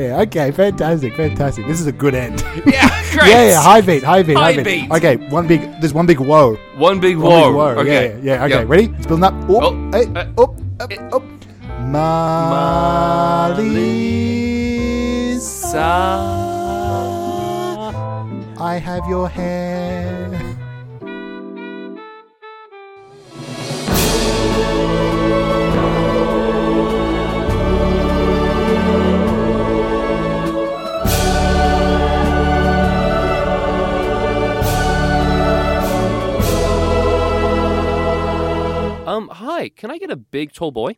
S1: yeah, yeah. Okay, fantastic, fantastic. This is a good end.
S3: Yeah, great.
S1: Yeah, yeah, high beat, high beat, high,
S3: High
S1: beat.
S3: beat.
S1: Okay, one big. There's one big whoa.
S3: One big
S1: One
S3: whoa.
S1: big whoa.
S3: Okay.
S1: Yeah, yeah. yeah. Okay,
S3: Yep.
S1: ready? It's building up. Oh,
S3: Oh,
S1: hey,
S3: uh,
S1: oh, up, up. Melissa,
S3: Sa-
S1: I have your hair.
S3: Um, hi. Can I get a big tall boy?